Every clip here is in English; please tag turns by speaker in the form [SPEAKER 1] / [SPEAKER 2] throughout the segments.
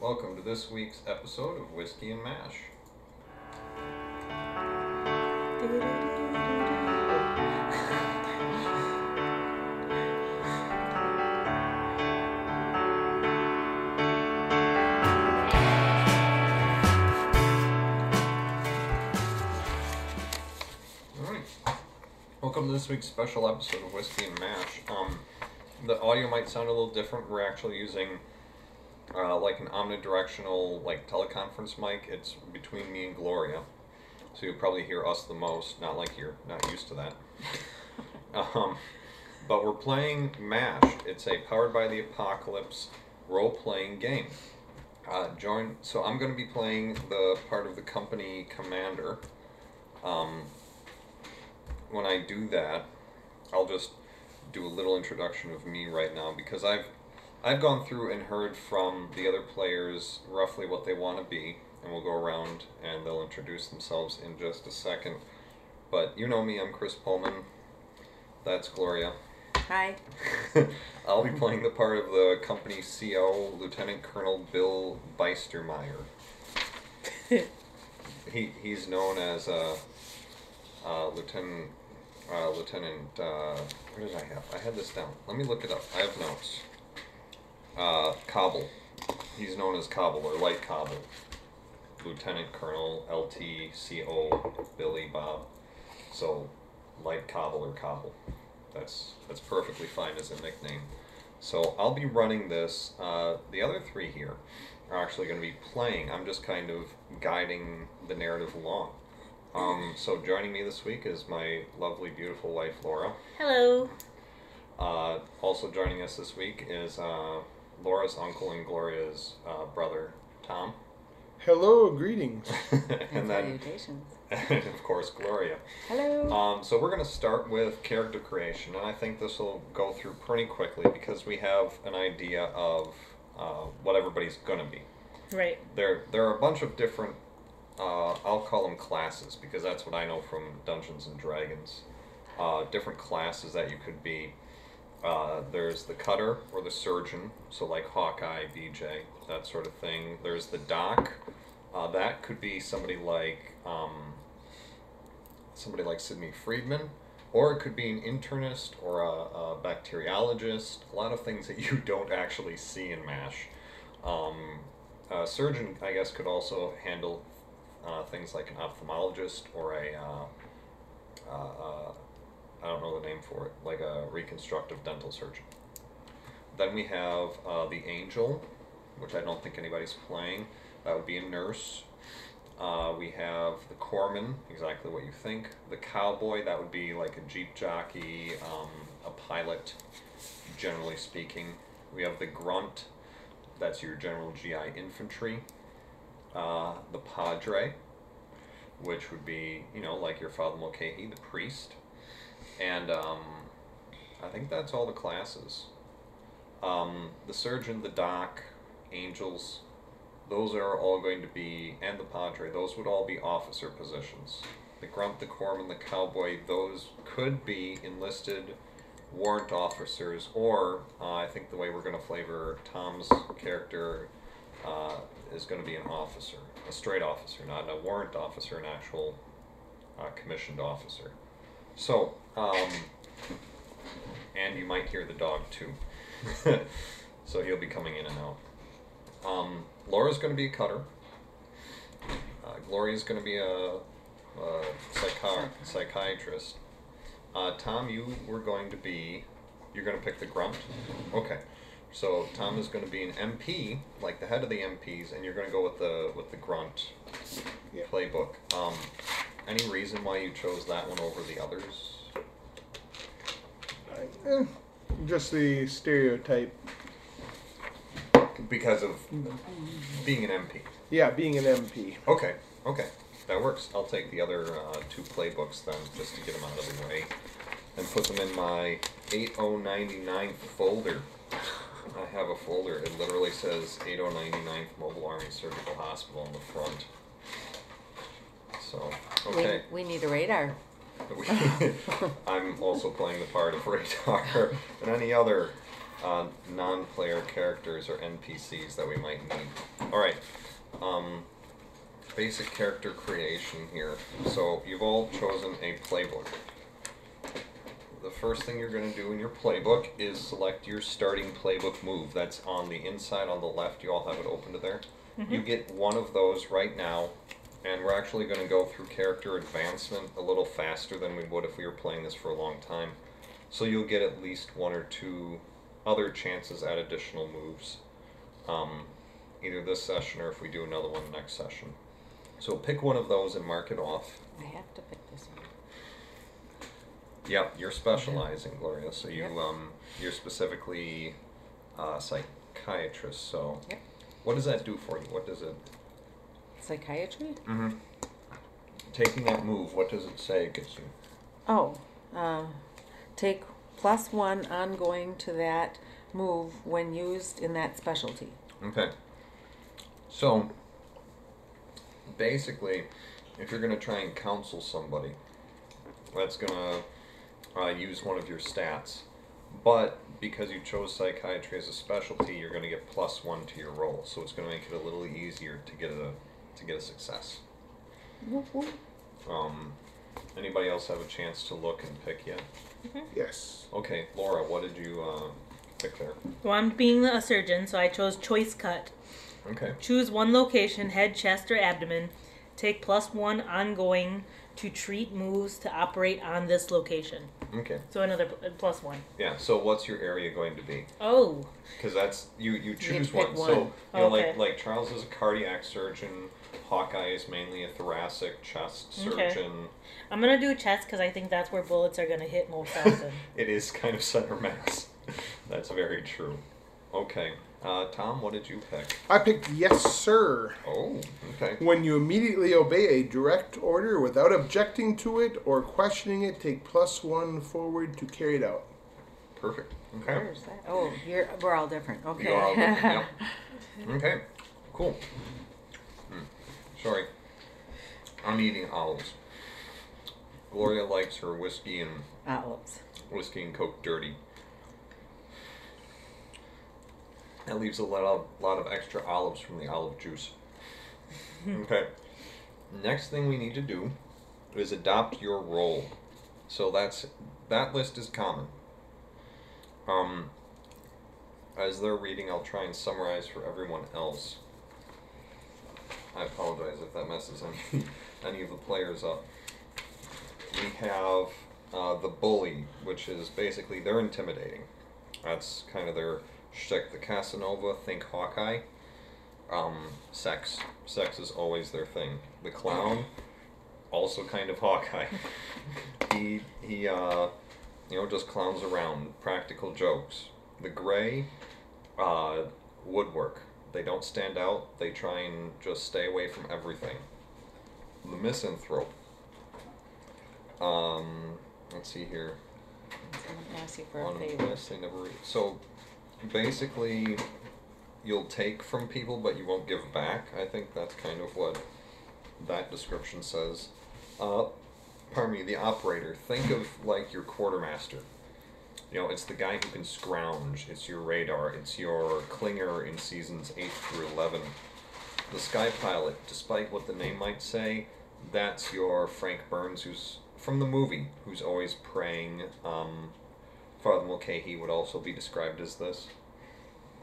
[SPEAKER 1] Welcome to this week's episode of Whiskey and Mash. All right. Welcome to this week's special episode of Whiskey and Mash. Um, the audio might sound a little different. We're actually using uh, like an omnidirectional like teleconference mic. It's between me and Gloria, so you'll probably hear us the most. Not like you're not used to that. um, but we're playing Mash. It's a powered by the apocalypse role playing game. Uh, join. So I'm going to be playing the part of the company commander. Um, when I do that, I'll just do a little introduction of me right now because I've I've gone through and heard from the other players roughly what they want to be, and we'll go around and they'll introduce themselves in just a second. But you know me, I'm Chris Pullman. That's Gloria.
[SPEAKER 2] Hi.
[SPEAKER 1] I'll be playing the part of the company CO, Lieutenant Colonel Bill Beistermeyer. He he's known as uh, uh, Lieutenant uh, Lieutenant. Uh, where did I have? I had this down. Let me look it up. I have notes. Uh, Cobble. He's known as Cobble or Light Cobble. Lieutenant Colonel LT CO Billy Bob. So Light Cobble or Cobble. That's that's perfectly fine as a nickname. So I'll be running this. Uh, the other three here are actually going to be playing. I'm just kind of guiding the narrative along. Um, so joining me this week is my lovely, beautiful wife Laura.
[SPEAKER 2] Hello.
[SPEAKER 1] Uh, also joining us this week is uh, Laura's uncle and Gloria's uh, brother Tom,
[SPEAKER 3] Hello, greetings.
[SPEAKER 1] and then
[SPEAKER 2] Salutations.
[SPEAKER 1] and of course Gloria.
[SPEAKER 2] Hello.
[SPEAKER 1] Um, so we're going to start with character creation, and I think this will go through pretty quickly because we have an idea of uh, what everybody's going to be.
[SPEAKER 2] Right.
[SPEAKER 1] There, there are a bunch of different. Uh, I'll call them classes because that's what I know from Dungeons and Dragons. Uh, different classes that you could be. Uh, there's the cutter or the surgeon, so like Hawkeye, BJ, that sort of thing. There's the doc. Uh, that could be somebody like um, somebody like Sidney Friedman, or it could be an internist or a, a bacteriologist. A lot of things that you don't actually see in MASH. Um, a surgeon, I guess, could also handle uh, things like an ophthalmologist or a, uh, uh, uh, I don't know the name for it, like a reconstructive dental surgeon. Then we have uh, the angel, which I don't think anybody's playing. That would be a nurse. Uh, we have the corpsman, exactly what you think. The cowboy, that would be like a jeep jockey, um, a pilot, generally speaking. We have the grunt, that's your general GI infantry. Uh, the padre, which would be, you know, like your Father Mulcahy, the priest. And um, I think that's all the classes. Um, the surgeon, the doc, angels, those are all going to be, and the padre, those would all be officer positions. The grunt, the corpsman, the cowboy, those could be enlisted warrant officers, or uh, I think the way we're going to flavor Tom's character uh, is going to be an officer, a straight officer, not a warrant officer, an actual uh, commissioned officer. So, um, and you might hear the dog too. so he'll be coming in and out. Um, Laura's going to be a cutter. Uh, Gloria's going to be a, a psychi- psychiatrist. Uh, Tom, you were going to be. You're going to pick the grunt? Okay. So Tom is going to be an MP, like the head of the MPs, and you're going to go with the with the grunt
[SPEAKER 3] Yeah.
[SPEAKER 1] playbook. Um, any reason why you chose that one over the others?
[SPEAKER 3] Eh, just the stereotype.
[SPEAKER 1] Because of being an MP.
[SPEAKER 3] Yeah, being an MP.
[SPEAKER 1] Okay, okay, that works. I'll take the other uh, two playbooks then, just to get them out of the way, and put them in my 8099th folder. I have a folder. It literally says 8099th Mobile Army Surgical Hospital on the front. So okay.
[SPEAKER 2] We, we need a radar.
[SPEAKER 1] We- I'm also playing the part of Radar and any other uh, non-player characters or NPCs that we might need. All right. Um, basic character creation here. So you've all chosen a playbook. The first thing you're going to do in your playbook is select your starting playbook move. That's on the inside on the left. You all have it open to there. You get one of those right now, and we're actually going to go through character advancement a little faster than we would if we were playing this for a long time. So you'll get at least one or two other chances at additional moves, um, either this session or if we do another one next session. So pick one of those and mark it off.
[SPEAKER 2] I have to pick this one.
[SPEAKER 1] Yep, you're specializing, Gloria. So you
[SPEAKER 2] Yep.
[SPEAKER 1] um you're specifically a psychiatrist. So
[SPEAKER 2] Yep.
[SPEAKER 1] what does that do for you? What does it?
[SPEAKER 2] Psychiatry?
[SPEAKER 1] Mm-hmm. Taking that move, what does it say it gets you?
[SPEAKER 2] Oh, uh, take plus one ongoing to that move when used in that specialty.
[SPEAKER 1] Okay. So basically, if you're gonna try and counsel somebody, that's gonna uh, use one of your stats. But because you chose psychiatry as a specialty, you're gonna get plus one to your roll. So it's gonna make it a little easier to get a to get a success.
[SPEAKER 2] Whoop, whoop.
[SPEAKER 1] Um, anybody else have a chance to look and pick yet?
[SPEAKER 3] Yes.
[SPEAKER 1] Okay, Laura, what did you uh, pick there?
[SPEAKER 4] Well, I'm being a surgeon, so I chose choice cut.
[SPEAKER 1] Okay.
[SPEAKER 4] Choose one location, head, chest, or abdomen. Take plus one ongoing to treat moves to operate on this location.
[SPEAKER 1] Okay.
[SPEAKER 4] So another pl- uh, plus one.
[SPEAKER 1] Yeah. So what's your area going to be?
[SPEAKER 4] Oh,
[SPEAKER 1] Because that's you. You choose
[SPEAKER 2] pick
[SPEAKER 1] one. So you
[SPEAKER 2] one.
[SPEAKER 1] know,
[SPEAKER 4] Okay.
[SPEAKER 1] like like Charles is a cardiac surgeon. Hawkeye is mainly a thoracic chest
[SPEAKER 4] Okay.
[SPEAKER 1] surgeon.
[SPEAKER 4] I'm gonna do chest because I think that's where bullets are gonna hit most often.
[SPEAKER 1] It is kind of center mass. that's very true. Okay. Uh, Tom, what did you pick?
[SPEAKER 3] I picked yes, sir.
[SPEAKER 1] Oh, okay.
[SPEAKER 3] When you immediately obey a direct order without objecting to it or questioning it, take plus one forward to carry it out.
[SPEAKER 1] Perfect. Okay.
[SPEAKER 2] Where's that? Oh, you're, we're all different. Okay.
[SPEAKER 1] You are all different, yep. Okay, cool. Mm, Sorry, I'm eating olives. Gloria likes her whiskey and
[SPEAKER 2] Olives.
[SPEAKER 1] whiskey and coke dirty. That leaves a lot of, lot of extra olives from the olive juice. okay. Next thing we need to do is adopt your role. So that's that list is common. Um, as they're reading, I'll try and summarize for everyone else. I apologize if that messes any any of the players up. We have uh, the bully, which is basically they're intimidating. That's kind of their shtick. The Casanova, think Hawkeye. Um, sex, sex is always their thing. The clown, also kind of Hawkeye. he he uh, you know just clowns around, practical jokes. The gray, uh, woodwork. They don't stand out. They try and just stay away from everything. The misanthrope. Um, let's see here.
[SPEAKER 2] I'm gonna ask you for
[SPEAKER 1] On
[SPEAKER 2] a
[SPEAKER 1] the
[SPEAKER 2] favor.
[SPEAKER 1] list, they never read. So, basically, you'll take from people, but you won't give back. I think that's kind of what that description says. Uh, pardon me, the operator. Think of like your quartermaster. You know, it's the guy who can scrounge. It's your radar. It's your clinger in seasons eight through eleven. The Sky Pilot, despite what the name might say, that's your Frank Burns, who's from the movie, who's always praying. Um, Father Mulcahy would also be described as this.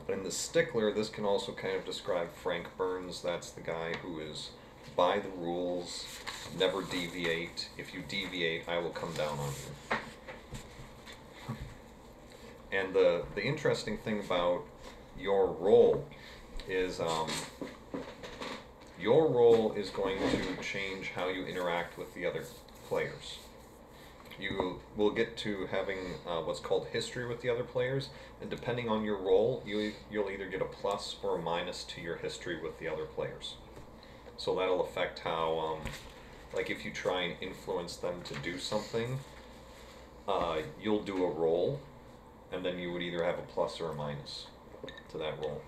[SPEAKER 1] And the stickler, this can also kind of describe Frank Burns. That's the guy who is by the rules, never deviate. If you deviate, I will come down on you. And the the interesting thing about your role is um, your role is going to change how you interact with the other players you will get to having uh, what's called history with the other players, and depending on your role, you you'll either get a plus or a minus to your history with the other players. So that'll affect how, um, like, if you try and influence them to do something, uh, you'll do a roll, and then you would either have a plus or a minus to that roll.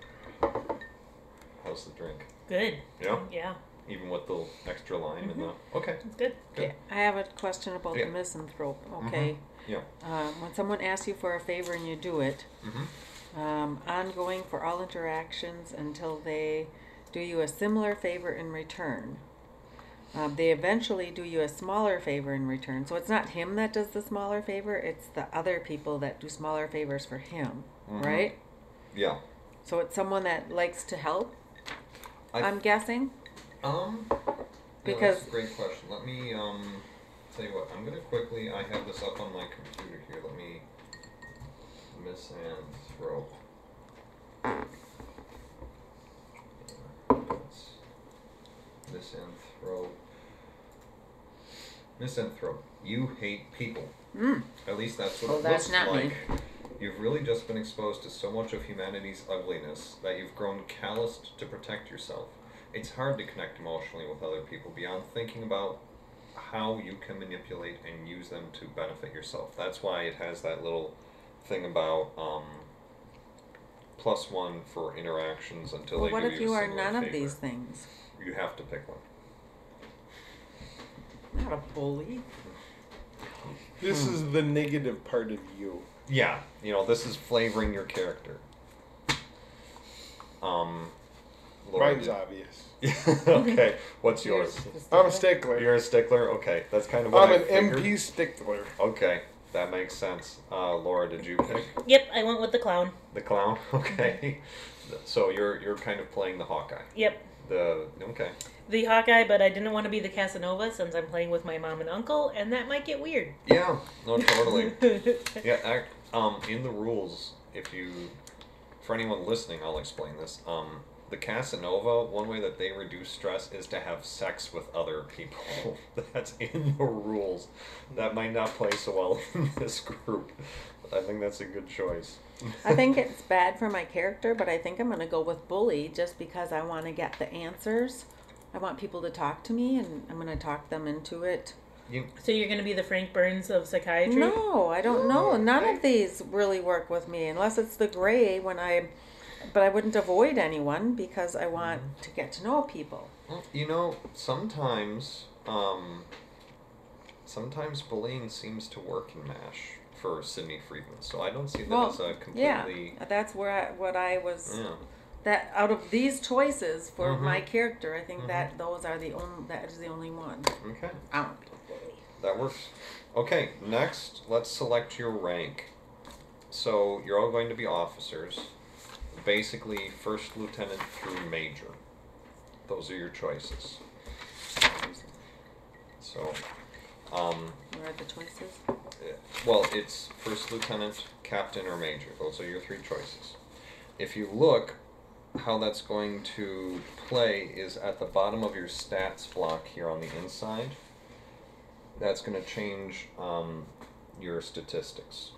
[SPEAKER 1] How's the drink?
[SPEAKER 4] good.
[SPEAKER 1] Yeah,
[SPEAKER 4] Yeah,
[SPEAKER 1] even with the extra lime and the okay,
[SPEAKER 4] it's good.
[SPEAKER 1] good.
[SPEAKER 2] I have a question about
[SPEAKER 1] Yeah. Mm-hmm.
[SPEAKER 2] the misanthrope. Okay. um,
[SPEAKER 1] Yeah.
[SPEAKER 2] Uh, when someone asks you for a favor and you do it,
[SPEAKER 1] Mhm.
[SPEAKER 2] um, ongoing for all interactions until they do you a similar favor in return. Um, they eventually do you a smaller favor in return. So it's not him that does the smaller favor, it's the other people that do smaller favors for him,
[SPEAKER 1] Mhm.
[SPEAKER 2] right?
[SPEAKER 1] Yeah.
[SPEAKER 2] So it's someone that likes to help,
[SPEAKER 1] I,
[SPEAKER 2] I'm guessing.
[SPEAKER 1] Um,
[SPEAKER 2] Because-
[SPEAKER 1] that's a great question. Let me um, tell you what. I'm gonna quickly. I have this up on my computer here. Let me misanthrope. Let's- Misanthrope. Misanthrope. You hate people.
[SPEAKER 2] Mm.
[SPEAKER 1] At least that's what
[SPEAKER 2] Well,
[SPEAKER 1] it
[SPEAKER 2] that's
[SPEAKER 1] looks
[SPEAKER 2] not me.
[SPEAKER 1] like. You've really just been exposed to so much of humanity's ugliness that you've grown calloused to protect yourself. It's hard to connect emotionally with other people beyond thinking about how you can manipulate and use them to benefit yourself. That's why it has that little thing about um, plus one for interactions until
[SPEAKER 2] Well,
[SPEAKER 1] they
[SPEAKER 2] what
[SPEAKER 1] do
[SPEAKER 2] if
[SPEAKER 1] a
[SPEAKER 2] you are
[SPEAKER 1] similar
[SPEAKER 2] none of
[SPEAKER 1] favor.
[SPEAKER 2] these things?
[SPEAKER 1] You have to pick one.
[SPEAKER 2] Not a bully.
[SPEAKER 3] This is the negative part of you.
[SPEAKER 1] Yeah, you know this is flavoring your character. Um, Laura,
[SPEAKER 3] Mine's
[SPEAKER 1] did-
[SPEAKER 3] obvious.
[SPEAKER 1] okay. What's
[SPEAKER 2] Yours
[SPEAKER 1] yours?
[SPEAKER 2] is
[SPEAKER 3] I'm a
[SPEAKER 2] different.
[SPEAKER 3] stickler.
[SPEAKER 1] You're a stickler. Okay, that's kind of what
[SPEAKER 3] I'm
[SPEAKER 1] I
[SPEAKER 3] an
[SPEAKER 1] figured.
[SPEAKER 3] MP stickler.
[SPEAKER 1] Okay, that makes sense. Uh, Laura, did you pick
[SPEAKER 4] Yep, I went with the clown.
[SPEAKER 1] the clown? Okay, so you're you're kind of playing the Hawkeye.
[SPEAKER 4] Yep,
[SPEAKER 1] The okay.
[SPEAKER 4] the Hawkeye, but I didn't want to be the Casanova since I'm playing with my mom and uncle, and that might get weird.
[SPEAKER 1] Yeah. No, totally. Yeah, ac- um, in the rules, if you, for anyone listening, I'll explain this. Um, the Casanova, one way that they reduce stress is to have sex with other people. that's in the rules. That might not play so well in this group. I think that's a good choice.
[SPEAKER 2] I think it's bad for my character, but I think I'm going to go with bully just because I want to get the answers. I want people to talk to me and I'm going to talk them into it.
[SPEAKER 4] so you're going to be the Frank Burns of psychiatry?
[SPEAKER 2] No, I don't know. None of these really work with me unless it's the gray when I but I wouldn't avoid anyone because I want to get to know people.
[SPEAKER 1] Well, you know, sometimes, um, sometimes bullying seems to work in MASH for Sidney Friedman. So I don't see that
[SPEAKER 2] Well,
[SPEAKER 1] as a
[SPEAKER 2] Yeah.
[SPEAKER 1] completely.
[SPEAKER 2] That's where I, what I was
[SPEAKER 1] yeah.
[SPEAKER 2] that out of these choices for
[SPEAKER 1] Mhm.
[SPEAKER 2] my character, I think
[SPEAKER 1] Mhm.
[SPEAKER 2] that those are the only that is the only one.
[SPEAKER 1] Okay.
[SPEAKER 2] I don't be a bully.
[SPEAKER 1] That works. Okay, next, let's select your rank. So you're all going to be officers, basically first lieutenant through major. Those are your choices. So, um,
[SPEAKER 2] What are the choices?
[SPEAKER 1] eh, well, it's first lieutenant, captain, or major. Those are your three choices. If you look, how that's going to play is at the bottom of your stats block here on the inside. That's going to change um, your statistics.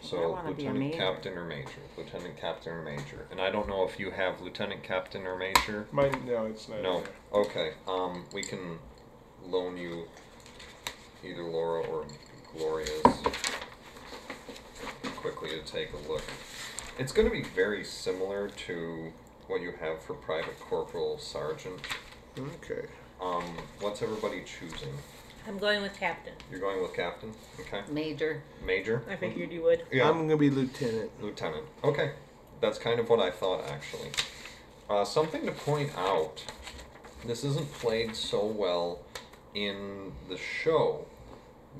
[SPEAKER 2] I
[SPEAKER 1] So
[SPEAKER 2] wanna be a
[SPEAKER 1] lieutenant
[SPEAKER 2] major.
[SPEAKER 1] captain or major, lieutenant captain or major, and I don't know if you have lieutenant captain or major.
[SPEAKER 3] Mine, no, it's not.
[SPEAKER 1] No.
[SPEAKER 3] in there.
[SPEAKER 1] Okay. Um, we can loan you either Laura or Gloria's quickly to take a look. It's going to be very similar to what you have for private corporal sergeant.
[SPEAKER 3] Okay.
[SPEAKER 1] Um, what's everybody choosing?
[SPEAKER 4] I'm going with captain.
[SPEAKER 1] You're going with captain. Okay.
[SPEAKER 2] Major.
[SPEAKER 1] Major.
[SPEAKER 4] I figured you would.
[SPEAKER 1] Yeah.
[SPEAKER 3] I'm gonna be lieutenant.
[SPEAKER 1] Lieutenant. Okay. That's kind of what I thought, actually. Uh, something to point out this isn't played so well in the show,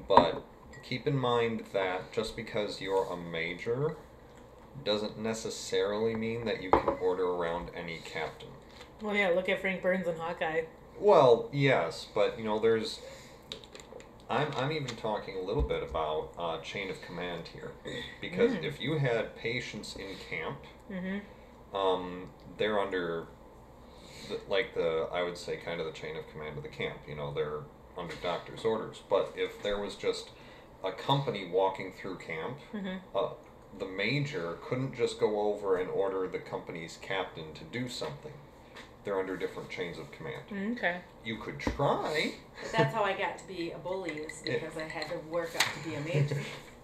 [SPEAKER 1] but keep in mind that just because you're a major doesn't necessarily mean that you can order around any captain.
[SPEAKER 4] Well, yeah, look at Frank Burns and Hawkeye.
[SPEAKER 1] Well, yes, but you know, there's. I'm, I'm even talking a little bit about uh, chain of command here. Because if you had patients in camp,
[SPEAKER 4] Mm-hmm.
[SPEAKER 1] um, they're under the, like the I would say kind of the chain of command of the camp. You know, they're under doctor's orders. But if there was just a company walking through camp,
[SPEAKER 4] Mhm.
[SPEAKER 1] uh, the major couldn't just go over and order the company's captain to do something. They're under different chains of command.
[SPEAKER 4] Mm, Okay.
[SPEAKER 1] You could try,
[SPEAKER 2] But that's how I got to be a bully is because I had to work up to be a major.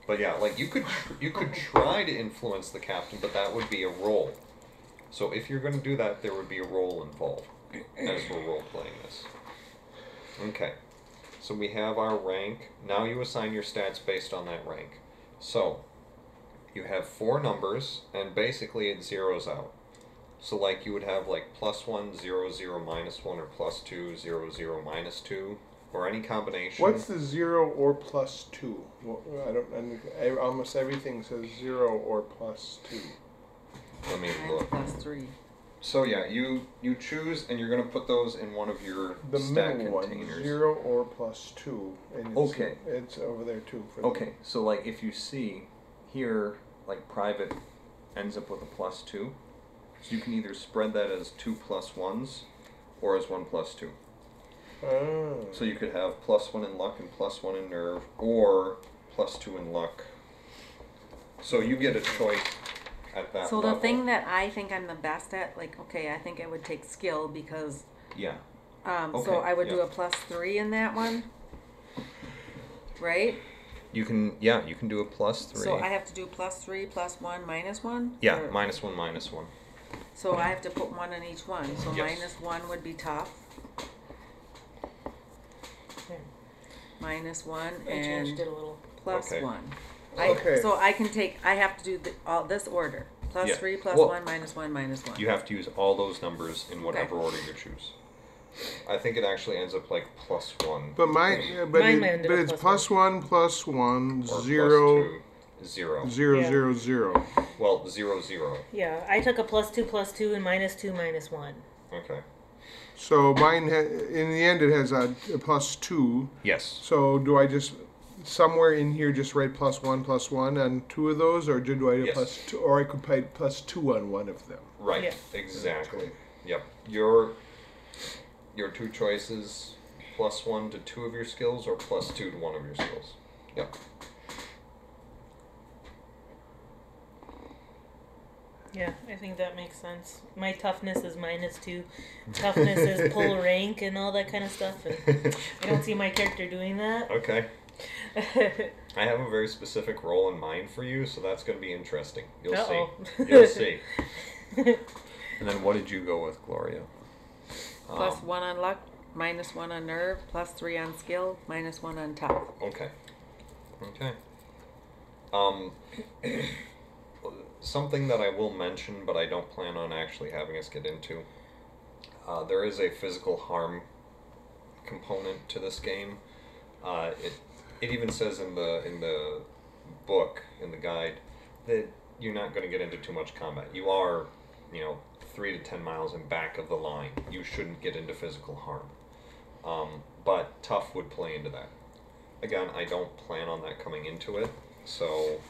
[SPEAKER 1] but yeah, like you could tr- you could try to influence the captain, but that would be a role. So if you're going to do that, there would be a role involved as we're role playing this. Okay, so we have our rank. Now you assign your stats based on that rank. So you have four numbers, and basically it zeroes out. So like you would have like plus one zero zero minus one or plus two zero zero minus two or any combination.
[SPEAKER 3] What's the zero or plus two? Well, I don't. I, I- almost everything says zero or plus two.
[SPEAKER 1] Let me
[SPEAKER 2] Nine
[SPEAKER 1] look.
[SPEAKER 2] plus three.
[SPEAKER 1] So yeah, you you choose and you're gonna put those in one of your
[SPEAKER 3] The
[SPEAKER 1] stack
[SPEAKER 3] middle one,
[SPEAKER 1] containers.
[SPEAKER 3] zero or plus two, and it's,
[SPEAKER 1] Okay.
[SPEAKER 3] it's over there too. For the-
[SPEAKER 1] Okay, so like if you see here, like private ends up with a plus two. So you can either spread that as two plus ones or as one plus two.
[SPEAKER 3] Oh.
[SPEAKER 1] So you could have plus one in luck and plus one in nerve, or plus two in luck. So you get a choice at that.
[SPEAKER 2] So
[SPEAKER 1] level.
[SPEAKER 2] the thing that I think I'm the best at, like, okay, I think I would take skill because,
[SPEAKER 1] Yeah.
[SPEAKER 2] um,
[SPEAKER 1] Okay,
[SPEAKER 2] so I would do
[SPEAKER 1] yeah.
[SPEAKER 2] a plus three in that one, right?
[SPEAKER 1] You can. Yeah, you can do a plus three.
[SPEAKER 2] So I have to do plus three, plus one, minus one.
[SPEAKER 1] yeah,
[SPEAKER 2] Or-
[SPEAKER 1] minus one, minus one.
[SPEAKER 2] So I have to put one in each one. So
[SPEAKER 1] Yes.
[SPEAKER 2] minus one would be tough. Minus one
[SPEAKER 4] I changed it
[SPEAKER 2] and
[SPEAKER 4] a little.
[SPEAKER 2] plus
[SPEAKER 1] Okay.
[SPEAKER 2] one.
[SPEAKER 3] Okay.
[SPEAKER 2] I, so I can take. I have to do the, all this order: Plus
[SPEAKER 1] Yeah.
[SPEAKER 2] three, plus
[SPEAKER 1] Well-
[SPEAKER 2] one, minus one, minus one.
[SPEAKER 1] You have to use all those numbers in whatever order you choose. I think it actually ends up like plus one.
[SPEAKER 3] But my,
[SPEAKER 1] or
[SPEAKER 3] yeah, but,
[SPEAKER 4] Mine
[SPEAKER 3] it,
[SPEAKER 4] ended
[SPEAKER 3] but
[SPEAKER 4] up
[SPEAKER 3] it's
[SPEAKER 4] plus
[SPEAKER 3] plus one, plus one,
[SPEAKER 1] plus
[SPEAKER 3] zero,
[SPEAKER 1] two, zero.
[SPEAKER 3] zero,
[SPEAKER 4] Yeah.
[SPEAKER 3] zero, zero.
[SPEAKER 1] Well, zero, zero.
[SPEAKER 4] Yeah, I took a plus two, plus two, and minus two, minus one.
[SPEAKER 1] Okay.
[SPEAKER 3] So mine, ha- in the end, it has a, a plus two.
[SPEAKER 1] Yes.
[SPEAKER 3] So do I just somewhere in here just write plus one, plus one on two of those, or do I do
[SPEAKER 1] Yes.
[SPEAKER 3] plus two, or I could write plus two on one of them?
[SPEAKER 1] Right.
[SPEAKER 4] Yeah.
[SPEAKER 1] Exactly. Yep. Your your two choices plus one to two of your skills or plus two to one of your skills. Yep.
[SPEAKER 4] Yeah, I think that makes sense. My toughness is minus two. Toughness is pull rank and all that kind of stuff. And I don't see my character doing that.
[SPEAKER 1] okay. I have a very specific role in mind for you, so that's going to be interesting. You'll
[SPEAKER 4] Uh-oh.
[SPEAKER 1] see. You'll see. And then what did you go with, Gloria? Um,
[SPEAKER 2] Plus one on luck, minus one on nerve, plus three on skill, minus one on tough.
[SPEAKER 1] Okay. Okay. Um, something that I will mention, but I don't plan on actually having us get into. Uh, there is a physical harm component to this game. Uh, it it even says in the in the book in the guide that you're not going to get into too much combat. You are, you know, three to ten miles in back of the line. You shouldn't get into physical harm. Um, but tough would play into that again, I don't plan on that coming into it, so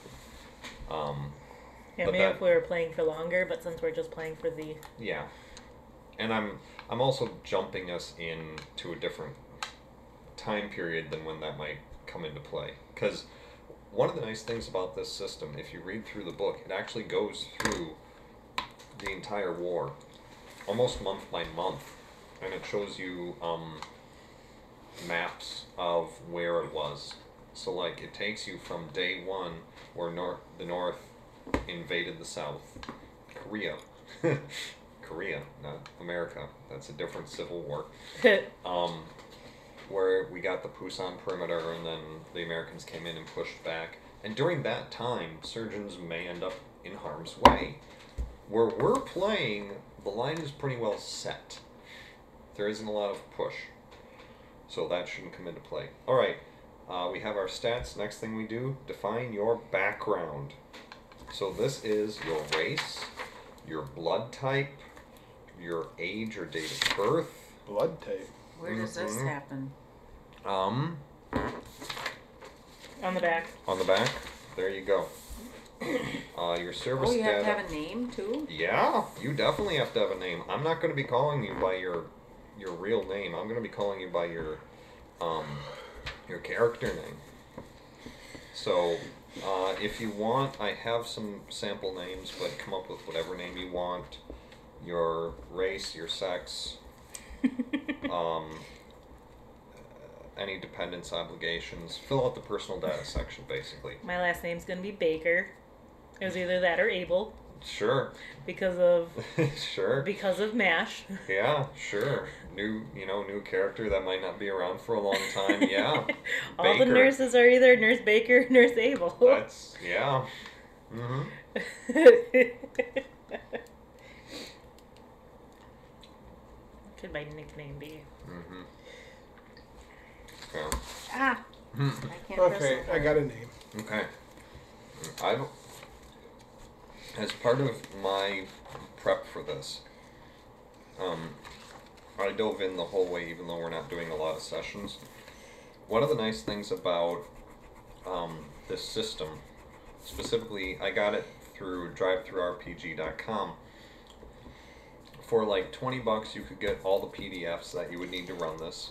[SPEAKER 1] um,
[SPEAKER 4] Yeah,
[SPEAKER 1] But
[SPEAKER 4] maybe
[SPEAKER 1] that-
[SPEAKER 4] if we were playing for longer, but since we're just playing for the
[SPEAKER 1] yeah. And I'm I'm also jumping us in to a different time period than when that might come into play. Because one of the nice things about this system, if you read through the book, it actually goes through the entire war, almost month by month, and it shows you um, maps of where it was. So like it takes you from day one where nor- the North invaded the South, Korea, Korea, not America. That's a different civil war um, where we got the Pusan perimeter and then the Americans came in and pushed back. And during that time, surgeons may end up in harm's way. Where we're playing, the line is pretty well set. There isn't a lot of push. So that shouldn't come into play. All right, uh, we have our stats. Next thing we do define your background. So this is your race, your blood type, your age or date of birth,
[SPEAKER 3] Blood type.
[SPEAKER 2] Where does this
[SPEAKER 3] Mm-hmm.
[SPEAKER 1] Mhm.
[SPEAKER 2] happen?
[SPEAKER 1] um,
[SPEAKER 4] on the back.
[SPEAKER 1] on the back. There you go. Uh, your service
[SPEAKER 2] Oh, you have
[SPEAKER 1] data.
[SPEAKER 2] to have a name too.
[SPEAKER 1] yeah, you definitely have to have a name. I'm not going to be calling you by your your real name. I'm going to be calling you by your um your character name. So, uh, if you want, I have some sample names, but come up with whatever name you want. Your race, your sex, um, uh, any dependence obligations. Fill out the personal data section, basically.
[SPEAKER 4] My last name's gonna be Baker. It was either that or Abel
[SPEAKER 1] Sure.
[SPEAKER 4] because of
[SPEAKER 1] sure.
[SPEAKER 4] because of Mash.
[SPEAKER 1] Yeah, sure. New, you know, new character that might not be around for a long time. Yeah.
[SPEAKER 4] All the
[SPEAKER 1] Baker.
[SPEAKER 4] nurses are either Nurse Baker, or Nurse Abel.
[SPEAKER 1] That's yeah. Mm-hmm.
[SPEAKER 4] Could my nickname be?
[SPEAKER 1] Mm-hmm. Yeah.
[SPEAKER 4] Ah.
[SPEAKER 2] I can't
[SPEAKER 3] Okay, I got a name.
[SPEAKER 1] Okay. I don't. As part of my prep for this, um, I dove in the whole way, even though we're not doing a lot of sessions. One of the nice things about um, this system, specifically, I got it through DriveThroughRPG.com. For like twenty bucks, you could get all the PDFs that you would need to run this.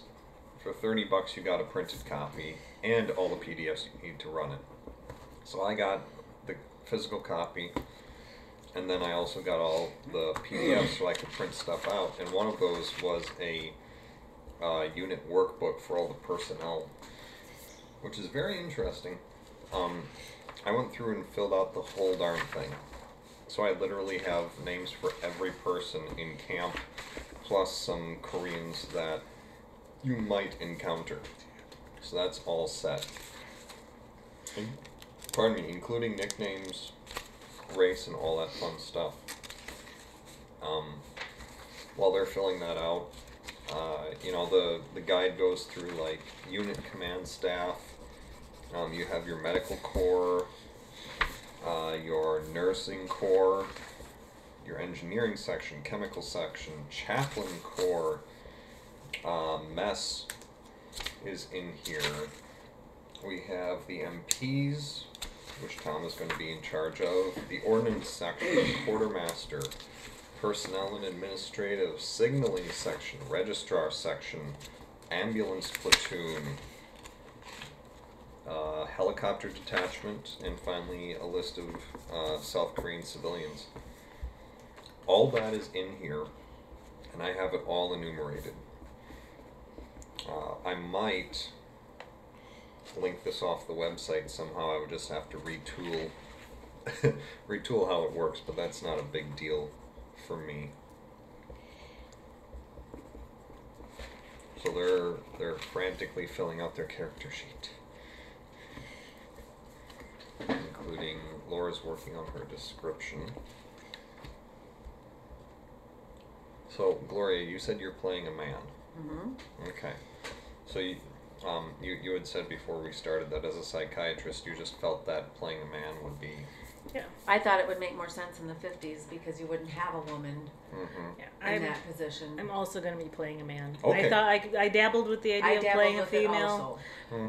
[SPEAKER 1] For 30 bucks, you got a printed copy and all the PDFs you need to run it. So I got the physical copy, and then I also got all the PDFs so I could print stuff out. And one of those was a uh, unit workbook for all the personnel, which is very interesting. Um, I went through and filled out the whole darn thing. So I literally have names for every person in camp, plus some Koreans that you might encounter. So that's all set. In- Pardon me, including nicknames, race, and all that fun stuff. Um, while they're filling that out, uh, you know the the guide goes through like unit command staff. Um, you have your medical corps, uh, your nursing corps, your engineering section, chemical section, chaplain corps, uh, mess is in here. We have the MPs, which Tom is going to be in charge of, the ordnance section, quartermaster, personnel and administrative, signaling section, registrar section, ambulance platoon, uh, helicopter detachment, and finally a list of uh, South Korean civilians. All that is in here, and I have it all enumerated. Uh, I might link this off the website somehow. I would just have to retool, retool how it works, but that's not a big deal for me. So they're they're frantically filling out their character sheet, including Laura's working on her description. So Gloria, you said you're playing a man.
[SPEAKER 2] Mm-hmm.
[SPEAKER 1] Okay. So you, um, you you had said before we started that as a psychiatrist, you just felt that playing a man would be.
[SPEAKER 2] I thought it would make more sense in the 50s because you wouldn't have a woman
[SPEAKER 1] hmm
[SPEAKER 4] Yeah,
[SPEAKER 2] in
[SPEAKER 4] I'm,
[SPEAKER 2] that position.
[SPEAKER 4] I'm also going to be playing a man.
[SPEAKER 1] Okay.
[SPEAKER 4] I thought I, I dabbled with the idea
[SPEAKER 2] I
[SPEAKER 4] of
[SPEAKER 2] dabbled
[SPEAKER 4] playing a
[SPEAKER 2] with it
[SPEAKER 4] female.
[SPEAKER 2] also.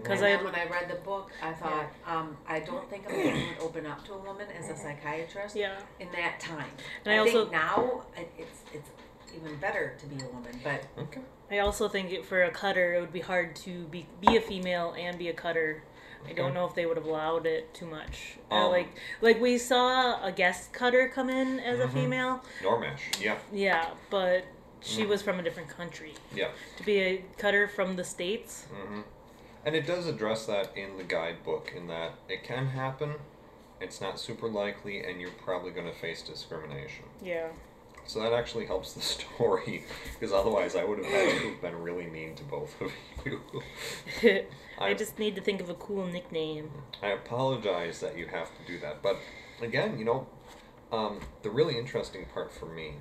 [SPEAKER 4] Because
[SPEAKER 1] Mm.
[SPEAKER 2] and
[SPEAKER 4] I-
[SPEAKER 2] then when I read the book, I thought, um, I don't think a man would open up to a woman as a psychiatrist
[SPEAKER 4] Yeah.
[SPEAKER 2] in that time.
[SPEAKER 4] And I
[SPEAKER 2] I
[SPEAKER 4] also-
[SPEAKER 2] think now it- it's it's even better to be a woman, but
[SPEAKER 1] Okay.
[SPEAKER 4] I also think it, for a cutter, it would be hard to be be a female and be a cutter. I
[SPEAKER 1] Okay.
[SPEAKER 4] don't know if they would have allowed it too much. Uh,
[SPEAKER 1] Um,
[SPEAKER 4] like like we saw a guest cutter come in as a
[SPEAKER 1] Mhm.
[SPEAKER 4] female.
[SPEAKER 1] Normash. Yeah.
[SPEAKER 4] Yeah, but she
[SPEAKER 1] Mhm.
[SPEAKER 4] was from a different country.
[SPEAKER 1] Yeah.
[SPEAKER 4] To be a cutter from the states.
[SPEAKER 1] hmm And it does address that in the guidebook in that it can happen, it's not super likely, and you're probably going to face discrimination.
[SPEAKER 4] Yeah.
[SPEAKER 1] So that actually helps the story, because otherwise I would have had to have been really mean to both of you.
[SPEAKER 4] I just need to think of a cool nickname.
[SPEAKER 1] I apologize that you have to do that, but again, you know, um, the really interesting part for me,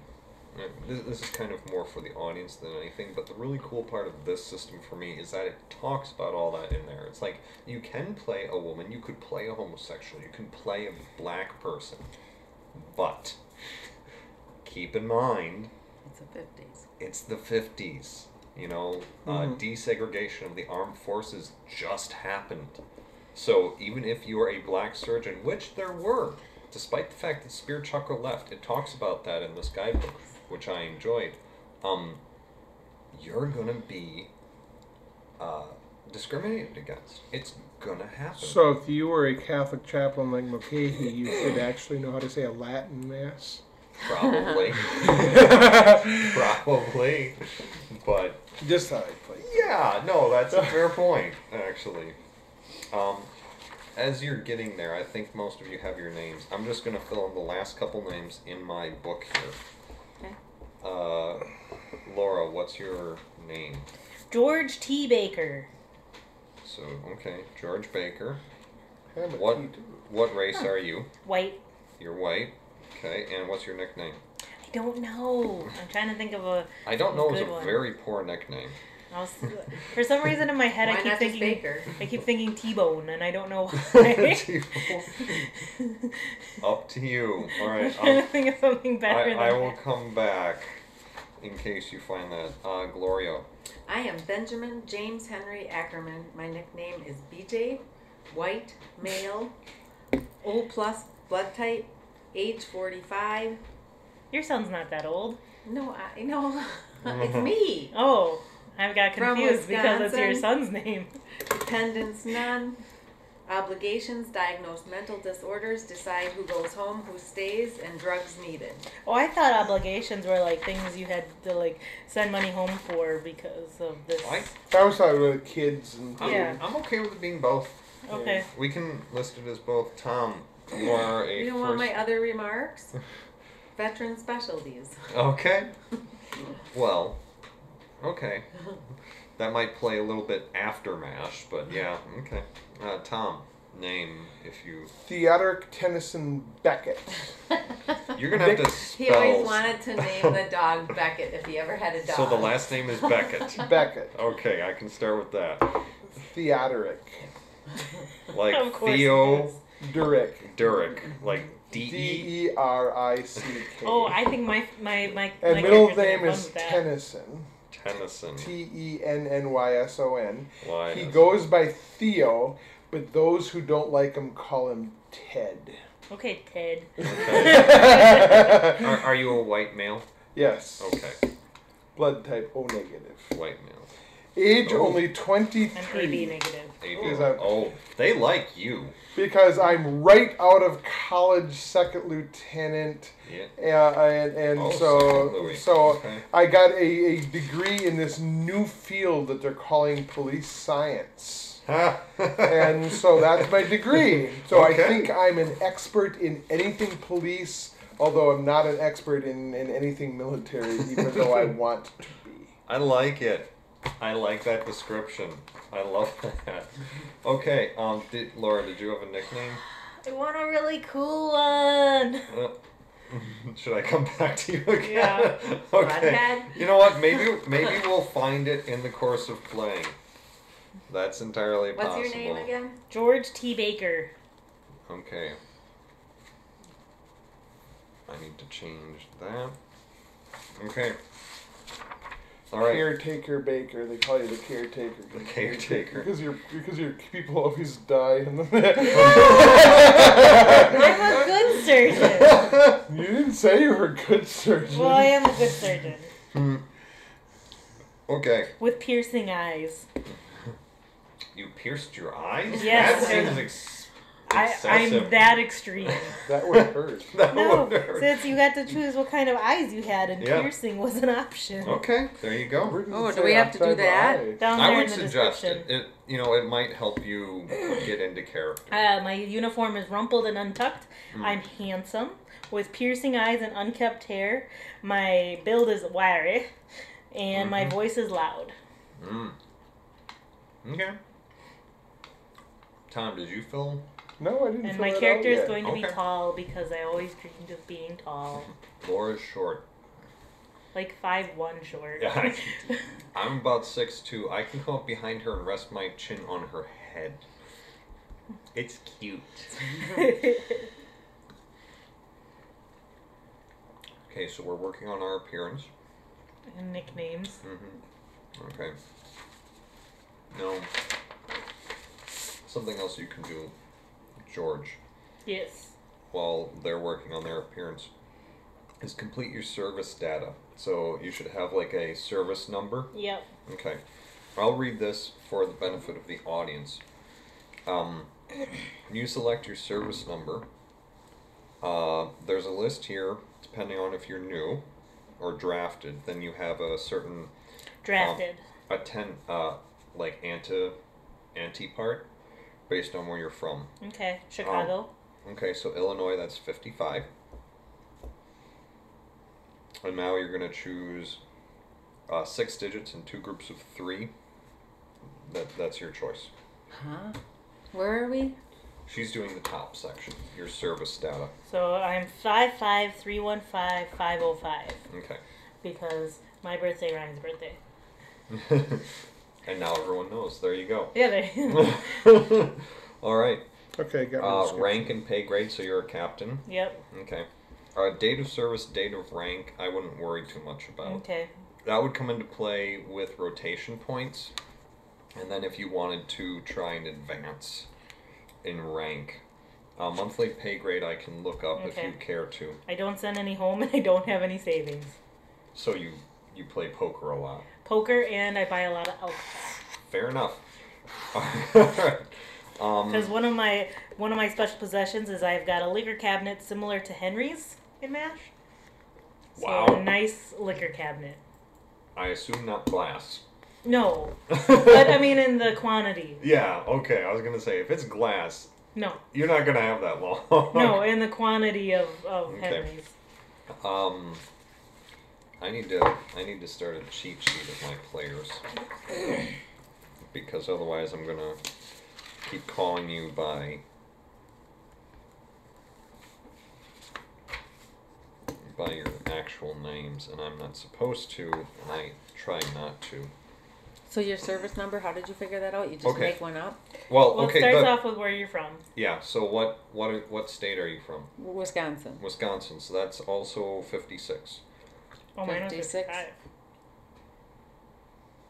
[SPEAKER 1] uh, this, this is kind of more for the audience than anything, but the really cool part of this system for me is that it talks about all that in there. It's like you can play a woman, you could play a homosexual, you can play a black person, but keep in mind
[SPEAKER 2] it's the 50s.
[SPEAKER 1] it's the 50s. You know, uh,
[SPEAKER 3] Mhm.
[SPEAKER 1] desegregation of the armed forces just happened. So even if you are a black surgeon, which there were, despite the fact that Spear Chucker left, it talks about that in this guidebook, which I enjoyed. Um, you're gonna be uh, discriminated against. It's gonna happen.
[SPEAKER 3] So, if you were a Catholic chaplain like Mulcahy, you should actually know how to say a Latin mass.
[SPEAKER 1] probably, probably, but
[SPEAKER 3] Just how I play.
[SPEAKER 1] Yeah, no, that's a fair point, actually. Um, as you're getting there, I think most of you have your names. I'm just going to fill in the last couple names in my book here.
[SPEAKER 2] Okay.
[SPEAKER 1] Uh, Laura, what's your name?
[SPEAKER 4] George T. Baker.
[SPEAKER 1] So, okay, George Baker.
[SPEAKER 3] I'm a
[SPEAKER 1] What?
[SPEAKER 3] T2.
[SPEAKER 1] What race are you?
[SPEAKER 4] White.
[SPEAKER 1] You're white. Okay, and what's your nickname?
[SPEAKER 4] I don't know. I'm trying to think of a.
[SPEAKER 1] I don't know. It was a
[SPEAKER 4] Good one.
[SPEAKER 1] very poor nickname.
[SPEAKER 4] I was, for some reason in my head,
[SPEAKER 2] Why
[SPEAKER 4] I keep
[SPEAKER 2] not just
[SPEAKER 4] thinking.
[SPEAKER 2] Baker?
[SPEAKER 4] I keep thinking T-bone, and I don't know why.
[SPEAKER 1] T-Bone. Up to you. All
[SPEAKER 4] I'm
[SPEAKER 1] right.
[SPEAKER 4] trying
[SPEAKER 1] I'll,
[SPEAKER 4] to think of something better
[SPEAKER 1] I,
[SPEAKER 4] than
[SPEAKER 1] I will
[SPEAKER 4] that.
[SPEAKER 1] come back in case you find that. Uh, Gloria.
[SPEAKER 2] I am Benjamin James Henry Ackerman. My nickname is BJ, white, male, O plus blood type, age 45.
[SPEAKER 4] Your son's not that old.
[SPEAKER 2] No, I no,
[SPEAKER 1] Uh-huh.
[SPEAKER 2] it's me.
[SPEAKER 4] Oh, I got
[SPEAKER 2] From
[SPEAKER 4] confused because it's your
[SPEAKER 2] Wisconsin. son's
[SPEAKER 4] son's name.
[SPEAKER 2] Dependence none. Obligations, diagnosed mental disorders, decide who goes home, who stays, and drugs needed.
[SPEAKER 4] Oh, I thought obligations were like things you had to like send money home for because of this.
[SPEAKER 1] I,
[SPEAKER 3] I always thought we were kids and
[SPEAKER 1] I'm,
[SPEAKER 4] Yeah.
[SPEAKER 1] I'm okay with it being both.
[SPEAKER 4] Okay.
[SPEAKER 1] We can list it as both. Tom, you are a
[SPEAKER 2] You don't
[SPEAKER 1] first.
[SPEAKER 2] want my other remarks? Veteran specialties.
[SPEAKER 1] Okay. Well, okay. That might play a little bit after MASH, but yeah, okay. Uh, Tom, name if you.
[SPEAKER 3] Theodoric Tennyson Beckett.
[SPEAKER 1] You're gonna have to spell.
[SPEAKER 2] He always wanted to name the dog Beckett if he ever had a dog.
[SPEAKER 1] So the last name is Beckett.
[SPEAKER 3] Beckett.
[SPEAKER 1] Okay, I can start with that.
[SPEAKER 3] Theodoric.
[SPEAKER 4] Of
[SPEAKER 1] Like
[SPEAKER 4] course it
[SPEAKER 1] Theo
[SPEAKER 4] is.
[SPEAKER 3] Durick.
[SPEAKER 1] Durick, like D E.
[SPEAKER 3] D E R I C K.
[SPEAKER 4] Oh, I think my my my.
[SPEAKER 3] And
[SPEAKER 4] my
[SPEAKER 3] middle
[SPEAKER 4] character's gonna
[SPEAKER 3] name
[SPEAKER 4] run
[SPEAKER 3] is
[SPEAKER 4] with that.
[SPEAKER 3] Tennyson.
[SPEAKER 1] Tennyson.
[SPEAKER 3] T E N N Y S O N.
[SPEAKER 1] Why
[SPEAKER 3] He
[SPEAKER 1] is-
[SPEAKER 3] goes by Theo, but those who don't like him call him Ted.
[SPEAKER 4] Okay, Ted.
[SPEAKER 1] Okay. Are, are you a white male?
[SPEAKER 3] yes.
[SPEAKER 1] Okay,
[SPEAKER 3] Blood type O negative.
[SPEAKER 1] white male.
[SPEAKER 3] Age
[SPEAKER 1] Oh.
[SPEAKER 3] only
[SPEAKER 4] I'm AB
[SPEAKER 3] 23
[SPEAKER 4] negative.
[SPEAKER 1] Able-
[SPEAKER 3] Is that-
[SPEAKER 1] Oh, they like you.
[SPEAKER 3] because I'm right out of college second lieutenant.
[SPEAKER 1] Yeah.
[SPEAKER 3] Yeah, and and
[SPEAKER 1] Oh, second
[SPEAKER 3] so
[SPEAKER 1] Louis.
[SPEAKER 3] so
[SPEAKER 1] Okay.
[SPEAKER 3] I got a, a degree in this new field that they're calling police science. And so that's my degree. So
[SPEAKER 1] Okay.
[SPEAKER 3] I think I'm an expert in anything police, although I'm not an expert in, in anything military, even though I want to be.
[SPEAKER 1] I like it. I like that description. I love that. Okay, um, did, Laura, did you have a nickname?
[SPEAKER 4] I want a really cool one.
[SPEAKER 1] Uh, should I come back to you again?
[SPEAKER 4] Yeah.
[SPEAKER 1] okay.
[SPEAKER 2] Broadhead.
[SPEAKER 1] You know what? Maybe maybe we'll find it in the course of playing. That's entirely
[SPEAKER 2] What's
[SPEAKER 1] possible.
[SPEAKER 2] your name again?
[SPEAKER 4] George T. Baker.
[SPEAKER 1] Okay. I need to change that. Okay. All right.
[SPEAKER 3] Caretaker Baker. They call you the caretaker.
[SPEAKER 1] The caretaker.
[SPEAKER 3] Because your because your people always die and
[SPEAKER 4] I'm a good surgeon.
[SPEAKER 3] You didn't say you were a good surgeon.
[SPEAKER 4] Well, I am a good surgeon
[SPEAKER 1] Okay.
[SPEAKER 4] with piercing eyes.
[SPEAKER 1] You pierced your eyes?
[SPEAKER 4] Yes,
[SPEAKER 1] That
[SPEAKER 4] I-
[SPEAKER 1] seems ex-
[SPEAKER 4] I,
[SPEAKER 1] excessive.
[SPEAKER 4] I'm that extreme.
[SPEAKER 3] That would hurt.
[SPEAKER 1] That
[SPEAKER 4] No,
[SPEAKER 1] would hurt.
[SPEAKER 4] since you got to choose what kind of eyes you had, and
[SPEAKER 1] Yeah.
[SPEAKER 4] piercing was an option.
[SPEAKER 1] Okay, there you go.
[SPEAKER 3] Where does it
[SPEAKER 2] Oh, do
[SPEAKER 3] say
[SPEAKER 2] we have to do
[SPEAKER 3] outside the
[SPEAKER 2] that?
[SPEAKER 3] eye?
[SPEAKER 4] Down there
[SPEAKER 1] I would
[SPEAKER 4] in the
[SPEAKER 1] suggest
[SPEAKER 4] description.
[SPEAKER 1] it. it. You know, it might help you get into character.
[SPEAKER 4] Uh, my uniform is rumpled and untucked.
[SPEAKER 1] Hmm.
[SPEAKER 4] I'm handsome, with piercing eyes and unkept hair. My build is wiry, and
[SPEAKER 1] Mm-hmm.
[SPEAKER 4] my voice is loud.
[SPEAKER 1] Mm. Okay. Tom, did you fill?
[SPEAKER 3] No, I didn't.
[SPEAKER 4] And
[SPEAKER 3] fill
[SPEAKER 4] my
[SPEAKER 3] that out
[SPEAKER 4] character is
[SPEAKER 3] yet.
[SPEAKER 4] going to be
[SPEAKER 1] Okay.
[SPEAKER 4] tall because I always dreamed of being tall.
[SPEAKER 1] Laura's short.
[SPEAKER 4] Like five one short.
[SPEAKER 1] Yeah, I can- I'm about six two. I can come up behind her and rest my chin on her head. It's cute. Okay, so we're working on our appearance.
[SPEAKER 4] And nicknames.
[SPEAKER 1] Mm-hmm. Okay. No. Something else you can do, George,
[SPEAKER 4] Yes.
[SPEAKER 1] while they're working on their appearance, is complete your service data. So you should have like a service number.
[SPEAKER 4] Yep.
[SPEAKER 1] Okay. I'll read this for the benefit of the audience. Um, you select your service number. Uh, there's a list here, depending on if you're new or drafted, then you have a certain
[SPEAKER 4] Drafted.
[SPEAKER 1] a ten uh like anti anti part based on where you're from.
[SPEAKER 4] Okay. Chicago.
[SPEAKER 1] Okay, so Illinois that's fifty five. And now you're gonna choose uh, six digits in two groups of three. That that's your choice.
[SPEAKER 2] Huh? Where are we?
[SPEAKER 1] She's doing the top section, your service data.
[SPEAKER 4] So I'm five five three one five five oh five
[SPEAKER 1] Okay.
[SPEAKER 4] because my birthday rhymes birthday.
[SPEAKER 1] and now everyone knows. There you go.
[SPEAKER 4] Yeah, there.
[SPEAKER 1] All right.
[SPEAKER 3] Okay, got rid of
[SPEAKER 1] Uh,
[SPEAKER 3] skip.
[SPEAKER 1] rank and pay grade, so you're a captain.
[SPEAKER 4] yep.
[SPEAKER 1] Okay. Uh, date of service, date of rank, I wouldn't worry too much about.
[SPEAKER 4] Okay.
[SPEAKER 1] That would come into play with rotation points. And then if you wanted to try and advance in rank, uh, monthly pay grade I can look up if
[SPEAKER 4] Okay.
[SPEAKER 1] you care to.
[SPEAKER 4] I don't send any home and I don't have any savings.
[SPEAKER 1] So you you play poker a lot.
[SPEAKER 4] Poker and I buy a lot of alcohol
[SPEAKER 1] Fair enough. Um,
[SPEAKER 4] because
[SPEAKER 1] Mm.
[SPEAKER 4] one of my one of my special possessions is I've got a liquor cabinet similar to Henry's in Mash. So
[SPEAKER 1] Wow.
[SPEAKER 4] a nice liquor cabinet.
[SPEAKER 1] I assume not glass.
[SPEAKER 4] No, but I mean in the quantity.
[SPEAKER 1] yeah, okay. I was gonna say if it's glass,
[SPEAKER 4] No,
[SPEAKER 1] you're not gonna have that long.
[SPEAKER 4] no, in the quantity of of
[SPEAKER 1] Okay.
[SPEAKER 4] Henry's.
[SPEAKER 1] Um, I need to I need to start a cheat sheet of my players because otherwise I'm gonna keep calling you by by your actual names and I'm not supposed to and I try not to.
[SPEAKER 2] So your service number, how did you figure that out? You just
[SPEAKER 1] Okay.
[SPEAKER 2] make one up?
[SPEAKER 1] Well,
[SPEAKER 4] Well,
[SPEAKER 1] okay,
[SPEAKER 4] it starts
[SPEAKER 1] but-
[SPEAKER 4] off with where you're from.
[SPEAKER 1] yeah. So what what are- what state are you from?
[SPEAKER 2] W- Wisconsin.
[SPEAKER 1] Wisconsin. So that's also 56.
[SPEAKER 4] Oh, mine was
[SPEAKER 2] 56.
[SPEAKER 4] 55.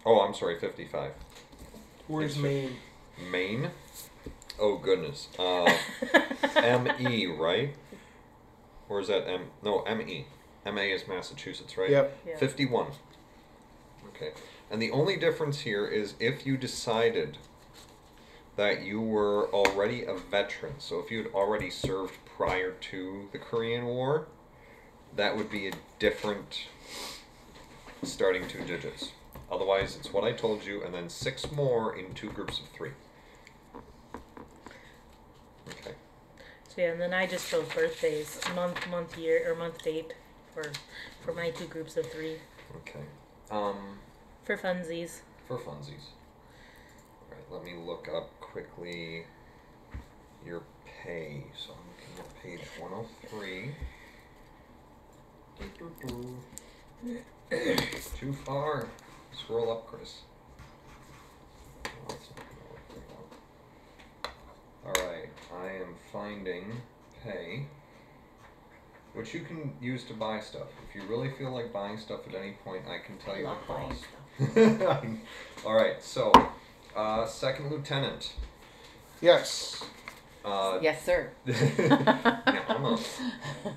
[SPEAKER 1] Oh, I'm sorry, 55.
[SPEAKER 3] Where's
[SPEAKER 1] Yes,
[SPEAKER 3] Maine?
[SPEAKER 1] Maine? Oh goodness. Uh, M E, right? Or is that M? No, M E. M A is Massachusetts, right?
[SPEAKER 3] Yep.
[SPEAKER 4] Yeah.
[SPEAKER 1] 51. Okay. And the only difference here is if you decided that you were already a veteran, so if you had already served prior to the Korean War, that would be a different starting two digits. Otherwise, it's what I told you, and then six more in two groups of three. Okay.
[SPEAKER 4] So yeah, and then I just chose birthdays, month, month, year, or month date for for my two groups of three
[SPEAKER 1] Okay. Um,
[SPEAKER 4] for funsies.
[SPEAKER 1] for funsies. All right, let me look up quickly your pay. So I'm looking at page 103. Doo-doo-doo. Too far. Scroll up, Chris. Oh, that's not gonna work very well. All right, I am finding pay, which you can use to buy stuff. If you really feel like buying stuff at any point, I can tell you the
[SPEAKER 4] Love buying
[SPEAKER 1] cost. All right, so uh, second lieutenant.
[SPEAKER 3] Yes.
[SPEAKER 1] Uh,
[SPEAKER 2] Yes, sir.
[SPEAKER 1] yeah, I'm, a,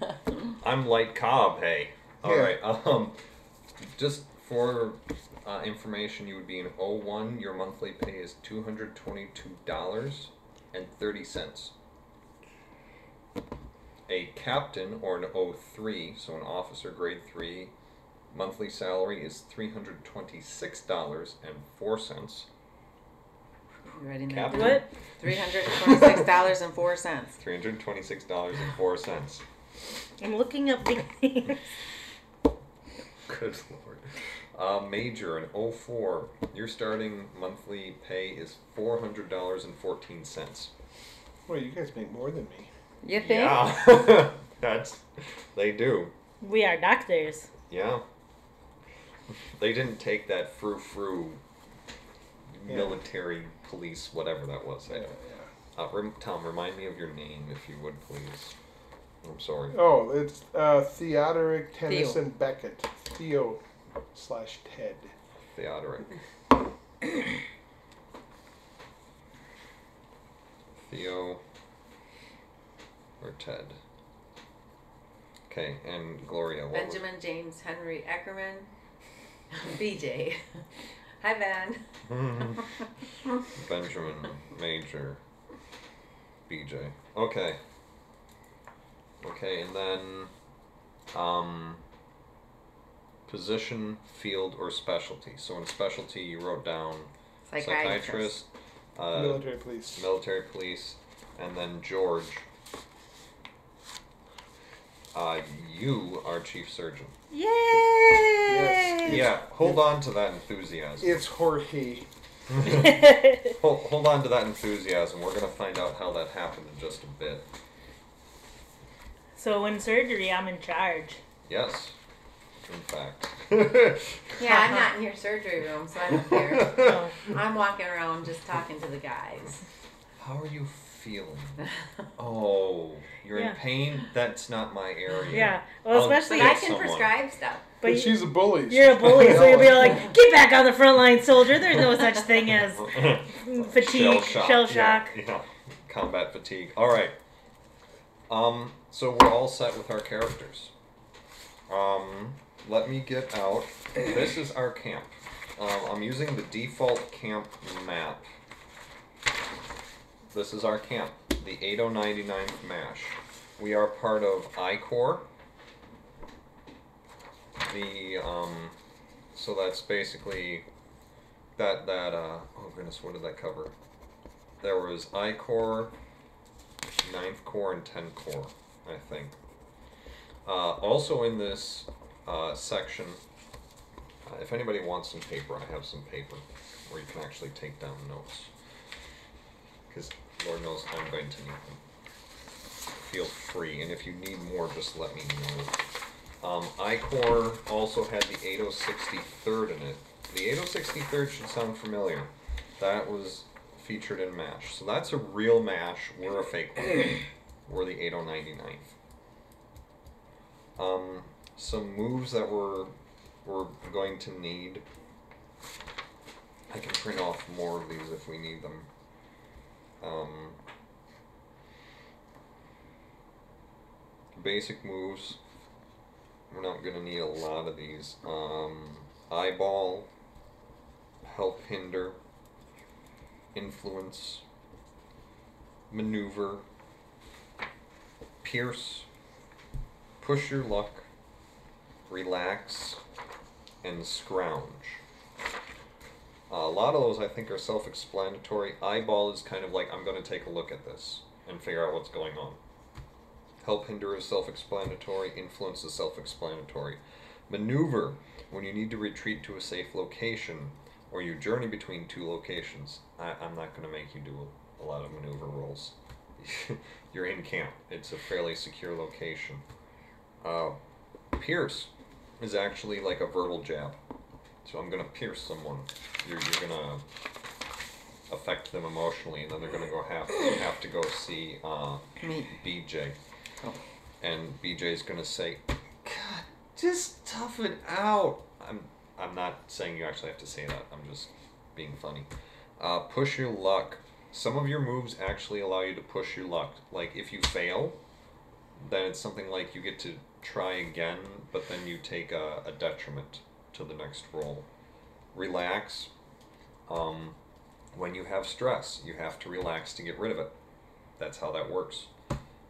[SPEAKER 1] I'm light cob. Hey, all
[SPEAKER 3] Yeah.
[SPEAKER 1] right. Um, just for uh, information, you would be an O1. Your monthly pay is two hundred twenty-two dollars and thirty cents. A captain or an O3, so an officer grade three, monthly salary is three hundred twenty-six dollars and four cents.
[SPEAKER 2] You writing that
[SPEAKER 1] Captain.
[SPEAKER 2] down?
[SPEAKER 4] What?
[SPEAKER 2] $326.04.
[SPEAKER 1] Three hundred twenty-six dollars and four cents.
[SPEAKER 4] I'm looking up big names.
[SPEAKER 1] Good lord. Uh, major in 04, your starting monthly pay is $400.14.
[SPEAKER 3] Well, you guys make more than me.
[SPEAKER 2] You think?
[SPEAKER 1] Yeah. That's, they do.
[SPEAKER 4] We are doctors.
[SPEAKER 1] Yeah. They didn't take that frou frou
[SPEAKER 3] Yeah.
[SPEAKER 1] military police, whatever that was. I don't- Uh, rem- Tom, remind me of your name if you would, please. I'm sorry.
[SPEAKER 3] Oh, it's uh, Theodoric
[SPEAKER 2] Theo.
[SPEAKER 3] Tennyson Beckett. Theo slash Ted.
[SPEAKER 1] Theodoric. Theo or Ted. Okay, and Gloria. What was-
[SPEAKER 2] Benjamin James Henry Ackerman. BJ. Hi, Van.
[SPEAKER 1] Benjamin Major. BJ. Okay. Okay, and then um position, field, or specialty. So in specialty you wrote down
[SPEAKER 2] Psychiatrist.
[SPEAKER 1] psychiatrist, uh,
[SPEAKER 3] Military police.
[SPEAKER 1] military police, and then George. Uh, you are chief surgeon.
[SPEAKER 4] Yay!
[SPEAKER 3] Yes.
[SPEAKER 1] Yeah, hold on to that enthusiasm.
[SPEAKER 3] It's Jorge.
[SPEAKER 1] Hold, hold on to that enthusiasm. We're going to find out how that happened in just a bit.
[SPEAKER 4] so in surgery, I'm in charge.
[SPEAKER 1] Yes, in fact.
[SPEAKER 5] Yeah, I'm not in your surgery room, so I don't care.
[SPEAKER 4] No.
[SPEAKER 5] I'm walking around just talking to the guys.
[SPEAKER 1] How are you feeling? Oh, you're
[SPEAKER 4] Yeah.
[SPEAKER 1] in pain? That's not my area.
[SPEAKER 4] Yeah. Well,
[SPEAKER 1] I'll
[SPEAKER 5] But
[SPEAKER 4] especially,
[SPEAKER 1] get
[SPEAKER 5] I can
[SPEAKER 1] someone.
[SPEAKER 5] prescribe stuff.
[SPEAKER 4] but
[SPEAKER 3] But
[SPEAKER 4] you,
[SPEAKER 3] she's a bully.
[SPEAKER 4] you're a bully, so you'll be like, "Get back on the front line, soldier." There's no such thing as
[SPEAKER 1] Shell
[SPEAKER 4] fatigue,
[SPEAKER 1] shock.
[SPEAKER 4] shell shock.
[SPEAKER 1] Yeah, yeah. Combat fatigue. All right. Um, so we're all set with our characters. Um, let me get out. This is our camp. Um, I'm using the default camp map. This is our camp, the 8099th MASH. We are part of I Corps. The um, so that's basically that that uh oh goodness what did that cover? There was I Corps, Ninth Corps, and Ten Corps, I think. Uh, also in this uh, section, uh, if anybody wants some paper, I have some paper where you can actually take down notes. Because Lord knows I'm going to need them. Feel free, and if you need more, just let me know. Um, ICOR also had the 8063rd in it. The 8063rd should sound familiar. That was featured in MASH. So that's a real MASH. We're a fake one. We're the 8099th. Um, some moves that we're, we're going to need. I can print off more of these if we need them. Um, basic moves. We're not gonna need a lot of these. Um, eyeball, help hinder, influence, maneuver, pierce, push your luck, relax, and scrounge. Uh, a lot of those I think are self explanatory. Eyeball is kind of like, I'm going to take a look at this and figure out what's going on. Help hinder is self explanatory. Influence is self explanatory. Maneuver, when you need to retreat to a safe location or you journey between two locations, I, I'm not going to make you do a, a lot of maneuver rolls. You're in camp, it's a fairly secure location. Uh, pierce is actually like a verbal jab. So I'm gonna pierce someone. You're, you're gonna affect them emotionally, and then they're gonna go have have to go see uh,
[SPEAKER 2] Me.
[SPEAKER 1] BJ.
[SPEAKER 2] Oh.
[SPEAKER 1] And BJ's gonna say, "God, just tough it out." I'm I'm not saying you actually have to say that. I'm just being funny. Uh, push your luck. Some of your moves actually allow you to push your luck. Like if you fail, then it's something like you get to try again, but then you take a, a detriment to the next roll. Relax. Um, when you have stress, you have to relax to get rid of it. That's how that works.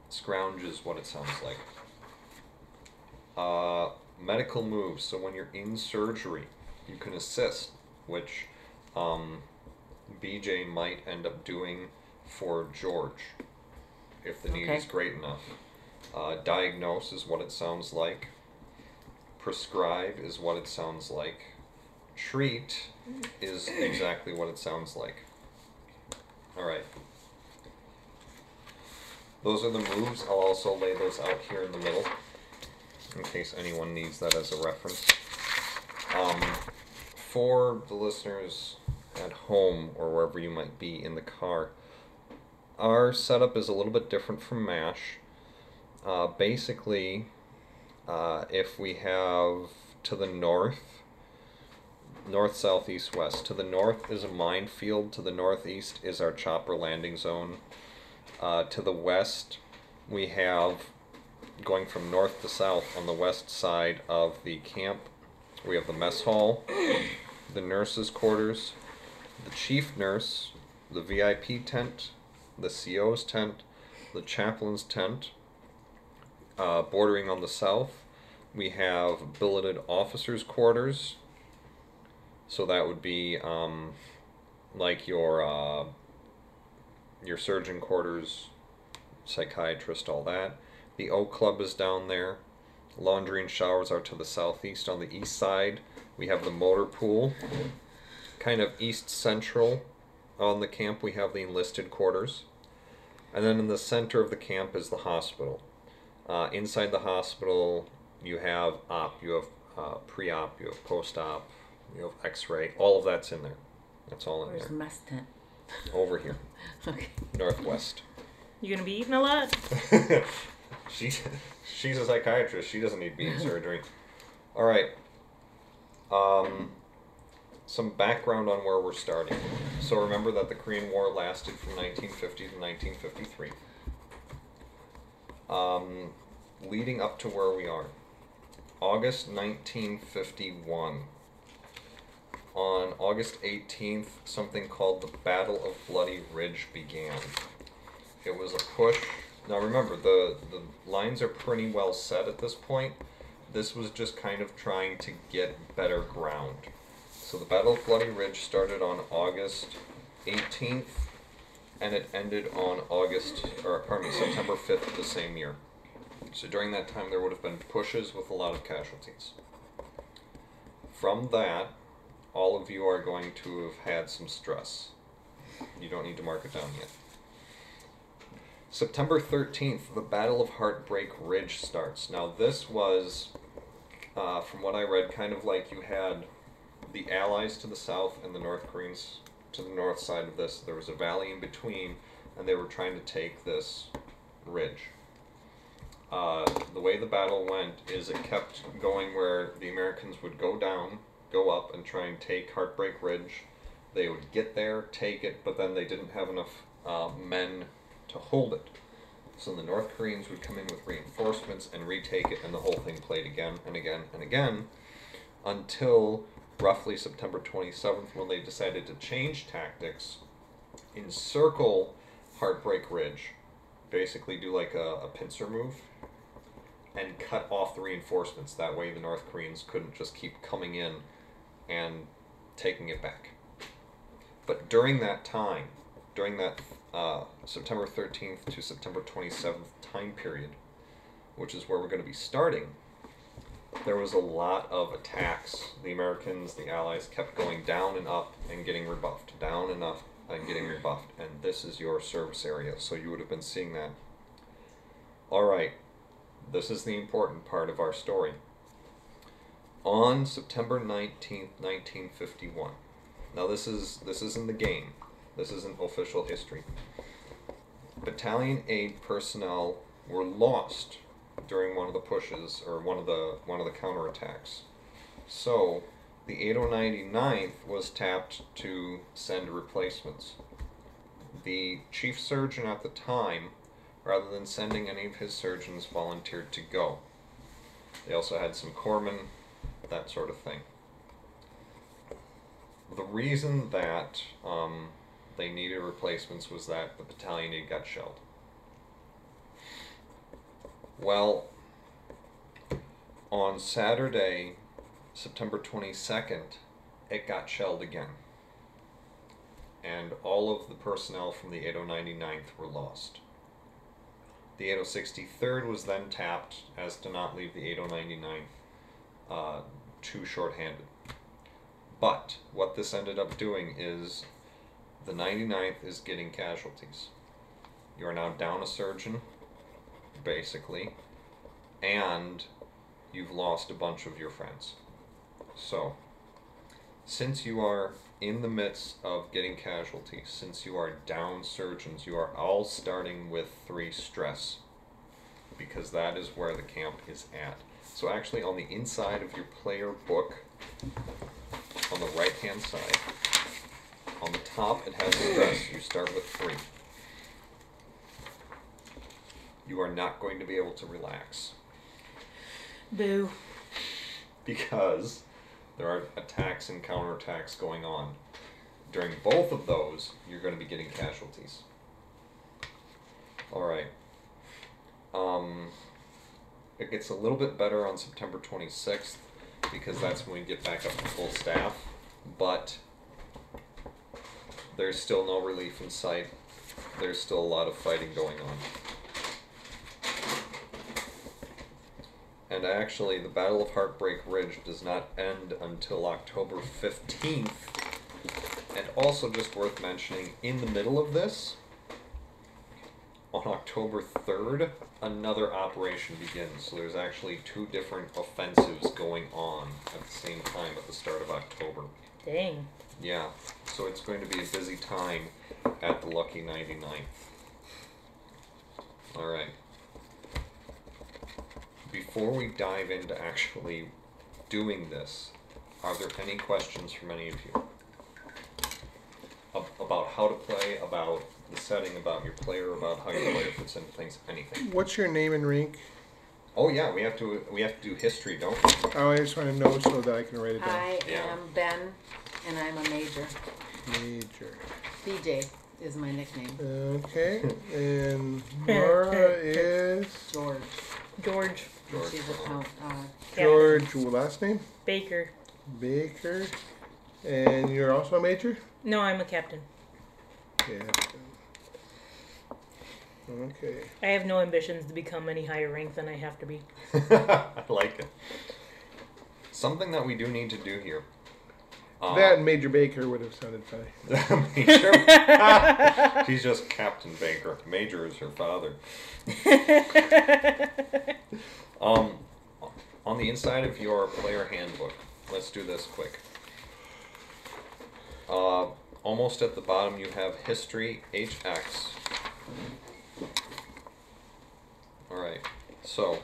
[SPEAKER 1] Scrounge is what it sounds like. Uh, medical moves. So when you're in surgery, you can assist, which um, BJ might end up doing for George if the need
[SPEAKER 2] Okay.
[SPEAKER 1] is great enough. Uh, diagnose is what it sounds like. Prescribe is what it sounds like. Treat is exactly what it sounds like. All right. Those are the moves. I'll also lay those out here in the middle in case anyone needs that as a reference. Um, for the listeners at home or wherever you might be in the car, our setup is a little bit different from MASH. Uh, basically, uh, if we have to the north, north, south, east, west, to the north is a minefield, to the northeast is our chopper landing zone. Uh, to the west, we have going from north to south on the west side of the camp. We have the mess hall, the nurses' quarters, the chief nurse, the VIP tent, the CO's tent, the chaplain's tent. Uh, bordering on the south, we have billeted officers' quarters. So that would be um, like your uh, your surgeon quarters, psychiatrist, all that. The O Club is down there. Laundry and showers are to the southeast. On the east side, we have the motor pool. kind of east central on the camp, we have the enlisted quarters. And then in the center of the camp is the hospital. Uh, inside the hospital, you have op, you have uh, pre op, you have post op, you have x ray. All of that's in there. That's all in
[SPEAKER 2] Where's
[SPEAKER 1] there.
[SPEAKER 2] Mustang?
[SPEAKER 1] Over here,
[SPEAKER 2] Okay.
[SPEAKER 1] northwest.
[SPEAKER 4] You gonna be eating a lot?
[SPEAKER 1] she's she's a psychiatrist. She doesn't need bean surgery. All right. Um, some background on where we're starting. So remember that the Korean War lasted from 1950 to 1953. Um, leading up to where we are, August 1951. On August 18th, something called the Battle of Bloody Ridge began. It was a push. Now remember, the, the lines are pretty well set at this point. This was just kind of trying to get better ground. So the Battle of Bloody Ridge started on August 18th, and it ended on August, or pardon me, September 5th of the same year. So during that time, there would have been pushes with a lot of casualties. From that, all of you are going to have had some stress. You don't need to mark it down yet. September 13th, the Battle of Heartbreak Ridge starts. Now, this was, uh, from what I read, kind of like you had the Allies to the south and the North Koreans to the north side of this. There was a valley in between, and they were trying to take this ridge. Uh, the way the battle went is it kept going where the Americans would go down, go up, and try and take Heartbreak Ridge. They would get there, take it, but then they didn't have enough uh, men to hold it. So the North Koreans would come in with reinforcements and retake it, and the whole thing played again and again and again until roughly September 27th when they decided to change tactics, encircle Heartbreak Ridge, basically do like a, a pincer move, and cut off the reinforcements. That way the North Koreans couldn't just keep coming in and taking it back. But during that time, during that uh, September 13th to September 27th time period, which is where we're going to be starting, there was a lot of attacks. The Americans, the Allies kept going down and up and getting rebuffed, down and up and getting rebuffed. And this is your service area, so you would have been seeing that. All right, this is the important part of our story. On September 19th, 1951. Now this is this isn't the game. This isn't official history. Battalion aid personnel were lost during one of the pushes or one of the one of the counterattacks. So the 8099th was tapped to send replacements. The chief surgeon at the time, rather than sending any of his surgeons, volunteered to go. They also had some corpsmen, that sort of thing. The reason that um, they needed replacements was that the battalion had got shelled. Well, on Saturday, September 22nd, it got shelled again. And all of the personnel from the 8099th were lost. The 8063rd was then tapped as to not leave the 8099th uh, too shorthanded. But what this ended up doing is the 99th is getting casualties. You are now down a surgeon, basically, and you've lost a bunch of your friends. So, since you are in the midst of getting casualties, since you are down surgeons, you are all starting with three stress because that is where the camp is at. So, actually, on the inside of your player book, on the right hand side, on the top, it has stress. You start with three. You are not going to be able to relax
[SPEAKER 4] Boo.
[SPEAKER 1] because there are attacks and counterattacks going on. During both of those, you're going to be getting casualties. All right. Um, it gets a little bit better on September 26th because that's when we get back up to full staff, but there's still no relief in sight. There's still a lot of fighting going on. And actually, the Battle of Heartbreak Ridge does not end until October 15th And also, just worth mentioning, in the middle of this, on October 3rd, another operation begins. So there's actually two different offensives going on at the same time at the start of October.
[SPEAKER 4] Dang.
[SPEAKER 1] Yeah, so it's going to be a busy time at the Lucky 99th. Alright. Before we dive into actually doing this, are there any questions from any of you? Ab- About how to play, about the setting, about your player, about how your player fits into things, anything.
[SPEAKER 3] What's your name and rank?
[SPEAKER 1] Oh yeah, we have to we have to do history, don't we?
[SPEAKER 3] Oh, I just want to know so that I can write it down.
[SPEAKER 2] I
[SPEAKER 1] Yeah.
[SPEAKER 2] am Ben, and I'm a major.
[SPEAKER 3] Major.
[SPEAKER 2] BJ is my nickname.
[SPEAKER 3] Okay. And Mara is
[SPEAKER 2] George.
[SPEAKER 4] George
[SPEAKER 1] George.
[SPEAKER 2] She's a count. Uh,
[SPEAKER 4] Yeah.
[SPEAKER 3] George. Last name
[SPEAKER 4] Baker.
[SPEAKER 3] Baker. And you're also a major.
[SPEAKER 4] No, I'm a captain.
[SPEAKER 3] Yeah. Okay.
[SPEAKER 4] I have no ambitions to become any higher rank than I have to be.
[SPEAKER 1] I like it. Something that we do need to do here. Uh,
[SPEAKER 3] That and Major Baker would have sounded funny.
[SPEAKER 1] Major. She's just Captain Baker. Major is her father. Um, on the inside of your player handbook, let's do this quick. Uh, almost at the bottom, you have history HX. All right, so.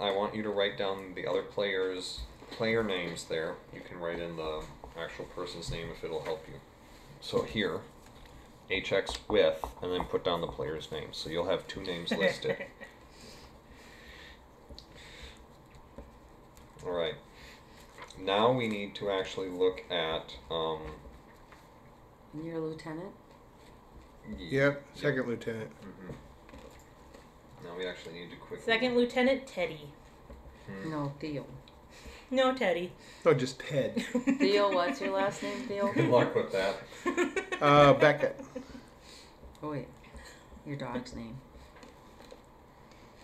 [SPEAKER 1] I want you to write down the other players' player names there. You can write in the actual person's name if it'll help you. So here, HX with, and then put down the player's name. So you'll have two names listed. All right. Now we need to actually look at. Um,
[SPEAKER 2] and you're a lieutenant?
[SPEAKER 1] Mm-hmm. y-
[SPEAKER 3] Yep. Second lieutenant.
[SPEAKER 1] mm-hmm. Now we actually need to quickly. Hmm.
[SPEAKER 4] Second Lieutenant Teddy.
[SPEAKER 2] No, Theo.
[SPEAKER 4] No, Teddy.
[SPEAKER 3] No, Oh, just Ted.
[SPEAKER 2] Theo, what's your last name, Theo?
[SPEAKER 1] Good luck with that.
[SPEAKER 3] Uh, Beckett.
[SPEAKER 2] Oh, yeah. Your dog's name.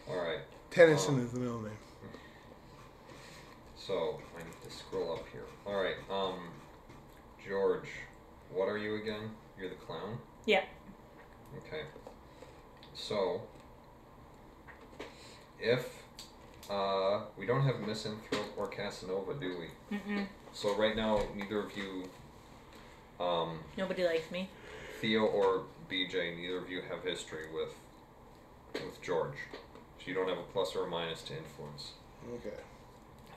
[SPEAKER 1] All right.
[SPEAKER 3] Tennyson is the middle name.
[SPEAKER 1] So I need to scroll up here. All right. Um, George, what are you again? You're the clown.
[SPEAKER 4] Yeah.
[SPEAKER 1] Okay. So, if uh, we don't have Misanthrope or Casanova, do we?
[SPEAKER 4] Mm-mm.
[SPEAKER 1] So right now, neither of you, um,
[SPEAKER 4] Nobody likes me.
[SPEAKER 1] Theo or BJ, neither of you have history with with George. So you don't have a plus or a minus to influence.
[SPEAKER 3] Okay.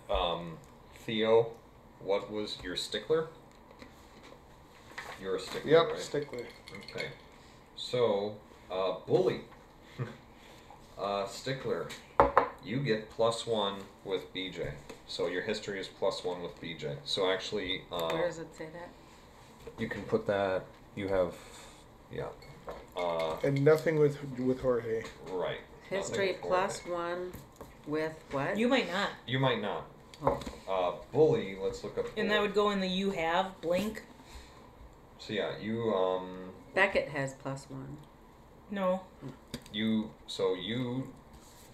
[SPEAKER 1] Um, Theo, what was your stickler? You're a stickler,
[SPEAKER 3] Yep.
[SPEAKER 1] right?
[SPEAKER 3] Stickler.
[SPEAKER 1] Okay. So, uh, bully. uh, stickler. You get plus one with BJ. So your history is plus one with BJ. So actually, uh,
[SPEAKER 2] Where does it say that?
[SPEAKER 1] you can put that. You have, yeah. Uh,
[SPEAKER 3] And nothing with with Jorge.
[SPEAKER 1] right. Nothing
[SPEAKER 2] History
[SPEAKER 1] with
[SPEAKER 2] plus
[SPEAKER 1] Orbe.
[SPEAKER 2] one with what?
[SPEAKER 4] You might not.
[SPEAKER 1] You might not.
[SPEAKER 2] Oh.
[SPEAKER 1] Uh, bully. Let's look up.
[SPEAKER 4] And
[SPEAKER 1] bully.
[SPEAKER 4] that would go in the you have blink.
[SPEAKER 1] So yeah, you um,
[SPEAKER 2] Beckett has plus one.
[SPEAKER 4] No.
[SPEAKER 1] you so you,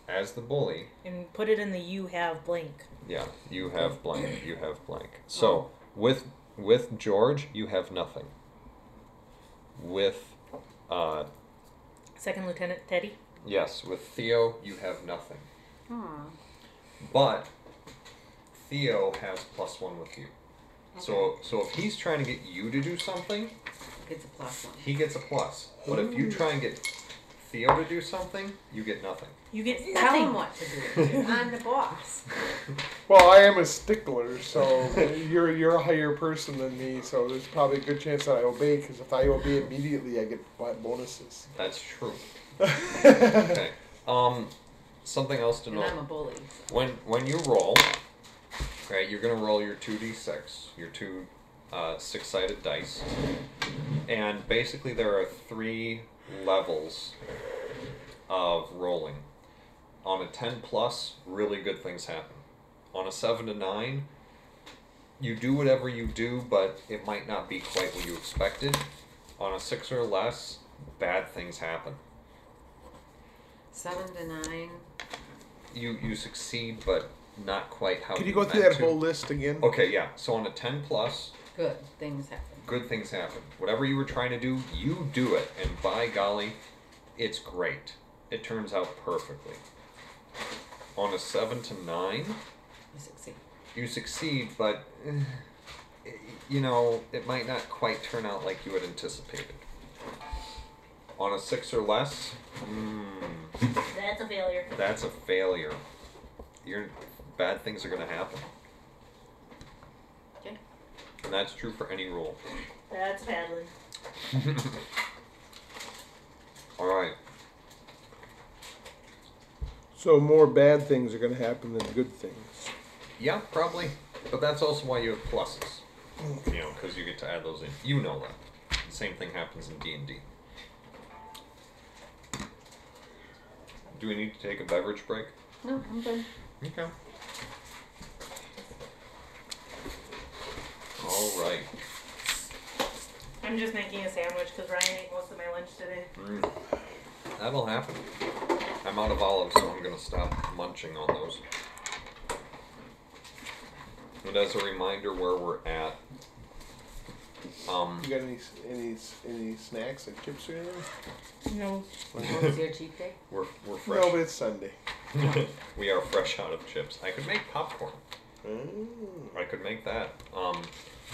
[SPEAKER 1] as the bully,
[SPEAKER 4] And put it in the you have blink.
[SPEAKER 1] Yeah, you have blank. You have blank.
[SPEAKER 4] Oh.
[SPEAKER 1] So with with George, you have nothing. With, uh,
[SPEAKER 4] Second Lieutenant Teddy.
[SPEAKER 1] yes, with Theo, you have nothing.
[SPEAKER 2] Aw.
[SPEAKER 1] But Theo has plus one with you. So so if he's trying to get you to do something,
[SPEAKER 2] It's a plus one.
[SPEAKER 1] he gets a plus. But if you try and get Theo to do something, you get nothing.
[SPEAKER 4] You get
[SPEAKER 5] Tell
[SPEAKER 4] nothing.
[SPEAKER 5] him what to do. I'm the boss.
[SPEAKER 3] Well, I am a stickler, so you're you're a higher person than me, so there's probably a good chance that I obey. Because if I obey immediately, I get bo- bonuses.
[SPEAKER 1] That's true.
[SPEAKER 3] okay.
[SPEAKER 1] Okay. Um, something else to
[SPEAKER 5] And I'm a
[SPEAKER 1] note.
[SPEAKER 5] bully.
[SPEAKER 1] When when you roll, right, you're gonna roll your two d six, your two uh, six sided dice, and basically there are three levels of rolling. On a ten plus, really good things happen. On a seven to nine, you do whatever you do, but it might not be quite what you expected. On a six or less, bad things happen.
[SPEAKER 2] Seven to nine.
[SPEAKER 1] You you succeed, but not quite how.
[SPEAKER 3] Could you
[SPEAKER 1] you
[SPEAKER 3] go through
[SPEAKER 1] meant
[SPEAKER 3] that
[SPEAKER 1] to.
[SPEAKER 3] whole list again?
[SPEAKER 1] Okay, yeah. So on a ten plus,
[SPEAKER 5] Good things happen.
[SPEAKER 1] good things happen. Whatever you were trying to do, you do it, and by golly, it's great. It turns out perfectly. On a seven to nine,
[SPEAKER 5] You succeed.
[SPEAKER 1] you succeed, but eh, you know it might not quite turn out like you had anticipated. On a six or less, mm,
[SPEAKER 4] That's a failure.
[SPEAKER 1] that's a failure. Your bad things are going to happen.
[SPEAKER 5] Okay.
[SPEAKER 1] And that's true for any rule.
[SPEAKER 4] That's paddling.
[SPEAKER 1] All right.
[SPEAKER 6] So more bad things are going to happen than good things.
[SPEAKER 1] Yeah, probably. But that's also why you have pluses.
[SPEAKER 3] Mm.
[SPEAKER 1] You know, because you get to add those in. You know that. The same thing happens in D and D. Do we need to take a beverage break?
[SPEAKER 2] No, I'm good.
[SPEAKER 1] Okay. All right.
[SPEAKER 4] I'm just making a sandwich because Ryan ate most of my lunch today.
[SPEAKER 1] Mm. That'll happen. I'm out of olives, so I'm gonna stop munching on those. And as a reminder, where we're at. Um,
[SPEAKER 3] You got any any any snacks like chips or anything?
[SPEAKER 4] No.
[SPEAKER 5] What was your cheat day?
[SPEAKER 1] we're we're
[SPEAKER 3] No,
[SPEAKER 1] fresh.
[SPEAKER 3] but it's Sunday.
[SPEAKER 1] we are fresh out of chips. I could make popcorn. Mm. I could make that. Um,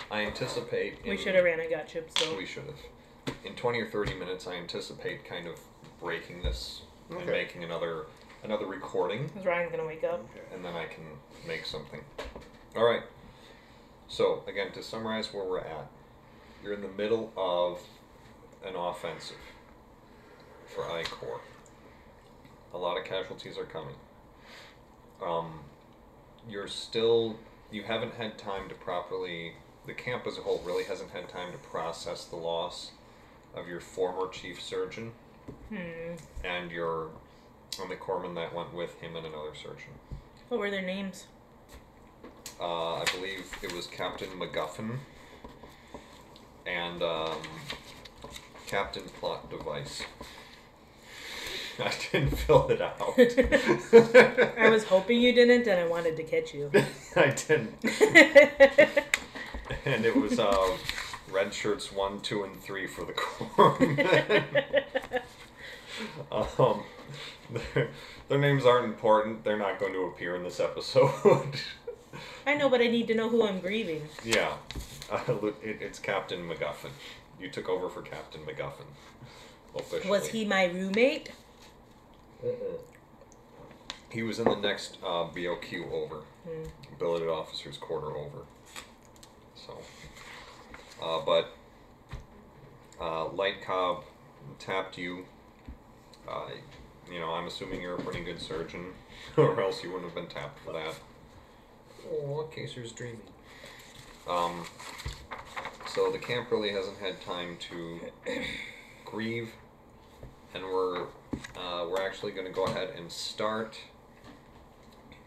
[SPEAKER 1] I anticipate.
[SPEAKER 4] We
[SPEAKER 1] in-
[SPEAKER 4] should have ran and got chips though.
[SPEAKER 1] We should have. In 20 or 30 minutes, I anticipate kind of breaking this and
[SPEAKER 3] Okay.
[SPEAKER 1] making another another recording,
[SPEAKER 4] Because Ryan's gonna wake up.
[SPEAKER 3] Okay.
[SPEAKER 1] and then I can make something. All right. So again, to summarize where we're at, you're in the middle of an offensive for I Corps. A lot of casualties are coming. Um, you're still you haven't had time to properly the camp as a whole really hasn't had time to process the loss of your former chief surgeon
[SPEAKER 4] Hmm.
[SPEAKER 1] and your and the corpsman that went with him and another surgeon.
[SPEAKER 4] What were their names?
[SPEAKER 1] Uh, I believe it was Captain MacGuffin and um, Captain Plot Device. I didn't fill it out.
[SPEAKER 4] I was hoping you didn't, and I wanted to catch you.
[SPEAKER 1] I didn't. And it was uh, red shirts one, two, and three for the corpsman. um, their, their names aren't important. They're not going to appear in this episode.
[SPEAKER 4] I know, but I need to know who I'm grieving.
[SPEAKER 1] Yeah, uh, Lu- it, it's Captain MacGuffin. You took over for Captain MacGuffin. Officially.
[SPEAKER 4] Was he my roommate?
[SPEAKER 1] He was in the next uh, BOQ over, billeted officers quarter over. So, uh, but uh, Light Cobb tapped you. Uh, you know, I'm assuming you're a pretty good surgeon, or else you wouldn't have been tapped for that. Oh, Caser's dreaming. Um, so the camp really hasn't had time to grieve, and we're uh, we're actually going to go ahead and start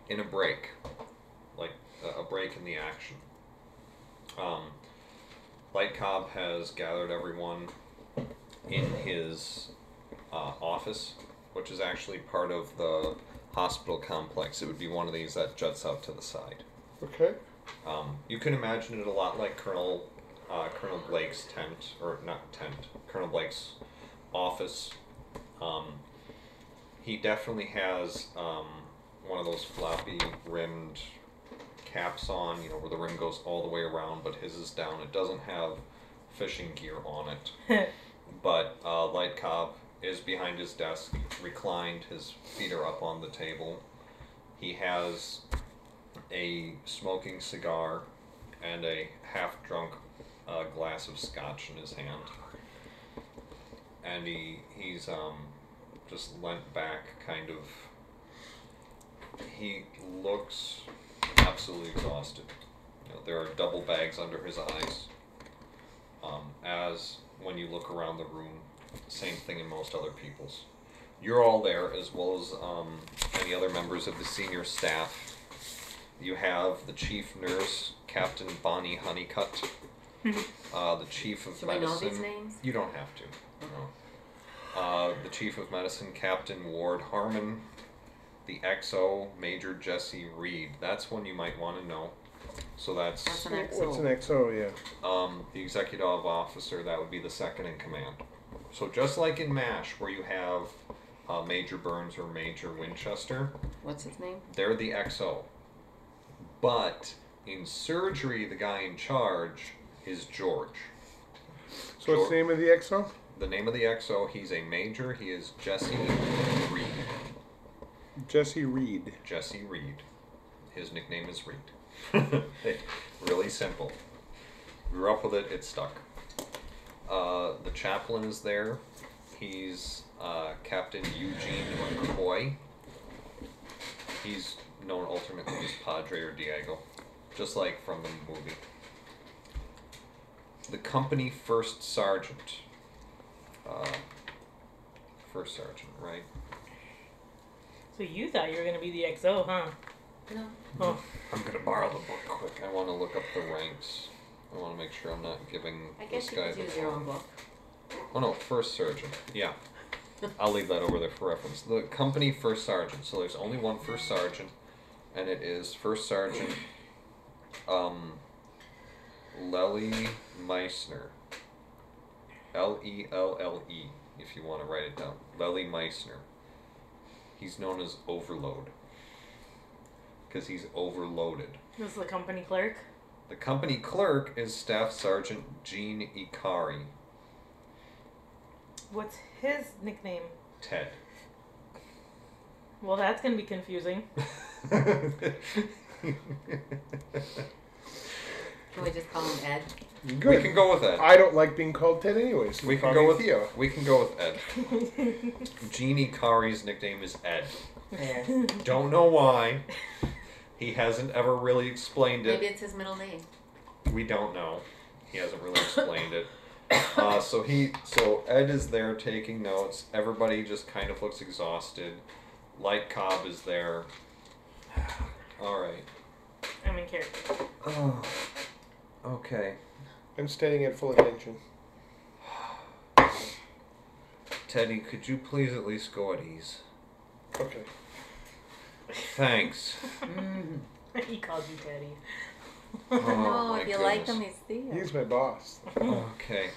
[SPEAKER 1] in a break, like a- a break in the action. Um, Light Cobb has gathered everyone in his uh, office, which is actually part of the hospital complex. It would be one of these that juts out to the side.
[SPEAKER 3] Okay.
[SPEAKER 1] Um, you can imagine it a lot like Colonel uh, Colonel Blake's tent, or not tent, Colonel Blake's office. Um, he definitely has um, one of those floppy rimmed caps on, you know, where the rim goes all the way around, but his is down. It doesn't have fishing gear on it but uh, Light Cobb is behind his desk, reclined. His feet are up on the table. He has a smoking cigar and a half drunk uh, glass of scotch in his hand. And he, he's um, just leant back, kind of. He looks absolutely exhausted. You know, there are double bags under his eyes um, as when you look around the room, same thing in most other people's. You're all there, as well as um, any other members of the senior staff. You have the chief nurse, Captain Bonnie Honeycutt, uh, the chief of
[SPEAKER 5] Should we know
[SPEAKER 1] medicine.
[SPEAKER 5] these names?
[SPEAKER 1] You don't have to. No. Uh, the chief of medicine, Captain Ward Harmon, the XO Major Jesse Reed. That's one you might want to know. So
[SPEAKER 2] That's
[SPEAKER 1] that's
[SPEAKER 2] an XO.
[SPEAKER 6] What's an XO? Yeah.
[SPEAKER 1] um, the executive officer. That would be the second in command. So just like in MASH, where you have uh, Major Burns or Major Winchester,
[SPEAKER 2] What's his name?
[SPEAKER 1] they're the XO. But in surgery, the guy in charge is George.
[SPEAKER 6] So what's the name of the XO?
[SPEAKER 1] The name of the XO, he's a major, he is Jesse Reed.
[SPEAKER 6] Jesse Reed.
[SPEAKER 1] Jesse Reed. His nickname is Reed. really simple. Grew up with it, it stuck. Uh, the chaplain is there. He's uh, Captain Eugene McCoy. He's known alternately as Padre or Diego, just like from the movie. The company first sergeant. Uh, first sergeant, right?
[SPEAKER 4] So you thought you were gonna be the XO, huh?
[SPEAKER 5] No.
[SPEAKER 4] Oh,
[SPEAKER 1] I'm gonna borrow the book quick. I want to look up the ranks. I want to make sure I'm not giving
[SPEAKER 5] I guess
[SPEAKER 1] this
[SPEAKER 5] you
[SPEAKER 1] guy
[SPEAKER 5] could
[SPEAKER 1] the
[SPEAKER 5] use your
[SPEAKER 1] wrong.
[SPEAKER 5] own book.
[SPEAKER 1] Oh no, first sergeant. Yeah, I'll leave that over there for reference. The company first sergeant. So there's only one first sergeant, and it is first sergeant, um, Lely Meissner. L E L L E. If you want to write it down, Lely Meissner. He's known as Overload. Because he's overloaded.
[SPEAKER 4] this is the company clerk.
[SPEAKER 1] The company clerk is Staff Sergeant Gene Ikari,
[SPEAKER 4] What's his nickname?
[SPEAKER 1] Ted.
[SPEAKER 4] Well, that's gonna be confusing.
[SPEAKER 5] Can we just call him Ed?
[SPEAKER 1] we can go with Ed.
[SPEAKER 6] I don't like being called Ted anyways.
[SPEAKER 1] We
[SPEAKER 6] Call
[SPEAKER 1] can go
[SPEAKER 6] me
[SPEAKER 1] with
[SPEAKER 6] Theo.
[SPEAKER 1] We can go with Ed. Gene Ikari's nickname is Ed. Don't know why. He hasn't ever really explained
[SPEAKER 5] Maybe
[SPEAKER 1] it.
[SPEAKER 5] it's his middle name.
[SPEAKER 1] We don't know. He hasn't really explained it. Uh, so he, so Ed is there taking notes. Everybody just kind of looks exhausted. Light Cobb is there. All right.
[SPEAKER 4] I'm in character.
[SPEAKER 1] Oh, okay.
[SPEAKER 6] I'm staying at full attention.
[SPEAKER 1] Teddy, could you please at least go at ease?
[SPEAKER 6] Okay.
[SPEAKER 1] Thanks.
[SPEAKER 4] he calls you Teddy.
[SPEAKER 1] Mm-hmm. Oh,
[SPEAKER 5] no,
[SPEAKER 1] my
[SPEAKER 5] if you like him,
[SPEAKER 1] goodness.
[SPEAKER 5] he's Theo.
[SPEAKER 6] He's my boss.
[SPEAKER 1] Okay.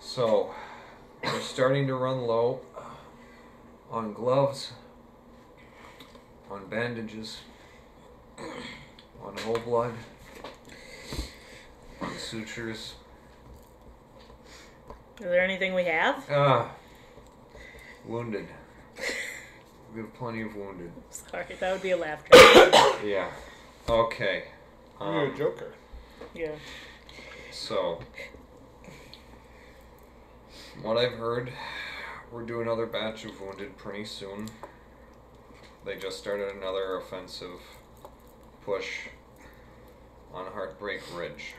[SPEAKER 1] So, we're starting to run low on gloves, on bandages, on whole blood, on sutures.
[SPEAKER 4] Is there anything we have?
[SPEAKER 1] Ah, wounded. We have plenty of wounded.
[SPEAKER 4] Sorry, that would be a laugh track.
[SPEAKER 1] Yeah. Okay.
[SPEAKER 6] You're a
[SPEAKER 1] Um,
[SPEAKER 6] joker.
[SPEAKER 4] yeah.
[SPEAKER 1] So, from what I've heard, we're doing another batch of wounded pretty soon. They just started another offensive push on Heartbreak Ridge.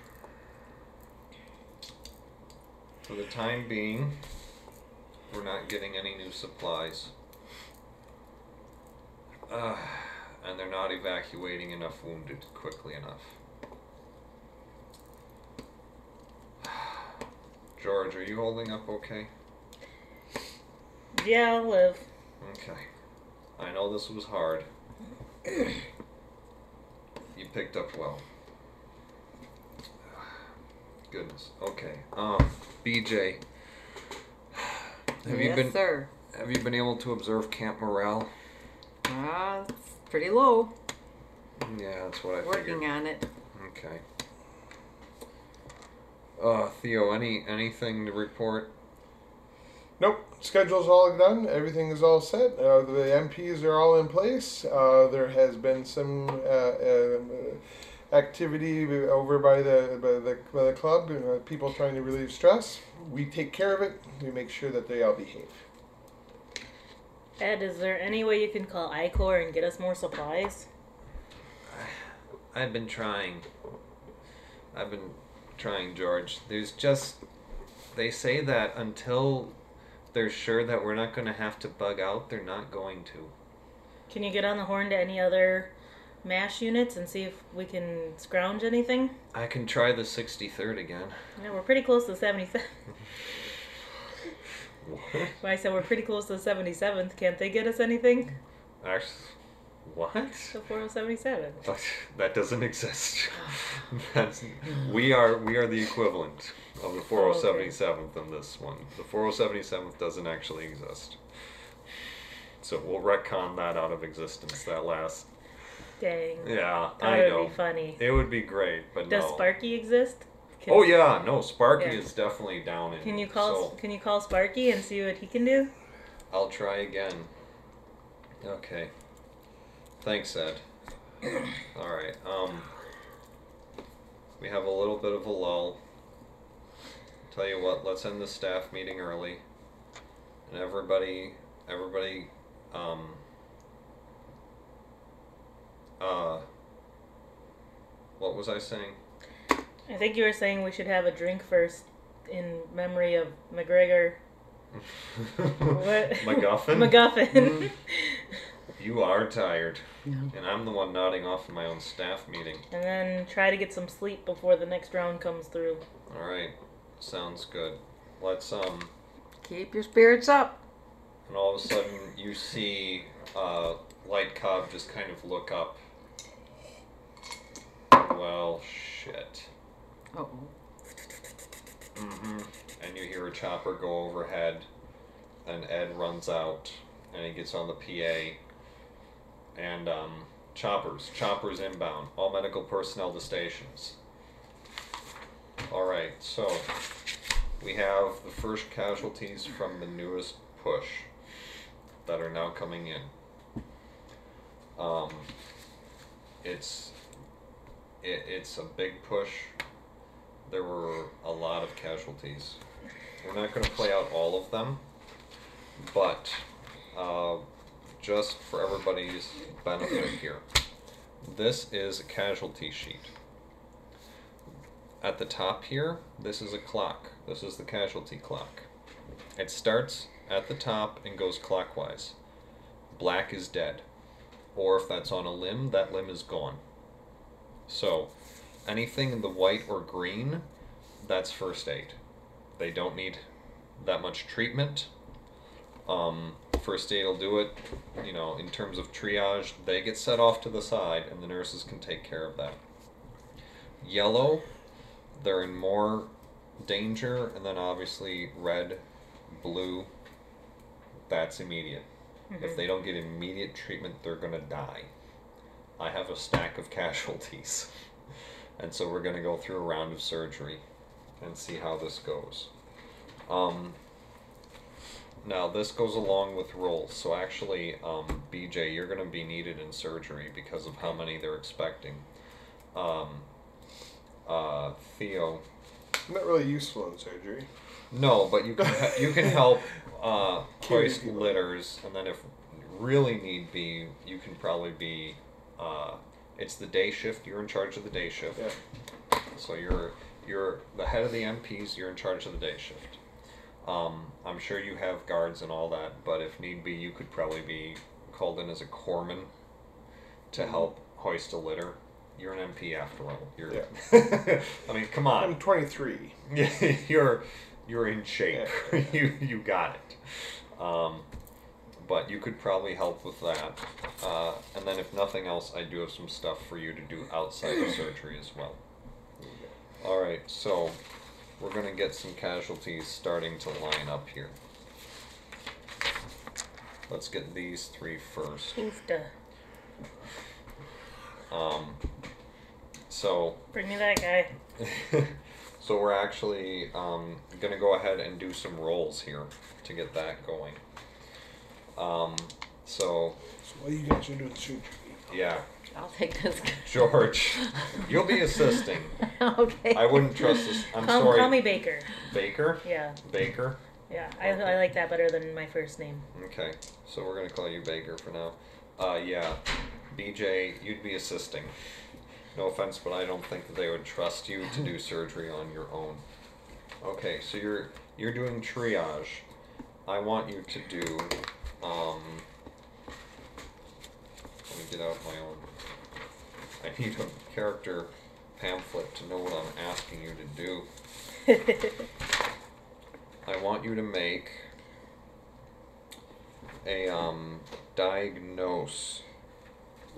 [SPEAKER 1] For the time being, we're not getting any new supplies. Uh, and they're not evacuating enough wounded quickly enough. George, are you holding up okay?
[SPEAKER 4] Yeah, I'll live.
[SPEAKER 1] Okay. I know this was hard. you picked up well. Goodness. Okay. Um, BJ, have
[SPEAKER 2] yes,
[SPEAKER 1] you been
[SPEAKER 2] sir.
[SPEAKER 1] have you been able to observe camp morale?
[SPEAKER 2] Ah, it's pretty low.
[SPEAKER 1] Yeah, that's what I figured.
[SPEAKER 2] Working on it.
[SPEAKER 1] Okay. Uh, Theo, any anything to report?
[SPEAKER 6] Nope.
[SPEAKER 3] Schedule's all done. Everything is all set. Uh, the MPs are all in place. Uh, there has been some uh, uh, activity over by the by the, by the club. Uh, people trying to relieve stress. We take care of it. We make sure that they all behave.
[SPEAKER 4] Ed, is there any way you can call ICOR and get us more supplies?
[SPEAKER 1] I've been trying. I've been trying, George. There's just. They say that until they're sure that we're not going to have to bug out, they're not going to.
[SPEAKER 4] Can you get on the horn to any other MASH units and see if we can scrounge anything?
[SPEAKER 1] I can try the 63rd again.
[SPEAKER 4] Yeah, we're pretty close to 77.
[SPEAKER 1] What?
[SPEAKER 4] But I said we're pretty close to the 77th. Can't they get us anything?
[SPEAKER 1] Actually, what?
[SPEAKER 4] The oh 477.
[SPEAKER 1] That, that doesn't exist. That's we are we are the equivalent of the 4077th in this one. The 4077th doesn't actually exist. So we'll retcon that out of existence. That last,
[SPEAKER 4] Dang.
[SPEAKER 1] yeah,
[SPEAKER 4] That
[SPEAKER 1] I
[SPEAKER 4] would
[SPEAKER 1] know.
[SPEAKER 4] be funny.
[SPEAKER 1] It would be great, but
[SPEAKER 4] Does
[SPEAKER 1] no.
[SPEAKER 4] Sparky exist? Can-
[SPEAKER 1] oh yeah, no, Sparky
[SPEAKER 4] Yeah.
[SPEAKER 1] is definitely down in.
[SPEAKER 4] Can you call
[SPEAKER 1] Seoul.
[SPEAKER 4] Can you call Sparky and see what he can do?
[SPEAKER 1] I'll try again. Okay. Thanks, Ed. All right. Um, we have a little bit of a lull. Tell you what, let's end the staff meeting early, and everybody, everybody, um, uh, what was I saying?
[SPEAKER 4] I think you were saying we should have a drink first in memory of McGregor. What?
[SPEAKER 1] MacGuffin. Mm-hmm.
[SPEAKER 4] MacGuffin.
[SPEAKER 1] You are tired,
[SPEAKER 2] Yeah.
[SPEAKER 1] and I'm the one nodding off in my own staff meeting.
[SPEAKER 4] and then try to get some sleep before the next round comes through.
[SPEAKER 1] All right, sounds good. Let's um,
[SPEAKER 2] Keep your spirits up.
[SPEAKER 1] and all of a sudden you see uh, Light Cobb just kind of look up. Well, shit.
[SPEAKER 2] Oh,
[SPEAKER 1] hmm And you hear a chopper go overhead, and Ed runs out, and he gets on the PA, and um, choppers, choppers inbound, all medical personnel to stations. All right, so we have the first casualties from the newest push that are now coming in. Um, it's it, it's a big push there were a lot of casualties. We're not going to play out all of them, but uh, just for everybody's benefit here, this is a casualty sheet. At the top here, this is a clock. This is the casualty clock. It starts at the top and goes clockwise. Black is dead. Or if that's on a limb, that limb is gone. So, anything in the white or green, that's first aid. They don't need that much treatment. Um, first aid will do it. You know, in terms of triage, they get set off to the side, and the nurses can take care of that. Yellow, they're in more danger, and then obviously red, blue, that's immediate. If they don't get immediate treatment, they're gonna die. I have a stack of casualties. And so we're going to go through a round of surgery and see how this goes. Um, now, this goes along with rolls. So, actually, um, BJ, you're going to be needed in surgery because of how many they're expecting. Um, uh, Theo.
[SPEAKER 3] Not really useful in surgery.
[SPEAKER 1] No, but you can, he- you can help uh, hoist litters, and then if really need be, you can probably be. Uh, it's the day shift. You're in charge of the day shift.
[SPEAKER 3] Yeah.
[SPEAKER 1] So you're you're the head of the MPs. You're in charge of the day shift. Um, I'm sure you have guards and all that, but if need be, you could probably be called in as a corpsman to help hoist a litter. You're an MP after all. You're. I mean, come on.
[SPEAKER 3] I'm 23.
[SPEAKER 1] Yeah, you're you're in shape. you you got it. Um, but you could probably help with that. Uh, and then if nothing else, I do have some stuff for you to do outside of surgery as well. All right, so we're gonna get some casualties starting to line up here. Let's get these three first.
[SPEAKER 4] Oofda.
[SPEAKER 1] Um, so
[SPEAKER 4] Bring me that guy.
[SPEAKER 1] so we're actually um, gonna go ahead and do some rolls here to get that going. Um, so
[SPEAKER 3] So what you guys are doing surgery?
[SPEAKER 1] yeah,
[SPEAKER 2] I'll take this.
[SPEAKER 1] George, you'll be assisting.
[SPEAKER 2] okay.
[SPEAKER 1] I wouldn't trust this. I'm
[SPEAKER 4] call,
[SPEAKER 1] sorry,
[SPEAKER 4] call me Baker.
[SPEAKER 1] Baker.
[SPEAKER 4] Yeah,
[SPEAKER 1] Baker.
[SPEAKER 4] yeah. I, I like that better than my first name.
[SPEAKER 1] Okay, so we're gonna call you Baker for now. Uh, yeah, BJ, you'd be assisting. No offense, but I don't think that they would trust you to do surgery on your own. Okay, so you're you're doing triage. I want you to do. Um, let me get out my own. I need a character pamphlet to know what I'm asking you to do. I want you to make a um, diagnose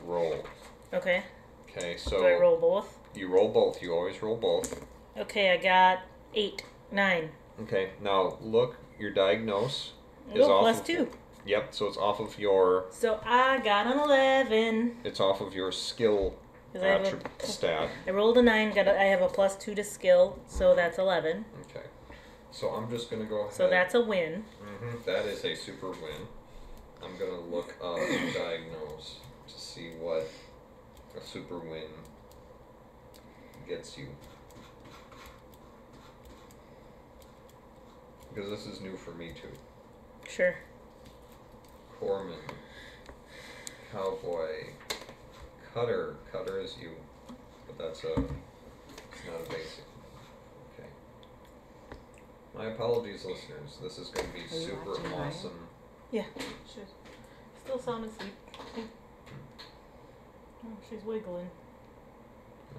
[SPEAKER 1] roll.
[SPEAKER 4] Okay.
[SPEAKER 1] Okay,
[SPEAKER 4] Do I
[SPEAKER 1] so
[SPEAKER 4] roll both?
[SPEAKER 1] you roll both. You always roll both.
[SPEAKER 4] Okay, I got eight, nine.
[SPEAKER 1] Okay, now look. Your diagnose is
[SPEAKER 4] Oh,
[SPEAKER 1] off
[SPEAKER 4] plus
[SPEAKER 1] of-
[SPEAKER 4] two.
[SPEAKER 1] Yep. So it's off of your.
[SPEAKER 4] So I got an eleven.
[SPEAKER 1] It's off of your skill
[SPEAKER 4] 'cause I, have
[SPEAKER 1] attrib-
[SPEAKER 4] a,
[SPEAKER 1] stat.
[SPEAKER 4] I rolled a nine. Got a, I have a plus two to skill, so that's eleven.
[SPEAKER 1] Okay. So I'm just gonna go ahead.
[SPEAKER 4] So that's a win.
[SPEAKER 1] Mhm, that is a super win. I'm gonna look up diagnose to see what a super win gets you. Because this is new for me too.
[SPEAKER 4] Sure.
[SPEAKER 1] Corman, Cowboy, Cutter. Cutter is you, but that's a it's not a basic. Okay. My apologies, listeners. This is going to be
[SPEAKER 2] Are you
[SPEAKER 1] super
[SPEAKER 2] watching Ryan?
[SPEAKER 1] awesome.
[SPEAKER 4] Sure. Still sound asleep. Oh, she's wiggling.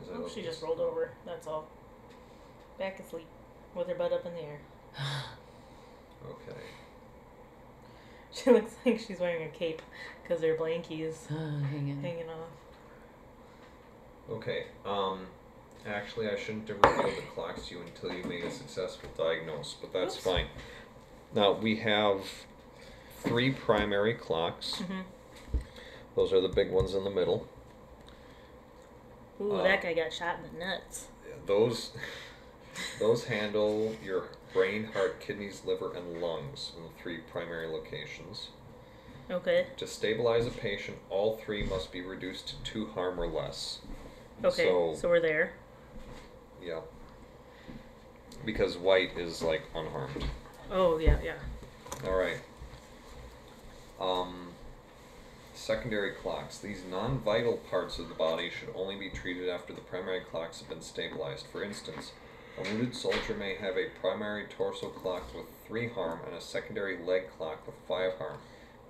[SPEAKER 1] as I
[SPEAKER 4] Oh,
[SPEAKER 1] look
[SPEAKER 4] she
[SPEAKER 1] this
[SPEAKER 4] just rolled over. That's all. Back asleep, with her butt up in the air.
[SPEAKER 1] Okay.
[SPEAKER 4] She looks like she's wearing a cape, because her blankie is
[SPEAKER 1] Oh,
[SPEAKER 2] hang
[SPEAKER 4] hanging off.
[SPEAKER 1] Okay. Um, actually, I shouldn't have revealed the clocks to you until you made a successful diagnose, but that's
[SPEAKER 4] Oops.
[SPEAKER 1] fine. Now we have three primary clocks.
[SPEAKER 4] Mhm.
[SPEAKER 1] Those are the big ones in the middle.
[SPEAKER 4] Ooh,
[SPEAKER 1] Uh,
[SPEAKER 4] that guy got shot in the nuts.
[SPEAKER 1] Those, those handle your brain, heart, kidneys, liver, and lungs in the three primary locations.
[SPEAKER 4] Okay.
[SPEAKER 1] To stabilize a patient, all three must be reduced to two harm or less.
[SPEAKER 4] Okay.
[SPEAKER 1] So-
[SPEAKER 4] So, we're there.
[SPEAKER 1] Yeah. Because white is like unharmed.
[SPEAKER 4] Oh yeah, yeah.
[SPEAKER 1] All right. Um, secondary clocks. These non-vital parts of the body should only be treated after the primary clocks have been stabilized. For instance, a wounded soldier may have a primary torso clock with three harm and a secondary leg clock with five harm.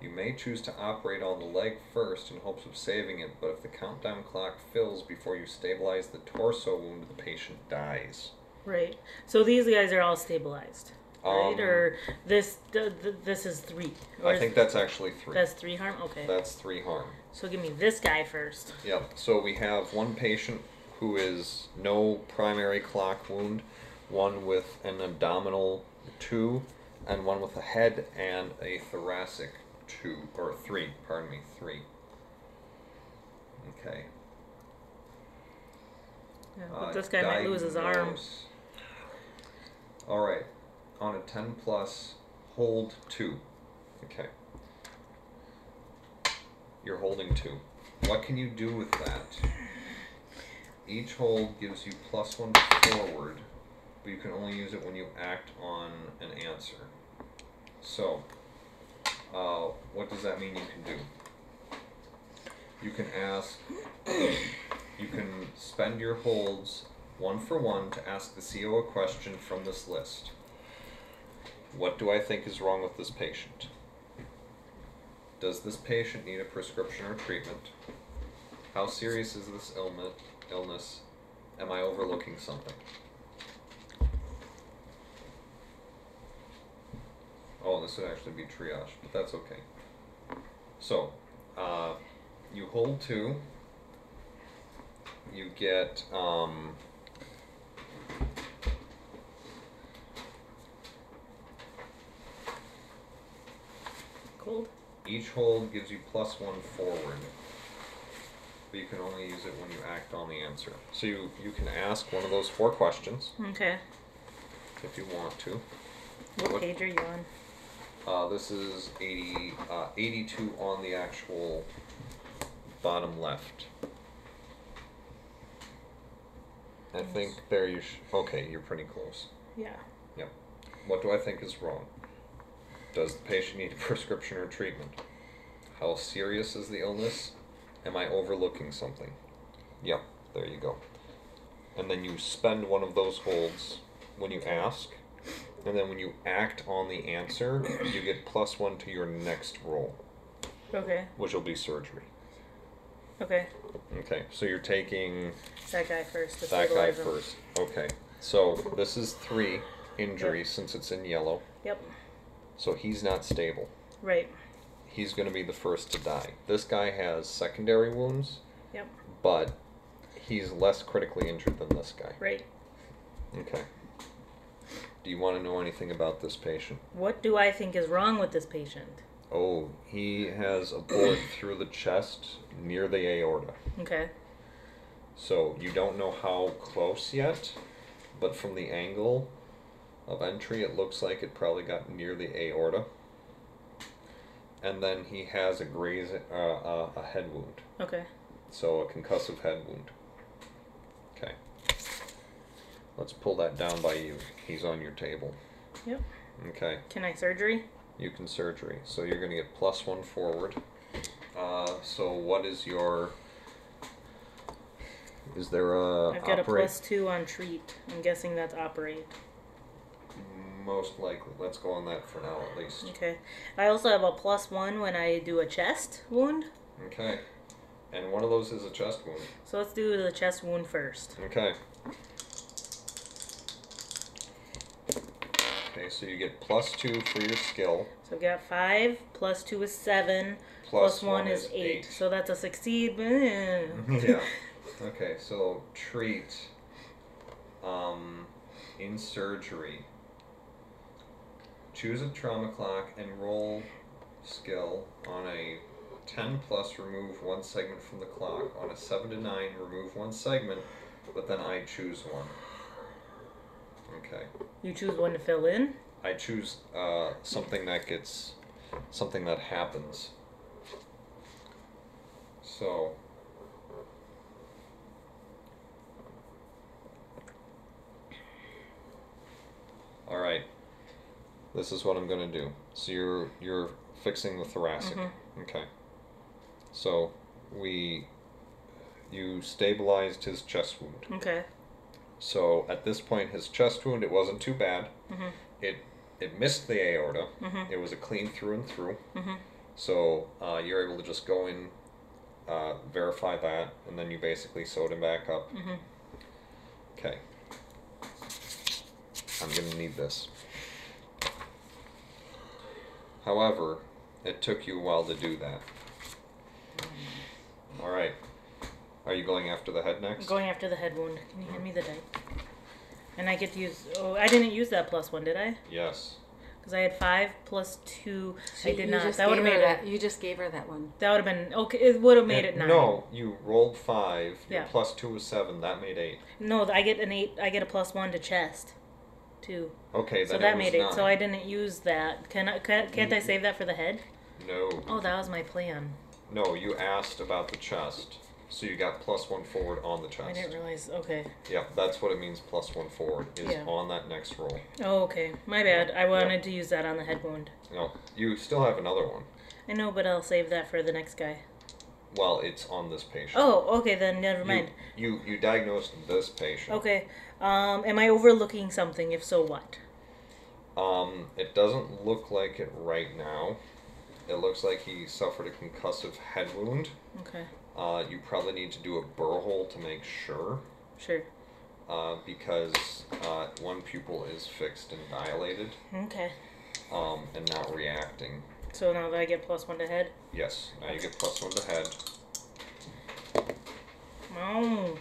[SPEAKER 1] You may choose to operate on the leg first in hopes of saving it, but if the countdown clock fills before you stabilize the torso wound, the patient dies.
[SPEAKER 4] Right. So these guys are all stabilized, right?
[SPEAKER 1] Um,
[SPEAKER 4] or this th- th- this is three. Or
[SPEAKER 1] I
[SPEAKER 4] is-
[SPEAKER 1] think that's actually three.
[SPEAKER 4] that's three harm. Okay.
[SPEAKER 1] that's three harm.
[SPEAKER 4] so give me this guy first.
[SPEAKER 1] Yep. So we have one patient who is no primary clock wound, one with an abdominal two, and one with a head and a thoracic two or three. Pardon me, three. Okay.
[SPEAKER 4] Yeah,
[SPEAKER 1] uh,
[SPEAKER 4] but this guy might lose his arm.
[SPEAKER 1] diagnose. All right. On a ten plus, hold two. Okay. You're holding two. What can you do with that? Each hold gives you plus one forward, but you can only use it when you act on an answer. So, uh, what does that mean you can do? You can ask, you can spend your holds one for one to ask the CO a question from this list. What do I think is wrong with this patient? Does this patient need a prescription or treatment? How serious is this illness? Illness? Am I overlooking something? Oh, this would actually be triage, but that's okay. So, uh, you hold two. You get um,
[SPEAKER 4] Cold.
[SPEAKER 1] Each hold gives you plus one forward, but you can only use it when you act on the answer. So you, you can ask one of those four questions
[SPEAKER 4] Okay.
[SPEAKER 1] if you want to.
[SPEAKER 4] What,
[SPEAKER 1] What-
[SPEAKER 4] page are you on?
[SPEAKER 1] Uh, this is 80, uh, 82 on the actual bottom left. I think there you sh- okay, you're pretty close.
[SPEAKER 4] Yeah.
[SPEAKER 1] What do I think is wrong? Does the patient need a prescription or treatment? How serious is the illness? Am I overlooking something? Yep, there you go. And then you spend one of those holds when you ask, and then when you act on the answer, you get plus one to your next roll,
[SPEAKER 4] Okay.
[SPEAKER 1] which will be surgery.
[SPEAKER 4] Okay.
[SPEAKER 1] Okay, so you're taking
[SPEAKER 4] That guy first. to
[SPEAKER 1] that guy
[SPEAKER 4] stabilize him.
[SPEAKER 1] first. Okay, so this is three injury since it's in yellow,
[SPEAKER 4] Yep.
[SPEAKER 1] so he's not stable.
[SPEAKER 4] Right.
[SPEAKER 1] he's going to be the first to die. This guy has secondary wounds.
[SPEAKER 4] Yep.
[SPEAKER 1] But he's less critically injured than this guy.
[SPEAKER 4] Right.
[SPEAKER 1] Okay. Do you want to know anything about this patient?
[SPEAKER 4] What do I think is wrong with this patient?
[SPEAKER 1] Oh, he has a bullet through the chest near the aorta.
[SPEAKER 4] Okay.
[SPEAKER 1] So you don't know how close yet, but from the angle of entry, it looks like it probably got near the aorta. And then he has a graze, uh, uh, a head wound,
[SPEAKER 4] Okay.
[SPEAKER 1] so a concussive head wound. Okay. Let's pull that down by you. He's on your table.
[SPEAKER 4] Yep.
[SPEAKER 1] Okay.
[SPEAKER 4] Can I surgery?
[SPEAKER 1] You can surgery. So you're going to get plus one forward. Uh, so what is your? Is there a
[SPEAKER 4] I've got
[SPEAKER 1] operate?
[SPEAKER 4] a plus two on treat. I'm guessing that's operate.
[SPEAKER 1] Most likely. Let's go on that for now at least.
[SPEAKER 4] Okay. I also have a plus one when I do a chest wound.
[SPEAKER 1] Okay. And one of those is a chest wound.
[SPEAKER 4] So let's do the chest wound first.
[SPEAKER 1] Okay. Okay, so you get plus two for your skill.
[SPEAKER 4] So I've got five, plus two is seven,
[SPEAKER 1] Plus
[SPEAKER 4] plus one, one is eight. So that's a succeed. yeah.
[SPEAKER 1] yeah. Okay, so treat um, in surgery. Choose a trauma clock and roll skill on a 10 plus remove one segment from the clock. On a 7 to 9, remove one segment, but then I choose one. Okay.
[SPEAKER 4] You choose one to fill in.
[SPEAKER 1] I choose uh, something that gets something that happens. So All right. This is what I'm going to do. So you're you're fixing the thoracic.
[SPEAKER 4] Mhm.
[SPEAKER 1] Okay. So we you stabilized his chest wound.
[SPEAKER 4] Okay.
[SPEAKER 1] So at this point, his chest wound it wasn't too bad.
[SPEAKER 4] Mhm.
[SPEAKER 1] It it missed the aorta.
[SPEAKER 4] Mhm.
[SPEAKER 1] It was a clean through and through.
[SPEAKER 4] Mhm.
[SPEAKER 1] So uh, you're able to just go in, uh, verify that, and then you basically sewed him back up.
[SPEAKER 4] Mhm.
[SPEAKER 1] Okay. I'm gonna need this. However, it took you a while to do that. All right. Are you going after the head
[SPEAKER 4] I'm
[SPEAKER 1] next?
[SPEAKER 4] going after the head wound. Can you hand me the die? And I get to use. Oh, I didn't use that plus one, did I?
[SPEAKER 1] yes.
[SPEAKER 4] Because I had five plus two.
[SPEAKER 2] She-
[SPEAKER 4] I did
[SPEAKER 2] you
[SPEAKER 4] not.
[SPEAKER 2] just
[SPEAKER 4] That would have
[SPEAKER 2] gave
[SPEAKER 4] made
[SPEAKER 2] her
[SPEAKER 4] it.
[SPEAKER 2] that. You just gave her that one.
[SPEAKER 4] That would have been okay. It would have made
[SPEAKER 1] Yeah,
[SPEAKER 4] it nine.
[SPEAKER 1] No, you rolled five. Your
[SPEAKER 4] Yeah.
[SPEAKER 1] plus two was seven. That made eight.
[SPEAKER 4] No, I get an eight. I get a plus one to chest, too.
[SPEAKER 1] Okay,
[SPEAKER 4] so
[SPEAKER 1] then
[SPEAKER 4] that
[SPEAKER 1] it was
[SPEAKER 4] made eight. So I
[SPEAKER 1] nine. Mm-hmm.
[SPEAKER 4] didn't use that. Can I? Can, can't I save that for the head?
[SPEAKER 1] No,
[SPEAKER 4] Oh, that was my plan.
[SPEAKER 1] no. You asked about the chest, so you got plus one forward on the
[SPEAKER 4] I
[SPEAKER 1] chest.
[SPEAKER 4] didn't realize. Okay.
[SPEAKER 1] Yeah, that's what it means. Plus one forward is
[SPEAKER 4] Yeah.
[SPEAKER 1] on that next roll.
[SPEAKER 4] Oh, okay. My bad. I wanted to use that on the head wound.
[SPEAKER 1] No, you still have another one.
[SPEAKER 4] I know, but I'll save that for the next guy.
[SPEAKER 1] Well, it's on this patient.
[SPEAKER 4] Oh, okay. Then never mind.
[SPEAKER 1] You you, you diagnosed this patient.
[SPEAKER 4] Okay. Um, am I overlooking something? If so, what?
[SPEAKER 1] Um, it doesn't look like it right now. It looks like he suffered a concussive head wound.
[SPEAKER 4] Okay.
[SPEAKER 1] Uh, you probably need to do a burr hole to make sure.
[SPEAKER 4] Sure.
[SPEAKER 1] uh, because uh, one pupil is fixed and dilated
[SPEAKER 4] Okay.
[SPEAKER 1] um, and not reacting.
[SPEAKER 4] So now that I get plus one to head.
[SPEAKER 1] Yes, now you get plus one to head.
[SPEAKER 4] Oh.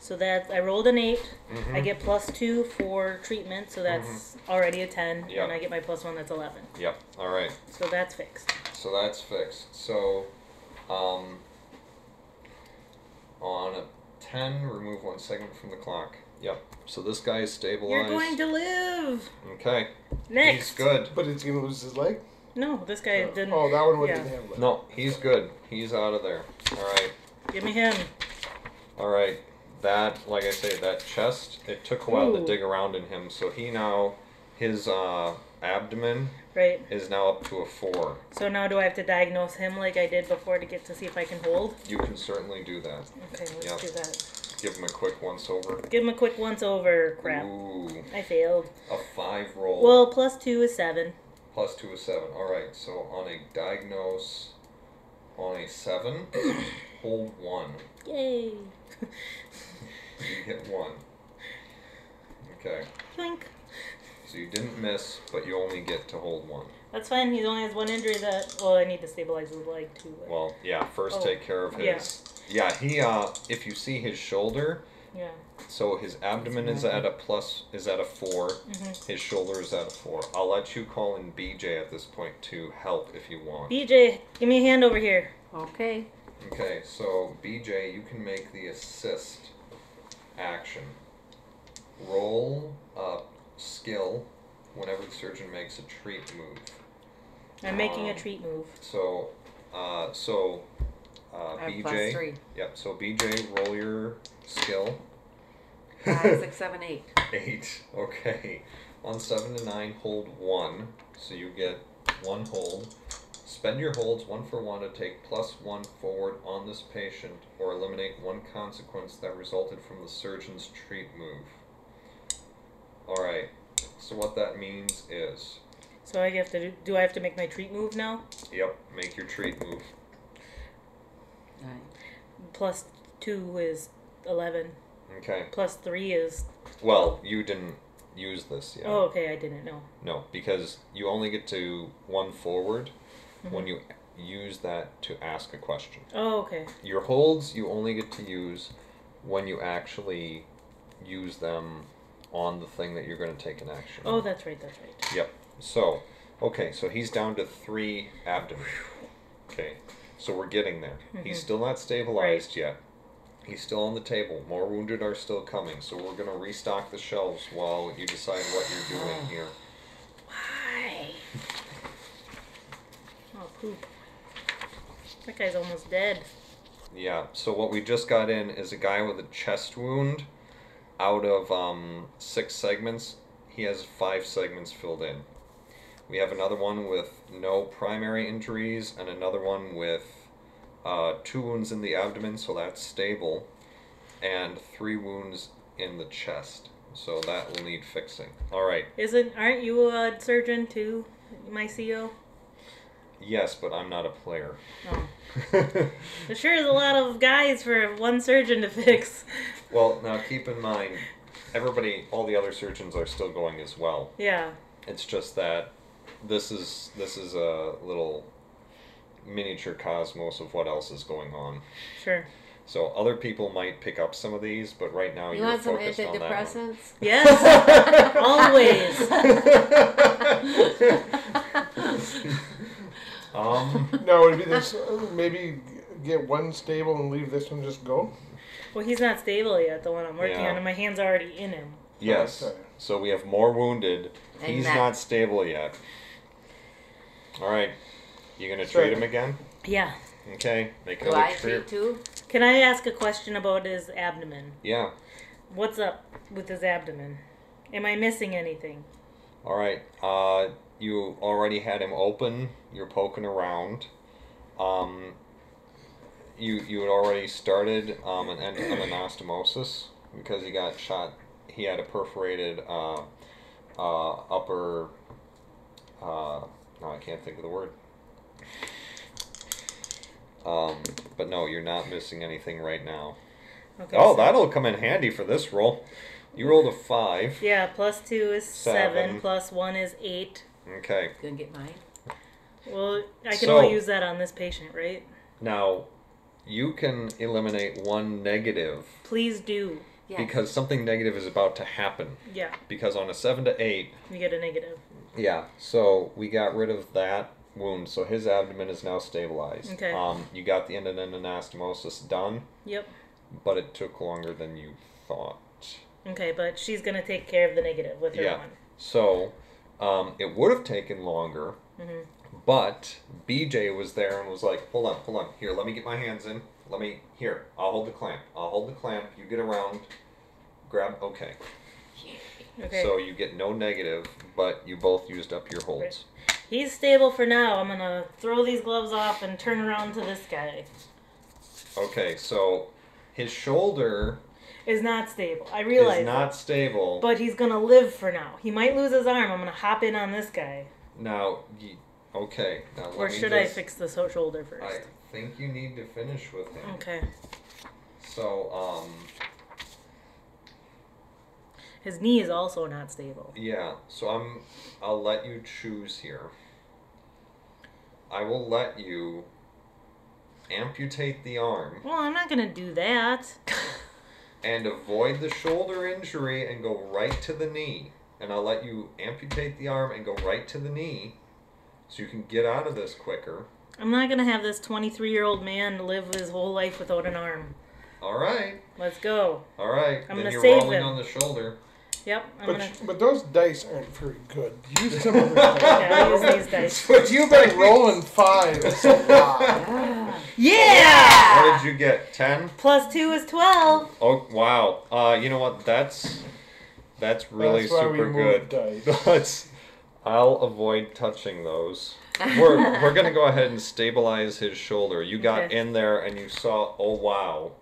[SPEAKER 4] So that I rolled an eight.
[SPEAKER 1] Mhm.
[SPEAKER 4] I get plus two for treatment, so that's already a ten,
[SPEAKER 1] Mm-hmm. Yeah.
[SPEAKER 4] and I get my plus one, that's eleven.
[SPEAKER 1] Mm-hmm. Yep, alright,
[SPEAKER 4] So that's fixed.
[SPEAKER 1] so that's fixed. So um, on a 10, remove one segment from the clock. Yep, so this guy is
[SPEAKER 4] You're
[SPEAKER 1] stabilized.
[SPEAKER 4] going to live
[SPEAKER 1] okay,
[SPEAKER 4] next.
[SPEAKER 1] he's good.
[SPEAKER 3] But it's gonna lose his leg.
[SPEAKER 4] No, this guy
[SPEAKER 3] oh,
[SPEAKER 4] didn't.
[SPEAKER 3] that one would
[SPEAKER 4] yeah.
[SPEAKER 3] not have leg.
[SPEAKER 1] No, he's good. He's out of there. Alright,
[SPEAKER 4] Give me him.
[SPEAKER 1] alright. That, like I say, that chest, it took a while to
[SPEAKER 4] Ooh.
[SPEAKER 1] dig around in him, so he now, his uh, abdomen
[SPEAKER 4] Right.
[SPEAKER 1] is now up to a four.
[SPEAKER 4] So now do I have to diagnose him like I did before to get to see if I can hold?
[SPEAKER 1] You can certainly do that.
[SPEAKER 4] Okay, let's
[SPEAKER 1] Yeah.
[SPEAKER 4] do that.
[SPEAKER 1] Give him a quick once over.
[SPEAKER 4] Give him a quick once over. Crap.
[SPEAKER 1] Ooh, Oh.
[SPEAKER 4] I failed.
[SPEAKER 1] a five roll.
[SPEAKER 4] Well, plus two is seven.
[SPEAKER 1] Plus two is seven. All right, so on a diagnose, on a seven, hold one.
[SPEAKER 4] Yay.
[SPEAKER 1] You get one. Okay.
[SPEAKER 4] Twink.
[SPEAKER 1] So you didn't miss, but you only get to hold one.
[SPEAKER 4] That's fine. He only has one injury that. Well, I need to stabilize his leg too. But,
[SPEAKER 1] Well, yeah, first
[SPEAKER 4] Oh,
[SPEAKER 1] take care of
[SPEAKER 4] yeah.
[SPEAKER 1] his. Yeah, he uh if you see his shoulder,
[SPEAKER 4] yeah.
[SPEAKER 1] so his abdomen is at a plus is at a 4,
[SPEAKER 2] Mm-hmm.
[SPEAKER 1] his shoulder is at a 4. I'll let you call in BJ at this point to help if you want.
[SPEAKER 4] BJ, give me a hand over here.
[SPEAKER 2] Okay.
[SPEAKER 1] Okay, so BJ, you can make the assist action. Roll a skill whenever the surgeon makes a treat move.
[SPEAKER 4] I'm making a
[SPEAKER 1] Um,
[SPEAKER 4] treat move.
[SPEAKER 1] So, uh, so uh,
[SPEAKER 2] I have
[SPEAKER 1] BJ.
[SPEAKER 2] plus three.
[SPEAKER 1] Yep. So BJ, roll your skill.
[SPEAKER 2] Five, six, seven, eight.
[SPEAKER 1] Eight. Okay. On seven to nine, hold one. So you get one hold. Spend your holds one for one to take plus one forward on this patient, or eliminate one consequence that resulted from the surgeon's treat move. All right. So what that means is,
[SPEAKER 4] So I have to do, do I have to make my treat move now?
[SPEAKER 1] yep, make your treat move.
[SPEAKER 2] Nine.
[SPEAKER 4] Plus two is eleven.
[SPEAKER 1] Okay.
[SPEAKER 4] Plus three is.
[SPEAKER 1] Well, you didn't use this yet.
[SPEAKER 4] Oh, okay. I didn't know.
[SPEAKER 1] No, because you only get to one forward when you use that to ask a question.
[SPEAKER 4] Oh, okay.
[SPEAKER 1] Your holds you only get to use when you actually use them on the thing that you're going to take an action.
[SPEAKER 4] Oh,
[SPEAKER 1] on.
[SPEAKER 4] that's right. That's right.
[SPEAKER 1] Yep. So, okay, so he's down to three abdomen. Okay, so we're getting there. He's still not stabilized yet. He's still on the table. More wounded are still coming, so we're going to restock the shelves while you decide what you're doing here.
[SPEAKER 4] Why? Oh poop. That guy's almost dead.
[SPEAKER 1] Yeah, so what we just got in is a guy with a chest wound. Out of um, six segments, he has five segments filled in. We have another one with no primary injuries, and another one with uh, two wounds in the abdomen, so that's stable, and three wounds in the chest. So that will need fixing. All right.
[SPEAKER 4] Isn't? Aren't you a surgeon too? My E CO.
[SPEAKER 1] Yes, but I'm not a player.
[SPEAKER 4] Oh. There sure is a lot of guys for one surgeon to fix.
[SPEAKER 1] well, now keep in mind, everybody, all the other surgeons are still going as well.
[SPEAKER 4] Yeah.
[SPEAKER 1] It's just that this is this is a little miniature cosmos of what else is going on.
[SPEAKER 4] Sure.
[SPEAKER 1] So other people might pick up some of these, but right now
[SPEAKER 5] You
[SPEAKER 1] you're
[SPEAKER 5] want some
[SPEAKER 1] focused on that one.
[SPEAKER 5] antidepressants?
[SPEAKER 4] Yes. Always.
[SPEAKER 1] um,
[SPEAKER 3] No, would it be this? uh, Maybe get one stable and leave this one just go.
[SPEAKER 4] Well, he's not stable yet. The one I'm working
[SPEAKER 1] Yeah.
[SPEAKER 4] on, and my hands are already in him.
[SPEAKER 1] yes.
[SPEAKER 3] Okay.
[SPEAKER 1] So we have more wounded.
[SPEAKER 5] And
[SPEAKER 1] He's
[SPEAKER 5] that-
[SPEAKER 1] not stable yet. All right. You gonna
[SPEAKER 3] Sure.
[SPEAKER 1] treat him again?
[SPEAKER 4] Yeah.
[SPEAKER 1] Okay. Make
[SPEAKER 5] Do
[SPEAKER 1] another
[SPEAKER 5] I
[SPEAKER 1] treat.
[SPEAKER 5] treat too?
[SPEAKER 4] Can I ask a question about his abdomen?
[SPEAKER 1] Yeah.
[SPEAKER 4] What's up with his abdomen? Am I missing anything?
[SPEAKER 1] All right. Uh, you already had him open. You're poking around. Um, you you had already started um, an en- an anastomosis because he got shot. He had a perforated uh, uh, upper. Uh, no, I can't think of the word. Um, but no, you're not missing anything right now.
[SPEAKER 4] Okay,
[SPEAKER 1] Oh,
[SPEAKER 4] so-
[SPEAKER 1] that'll come in handy for this roll. You rolled a five.
[SPEAKER 4] Yeah. Plus two is seven.
[SPEAKER 1] Seven.
[SPEAKER 4] Plus one is eight.
[SPEAKER 1] Okay.
[SPEAKER 5] Gonna get mine.
[SPEAKER 4] Well, I can
[SPEAKER 1] So-
[SPEAKER 4] only use that on this patient, right?
[SPEAKER 1] Now, you can eliminate one negative
[SPEAKER 4] Please do.
[SPEAKER 5] Yes.
[SPEAKER 1] because something negative is about to happen.
[SPEAKER 4] Yeah.
[SPEAKER 1] Because on a 7 to 8,
[SPEAKER 4] You get a negative.
[SPEAKER 1] yeah, so we got rid of that wound, so his abdomen is now stabilized.
[SPEAKER 4] Okay.
[SPEAKER 1] Um, you got the end anastomosis done,
[SPEAKER 4] Yep.
[SPEAKER 1] but it took longer than you thought.
[SPEAKER 4] Okay, but she's gonna take care of the negative with her
[SPEAKER 1] Yeah.
[SPEAKER 4] one.
[SPEAKER 1] So, um, it would have taken longer,
[SPEAKER 4] Mm-hmm.
[SPEAKER 1] but BJ was there and was like, hold on, hold on. Here, let me get my hands in. Let me, here, I'll hold the clamp. I'll hold the clamp. You get around. Grab, okay.
[SPEAKER 4] Okay.
[SPEAKER 1] So you get no negative, but you both used up your holds.
[SPEAKER 4] He's stable for now. I'm gonna throw these gloves off and turn around to this guy.
[SPEAKER 1] Okay, so his shoulder
[SPEAKER 4] Is not stable. I realize.
[SPEAKER 1] is not stable.
[SPEAKER 4] But he's gonna live for now. He might lose his arm. I'm gonna hop in on this guy.
[SPEAKER 1] now, y- okay. Now let
[SPEAKER 4] Or
[SPEAKER 1] me
[SPEAKER 4] should I
[SPEAKER 1] just,
[SPEAKER 4] fix the so- shoulder
[SPEAKER 1] I
[SPEAKER 4] first?
[SPEAKER 1] think you need to finish with him.
[SPEAKER 4] Okay.
[SPEAKER 1] So, um,
[SPEAKER 4] His knee is also not stable.
[SPEAKER 1] Yeah, so I'm. I'll let you choose here. I will let you amputate the arm
[SPEAKER 4] Well, I'm not gonna do that.
[SPEAKER 1] and avoid the shoulder injury and go right to the knee. And I'll let you amputate the arm and go right to the knee so you can get out of this quicker.
[SPEAKER 4] I'm not gonna have this 23 year old man live his whole life without an arm.
[SPEAKER 1] All right,
[SPEAKER 4] Let's go.
[SPEAKER 1] all right. then
[SPEAKER 4] I'm gonna
[SPEAKER 1] you're
[SPEAKER 4] save
[SPEAKER 1] rolling
[SPEAKER 4] him.
[SPEAKER 1] on the shoulder.
[SPEAKER 4] Yep, I'm
[SPEAKER 6] But,
[SPEAKER 4] gonna.
[SPEAKER 6] but those dice aren't very good. Use some other dice.
[SPEAKER 4] Yeah, I'll use these dice.
[SPEAKER 1] What
[SPEAKER 3] You've been rolling fives a lot.
[SPEAKER 5] Ah.
[SPEAKER 4] Yeah!
[SPEAKER 1] What did you get? Ten.
[SPEAKER 4] Plus two is 12.
[SPEAKER 1] Oh wow. Uh, you know what? That's that's really
[SPEAKER 3] That's why we
[SPEAKER 1] super
[SPEAKER 3] moved
[SPEAKER 1] good.
[SPEAKER 3] dice.
[SPEAKER 1] Let's. I'll avoid touching those. We're we're gonna go ahead and stabilize his shoulder. You got
[SPEAKER 4] Okay.
[SPEAKER 1] in there and you saw. Oh wow,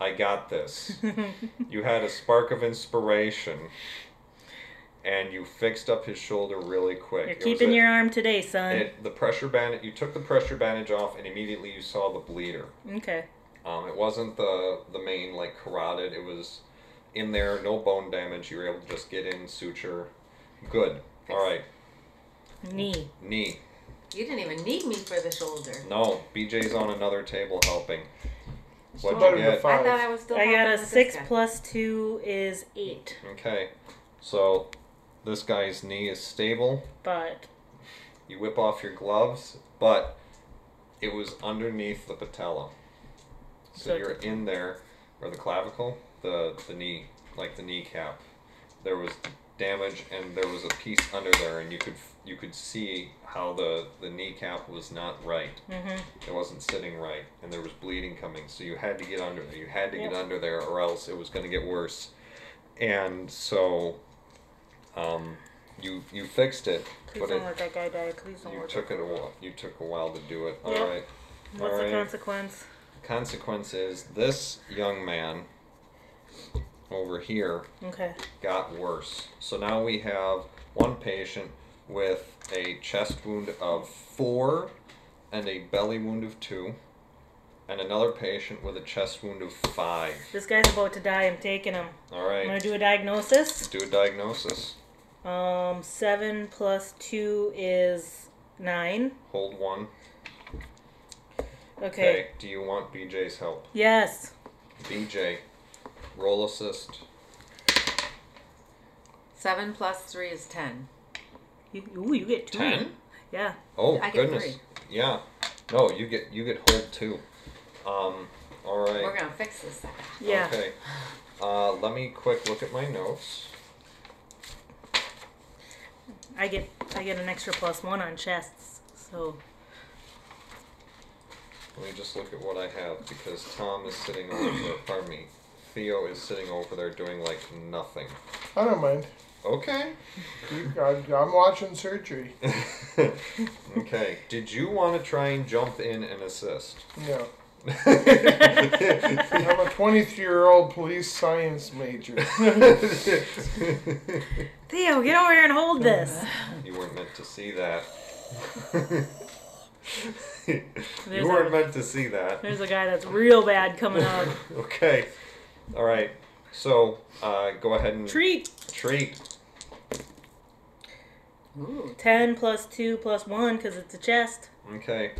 [SPEAKER 1] I got this. you had a spark of inspiration, and you fixed up his shoulder really quick.
[SPEAKER 4] You're
[SPEAKER 1] It was
[SPEAKER 4] keeping
[SPEAKER 1] a-
[SPEAKER 4] your arm today, son.
[SPEAKER 1] it, the pressure bandage. You took the pressure bandage off, and immediately you saw the bleeder.
[SPEAKER 4] Okay.
[SPEAKER 1] Um, it wasn't the the main like carotid. It was in there, no bone damage. You were able to just get in suture. Good. All right.
[SPEAKER 4] Knee.
[SPEAKER 1] Knee.
[SPEAKER 5] You didn't even need me for the shoulder.
[SPEAKER 1] No. BJ's on another table helping. What'd
[SPEAKER 3] Better
[SPEAKER 1] you
[SPEAKER 3] than
[SPEAKER 1] get?
[SPEAKER 5] I
[SPEAKER 3] five.
[SPEAKER 5] thought I was still.
[SPEAKER 4] I got
[SPEAKER 5] helping
[SPEAKER 4] a
[SPEAKER 5] with this
[SPEAKER 4] 6
[SPEAKER 5] guy.
[SPEAKER 4] plus 2 is 8.
[SPEAKER 1] Okay. So this guy's knee is stable.
[SPEAKER 4] But
[SPEAKER 1] You whip off your gloves, but it was underneath the patella. So,
[SPEAKER 4] So it's
[SPEAKER 1] you're in there, or the clavicle, the, the knee, like the kneecap. There was damage, and there was a piece under there, and you could you could see how the the kneecap was not right.
[SPEAKER 4] Mhm.
[SPEAKER 1] It wasn't sitting right, and there was bleeding coming. So you had to get under there. You had to get
[SPEAKER 4] Yeah.
[SPEAKER 1] under there, or else it was going to get worse. And so, um, you you fixed it,
[SPEAKER 4] please
[SPEAKER 1] but it,
[SPEAKER 4] don't let that guy die. Please don't
[SPEAKER 1] you
[SPEAKER 4] let
[SPEAKER 1] took
[SPEAKER 4] that
[SPEAKER 1] it a while. You took a while to do it. All
[SPEAKER 4] Yep.
[SPEAKER 1] right.
[SPEAKER 4] What's
[SPEAKER 1] All
[SPEAKER 4] the
[SPEAKER 1] right.
[SPEAKER 4] consequence?
[SPEAKER 1] Consequence is this young man over here
[SPEAKER 4] Okay.
[SPEAKER 1] got worse. So now we have one patient with a chest wound of four and a belly wound of two, and another patient with a chest wound of five.
[SPEAKER 4] This guy's about to die. I'm taking him.
[SPEAKER 1] All
[SPEAKER 4] I'm gonna
[SPEAKER 1] right.
[SPEAKER 4] do a diagnosis.
[SPEAKER 1] Do a diagnosis.
[SPEAKER 4] Um, seven plus two is nine.
[SPEAKER 1] Hold one.
[SPEAKER 4] Okay.
[SPEAKER 1] Do you want BJ's help?
[SPEAKER 4] Yes.
[SPEAKER 1] BJ, roll assist.
[SPEAKER 5] Seven plus three is ten.
[SPEAKER 4] You, ooh, you get two.
[SPEAKER 1] Ten.
[SPEAKER 4] Yeah.
[SPEAKER 1] Oh
[SPEAKER 5] I get
[SPEAKER 1] goodness.
[SPEAKER 5] three.
[SPEAKER 1] Yeah. No, you get you get hold two. Um. All right.
[SPEAKER 5] We're gonna fix this. sucker.
[SPEAKER 4] Yeah.
[SPEAKER 1] Okay. Uh, let me quick look at my notes.
[SPEAKER 4] I get I get an extra plus one on chests. So
[SPEAKER 1] Let me just look at what I have because Tom is sitting over there. Pardon me. Theo is sitting over there doing like nothing.
[SPEAKER 3] I don't mind.
[SPEAKER 1] Okay.
[SPEAKER 3] You- I- I'm watching surgery.
[SPEAKER 1] okay. Did you want to try and jump in and assist?
[SPEAKER 3] No. I'm a 23 year old police science major.
[SPEAKER 4] Theo, get over here and hold this.
[SPEAKER 1] You weren't meant to see that.
[SPEAKER 4] There's
[SPEAKER 1] you weren't
[SPEAKER 4] a-
[SPEAKER 1] meant to see that.
[SPEAKER 4] There's a guy that's real bad coming out.
[SPEAKER 1] Okay. All right. So uh, go ahead and
[SPEAKER 4] Treat.
[SPEAKER 1] treat.
[SPEAKER 5] Ooh.
[SPEAKER 4] Ten plus two plus one because it's a chest.
[SPEAKER 1] Okay.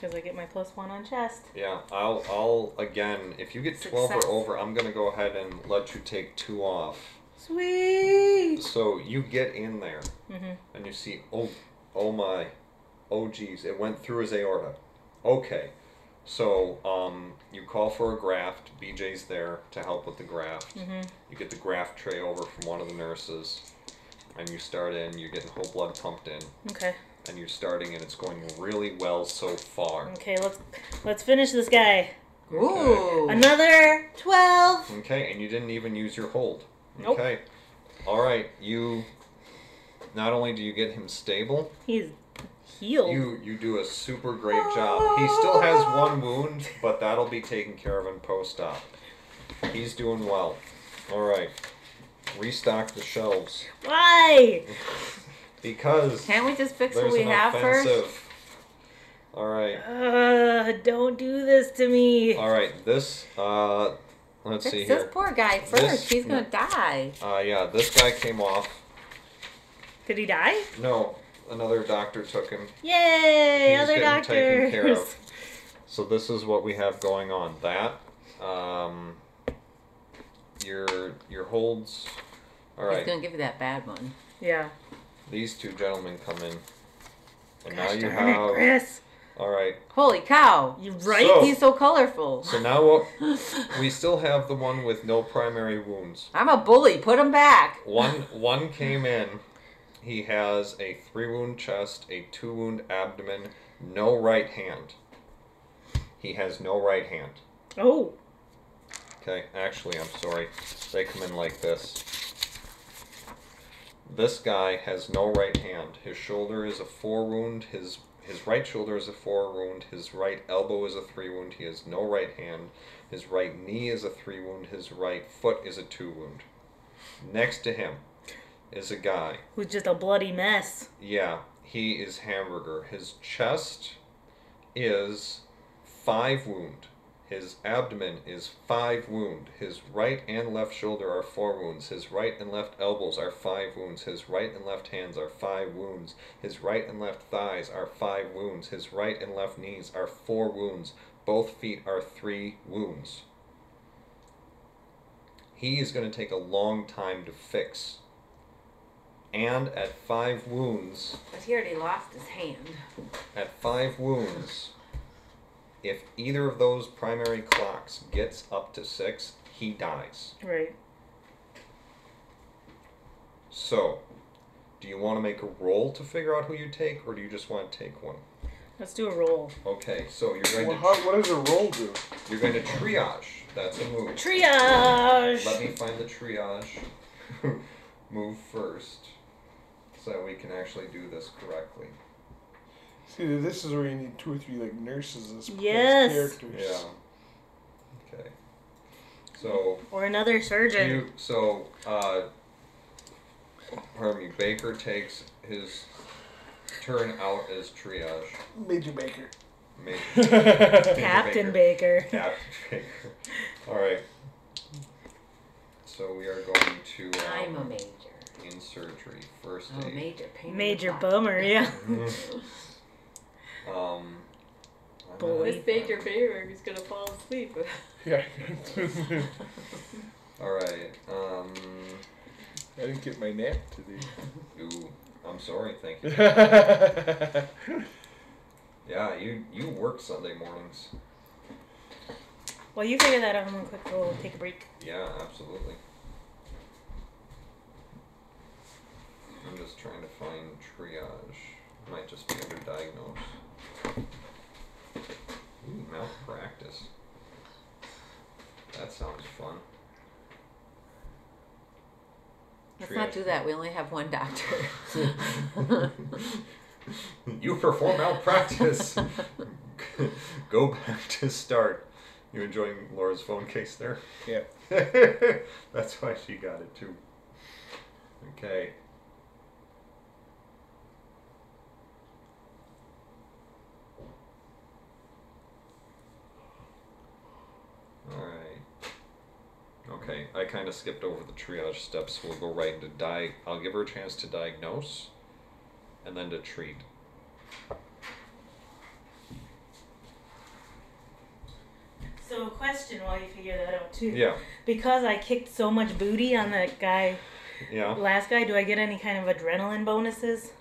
[SPEAKER 4] Because I get my plus one on chest.
[SPEAKER 1] Yeah. I'll. I'll again. If you get twelve
[SPEAKER 5] Success.
[SPEAKER 1] or over, I'm gonna go ahead and let you take two off.
[SPEAKER 4] Sweet.
[SPEAKER 1] So you get in there
[SPEAKER 4] Mhm.
[SPEAKER 1] and you see. Oh. Oh my. Oh geez. It went through his aorta. Okay. So um, you call for a graft. BJ's there to help with the graft.
[SPEAKER 4] Mhm.
[SPEAKER 1] You get the graft tray over from one of the nurses, and you start in. You're getting whole blood pumped in.
[SPEAKER 4] Okay.
[SPEAKER 1] and you're starting and it's going really well so far.
[SPEAKER 4] Okay. Let's let's finish this guy.
[SPEAKER 5] Ooh.
[SPEAKER 4] Another twelve.
[SPEAKER 1] Okay, and you didn't even use your hold.
[SPEAKER 4] Nope.
[SPEAKER 1] Okay. All right, you not only do you get him stable,
[SPEAKER 4] He's healed.
[SPEAKER 1] you you do a super great job. He still has one wound, but that'll be taken care of in post-op. He's doing well. All right. Restock the shelves
[SPEAKER 4] Why?
[SPEAKER 1] because
[SPEAKER 5] Can't we just fix what
[SPEAKER 1] there's
[SPEAKER 5] we
[SPEAKER 1] an
[SPEAKER 5] have first?
[SPEAKER 1] offensive. All right.
[SPEAKER 4] Uh, don't do this to me.
[SPEAKER 1] All right, this uh, Let's
[SPEAKER 5] Fix
[SPEAKER 1] see
[SPEAKER 5] this
[SPEAKER 1] here.
[SPEAKER 5] poor guy first.
[SPEAKER 1] This-
[SPEAKER 5] He's gonna die.
[SPEAKER 1] Uh, yeah, this guy came off.
[SPEAKER 4] Did he die?
[SPEAKER 1] No, another doctor took him.
[SPEAKER 4] Yay!
[SPEAKER 1] He's
[SPEAKER 4] other
[SPEAKER 1] getting taken
[SPEAKER 4] doctors.
[SPEAKER 1] care of. So this is what we have going on. That, um, your your holds. All
[SPEAKER 5] He's
[SPEAKER 1] right,
[SPEAKER 5] gonna give you that bad one.
[SPEAKER 4] Yeah.
[SPEAKER 1] these two gentlemen come in, and now
[SPEAKER 4] Gosh
[SPEAKER 1] you
[SPEAKER 4] darn it,
[SPEAKER 1] have.
[SPEAKER 4] Chris.
[SPEAKER 1] All right,
[SPEAKER 5] Holy cow!
[SPEAKER 4] You right?
[SPEAKER 1] So-
[SPEAKER 5] He's so colorful.
[SPEAKER 1] so now what? We still have the one with no primary wounds.
[SPEAKER 5] I'm a bully. Put him back.
[SPEAKER 1] One one came in. He has a three wound chest, a two wound abdomen, no right hand. He has no right hand.
[SPEAKER 4] oh,
[SPEAKER 1] Okay, actually, I'm sorry. They come in like this. This guy has no right hand. His shoulder is a four wound. His his right shoulder is a four wound. His right elbow is a three wound. He has no right hand. His right knee is a three wound. His right foot is a two wound. Next to him is a guy.
[SPEAKER 4] who's just a bloody mess.
[SPEAKER 1] Yeah, he is hamburger. His chest is five wound. His abdomen is five wound. His right and left shoulder are four wounds. His right and left elbows are five wounds. His right and left hands are five wounds. His right and left thighs are five wounds. His right and left knees are four wounds. Both feet are three wounds. He is going to take a long time to fix. And at five wounds,
[SPEAKER 5] But he already lost his hand.
[SPEAKER 1] at five wounds, if either of those primary clocks gets up to six, he dies.
[SPEAKER 4] Right.
[SPEAKER 1] So, do you want to make a roll to figure out who you take, or do you just want to take one?
[SPEAKER 4] Let's do a roll.
[SPEAKER 1] Okay, so you're going
[SPEAKER 3] Well,
[SPEAKER 1] to
[SPEAKER 3] how, what does a roll do?
[SPEAKER 1] you're going to triage. That's a move. Let
[SPEAKER 4] Triage.
[SPEAKER 1] me find the triage move first, so that we can actually do this correctly.
[SPEAKER 3] See, this is where you need two or three like nurses as, as
[SPEAKER 4] Yes.
[SPEAKER 3] characters.
[SPEAKER 1] Yeah. Okay. So
[SPEAKER 4] Or another surgeon.
[SPEAKER 1] You, so, uh, pardon me, Baker takes his turn out as triage.
[SPEAKER 3] Major Baker.
[SPEAKER 1] Major,
[SPEAKER 4] Captain Baker.
[SPEAKER 1] Captain Baker. Alright. So we are going to
[SPEAKER 5] I'm a
[SPEAKER 1] um,
[SPEAKER 5] major.
[SPEAKER 1] in surgery, first
[SPEAKER 5] I'm a
[SPEAKER 1] aid.
[SPEAKER 5] major pain. in the
[SPEAKER 4] Major
[SPEAKER 5] butt.
[SPEAKER 4] bummer, yeah.
[SPEAKER 1] Mm. Um, I'm
[SPEAKER 4] Boy.
[SPEAKER 1] not-
[SPEAKER 5] Baker is gonna fall asleep.
[SPEAKER 3] Yeah.
[SPEAKER 1] Alright. Um,
[SPEAKER 3] I didn't get my nap today.
[SPEAKER 1] ooh, I'm sorry, thank you.
[SPEAKER 3] yeah,
[SPEAKER 1] Yeah, you, you work Sunday mornings.
[SPEAKER 4] Well, you figure that out. I'm gonna quick roll. Take a break.
[SPEAKER 1] Yeah, absolutely. I'm just trying to find triage. Might just be under diagnose. Ooh, malpractice. That sounds fun.
[SPEAKER 5] Let's not do that. We only have one doctor.
[SPEAKER 1] You perform malpractice. Go back to start. You enjoying Laura's phone case there?
[SPEAKER 6] Yeah.
[SPEAKER 1] That's why she got it too. Okay. Alright. Okay, I kind of skipped over the triage steps. We'll go right into di. I'll give her a chance to diagnose and then to treat.
[SPEAKER 4] So, a question while you figure that out too.
[SPEAKER 1] Yeah,
[SPEAKER 4] Because I kicked so much booty on that guy,
[SPEAKER 1] yeah.
[SPEAKER 4] last guy, do I get any kind of adrenaline bonuses?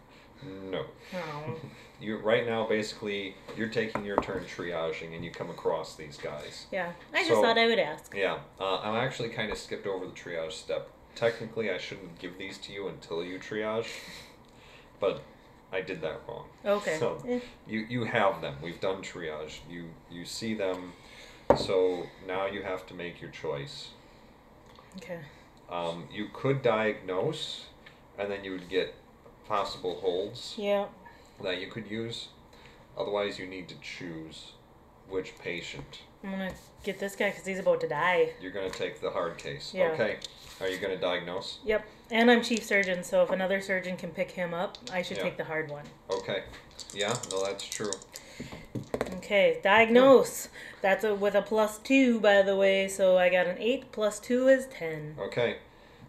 [SPEAKER 1] No.
[SPEAKER 4] Oh.
[SPEAKER 1] You right now basically you're taking your turn triaging and you come across these guys.
[SPEAKER 4] Yeah. I just
[SPEAKER 1] So-
[SPEAKER 4] thought I would ask.
[SPEAKER 1] Yeah, uh, I actually kind of skipped over the triage step. Technically, I shouldn't give these to you until you triage, but I did that wrong.
[SPEAKER 4] Okay.
[SPEAKER 1] So-
[SPEAKER 4] Eh,
[SPEAKER 1] You you have them. We've done triage. You you see them, so now you have to make your choice.
[SPEAKER 4] okay.
[SPEAKER 1] Um, you could diagnose, and then you would get possible holds.
[SPEAKER 4] Yeah.
[SPEAKER 1] that you could use. Otherwise, you need to choose which patient.
[SPEAKER 4] I'm gonna get this guy because he's about to die.
[SPEAKER 1] You're going to take the hard case.
[SPEAKER 4] Yeah.
[SPEAKER 1] Okay. Are you going to diagnose?
[SPEAKER 4] Yep. And I'm chief surgeon, so if another surgeon can pick him up, I should
[SPEAKER 1] Yeah.
[SPEAKER 4] take the hard one.
[SPEAKER 1] Okay. Yeah, no, that's true.
[SPEAKER 4] Okay, diagnose. That's a, with a plus two, by the way. So I got an eight. Plus two is ten.
[SPEAKER 1] Okay,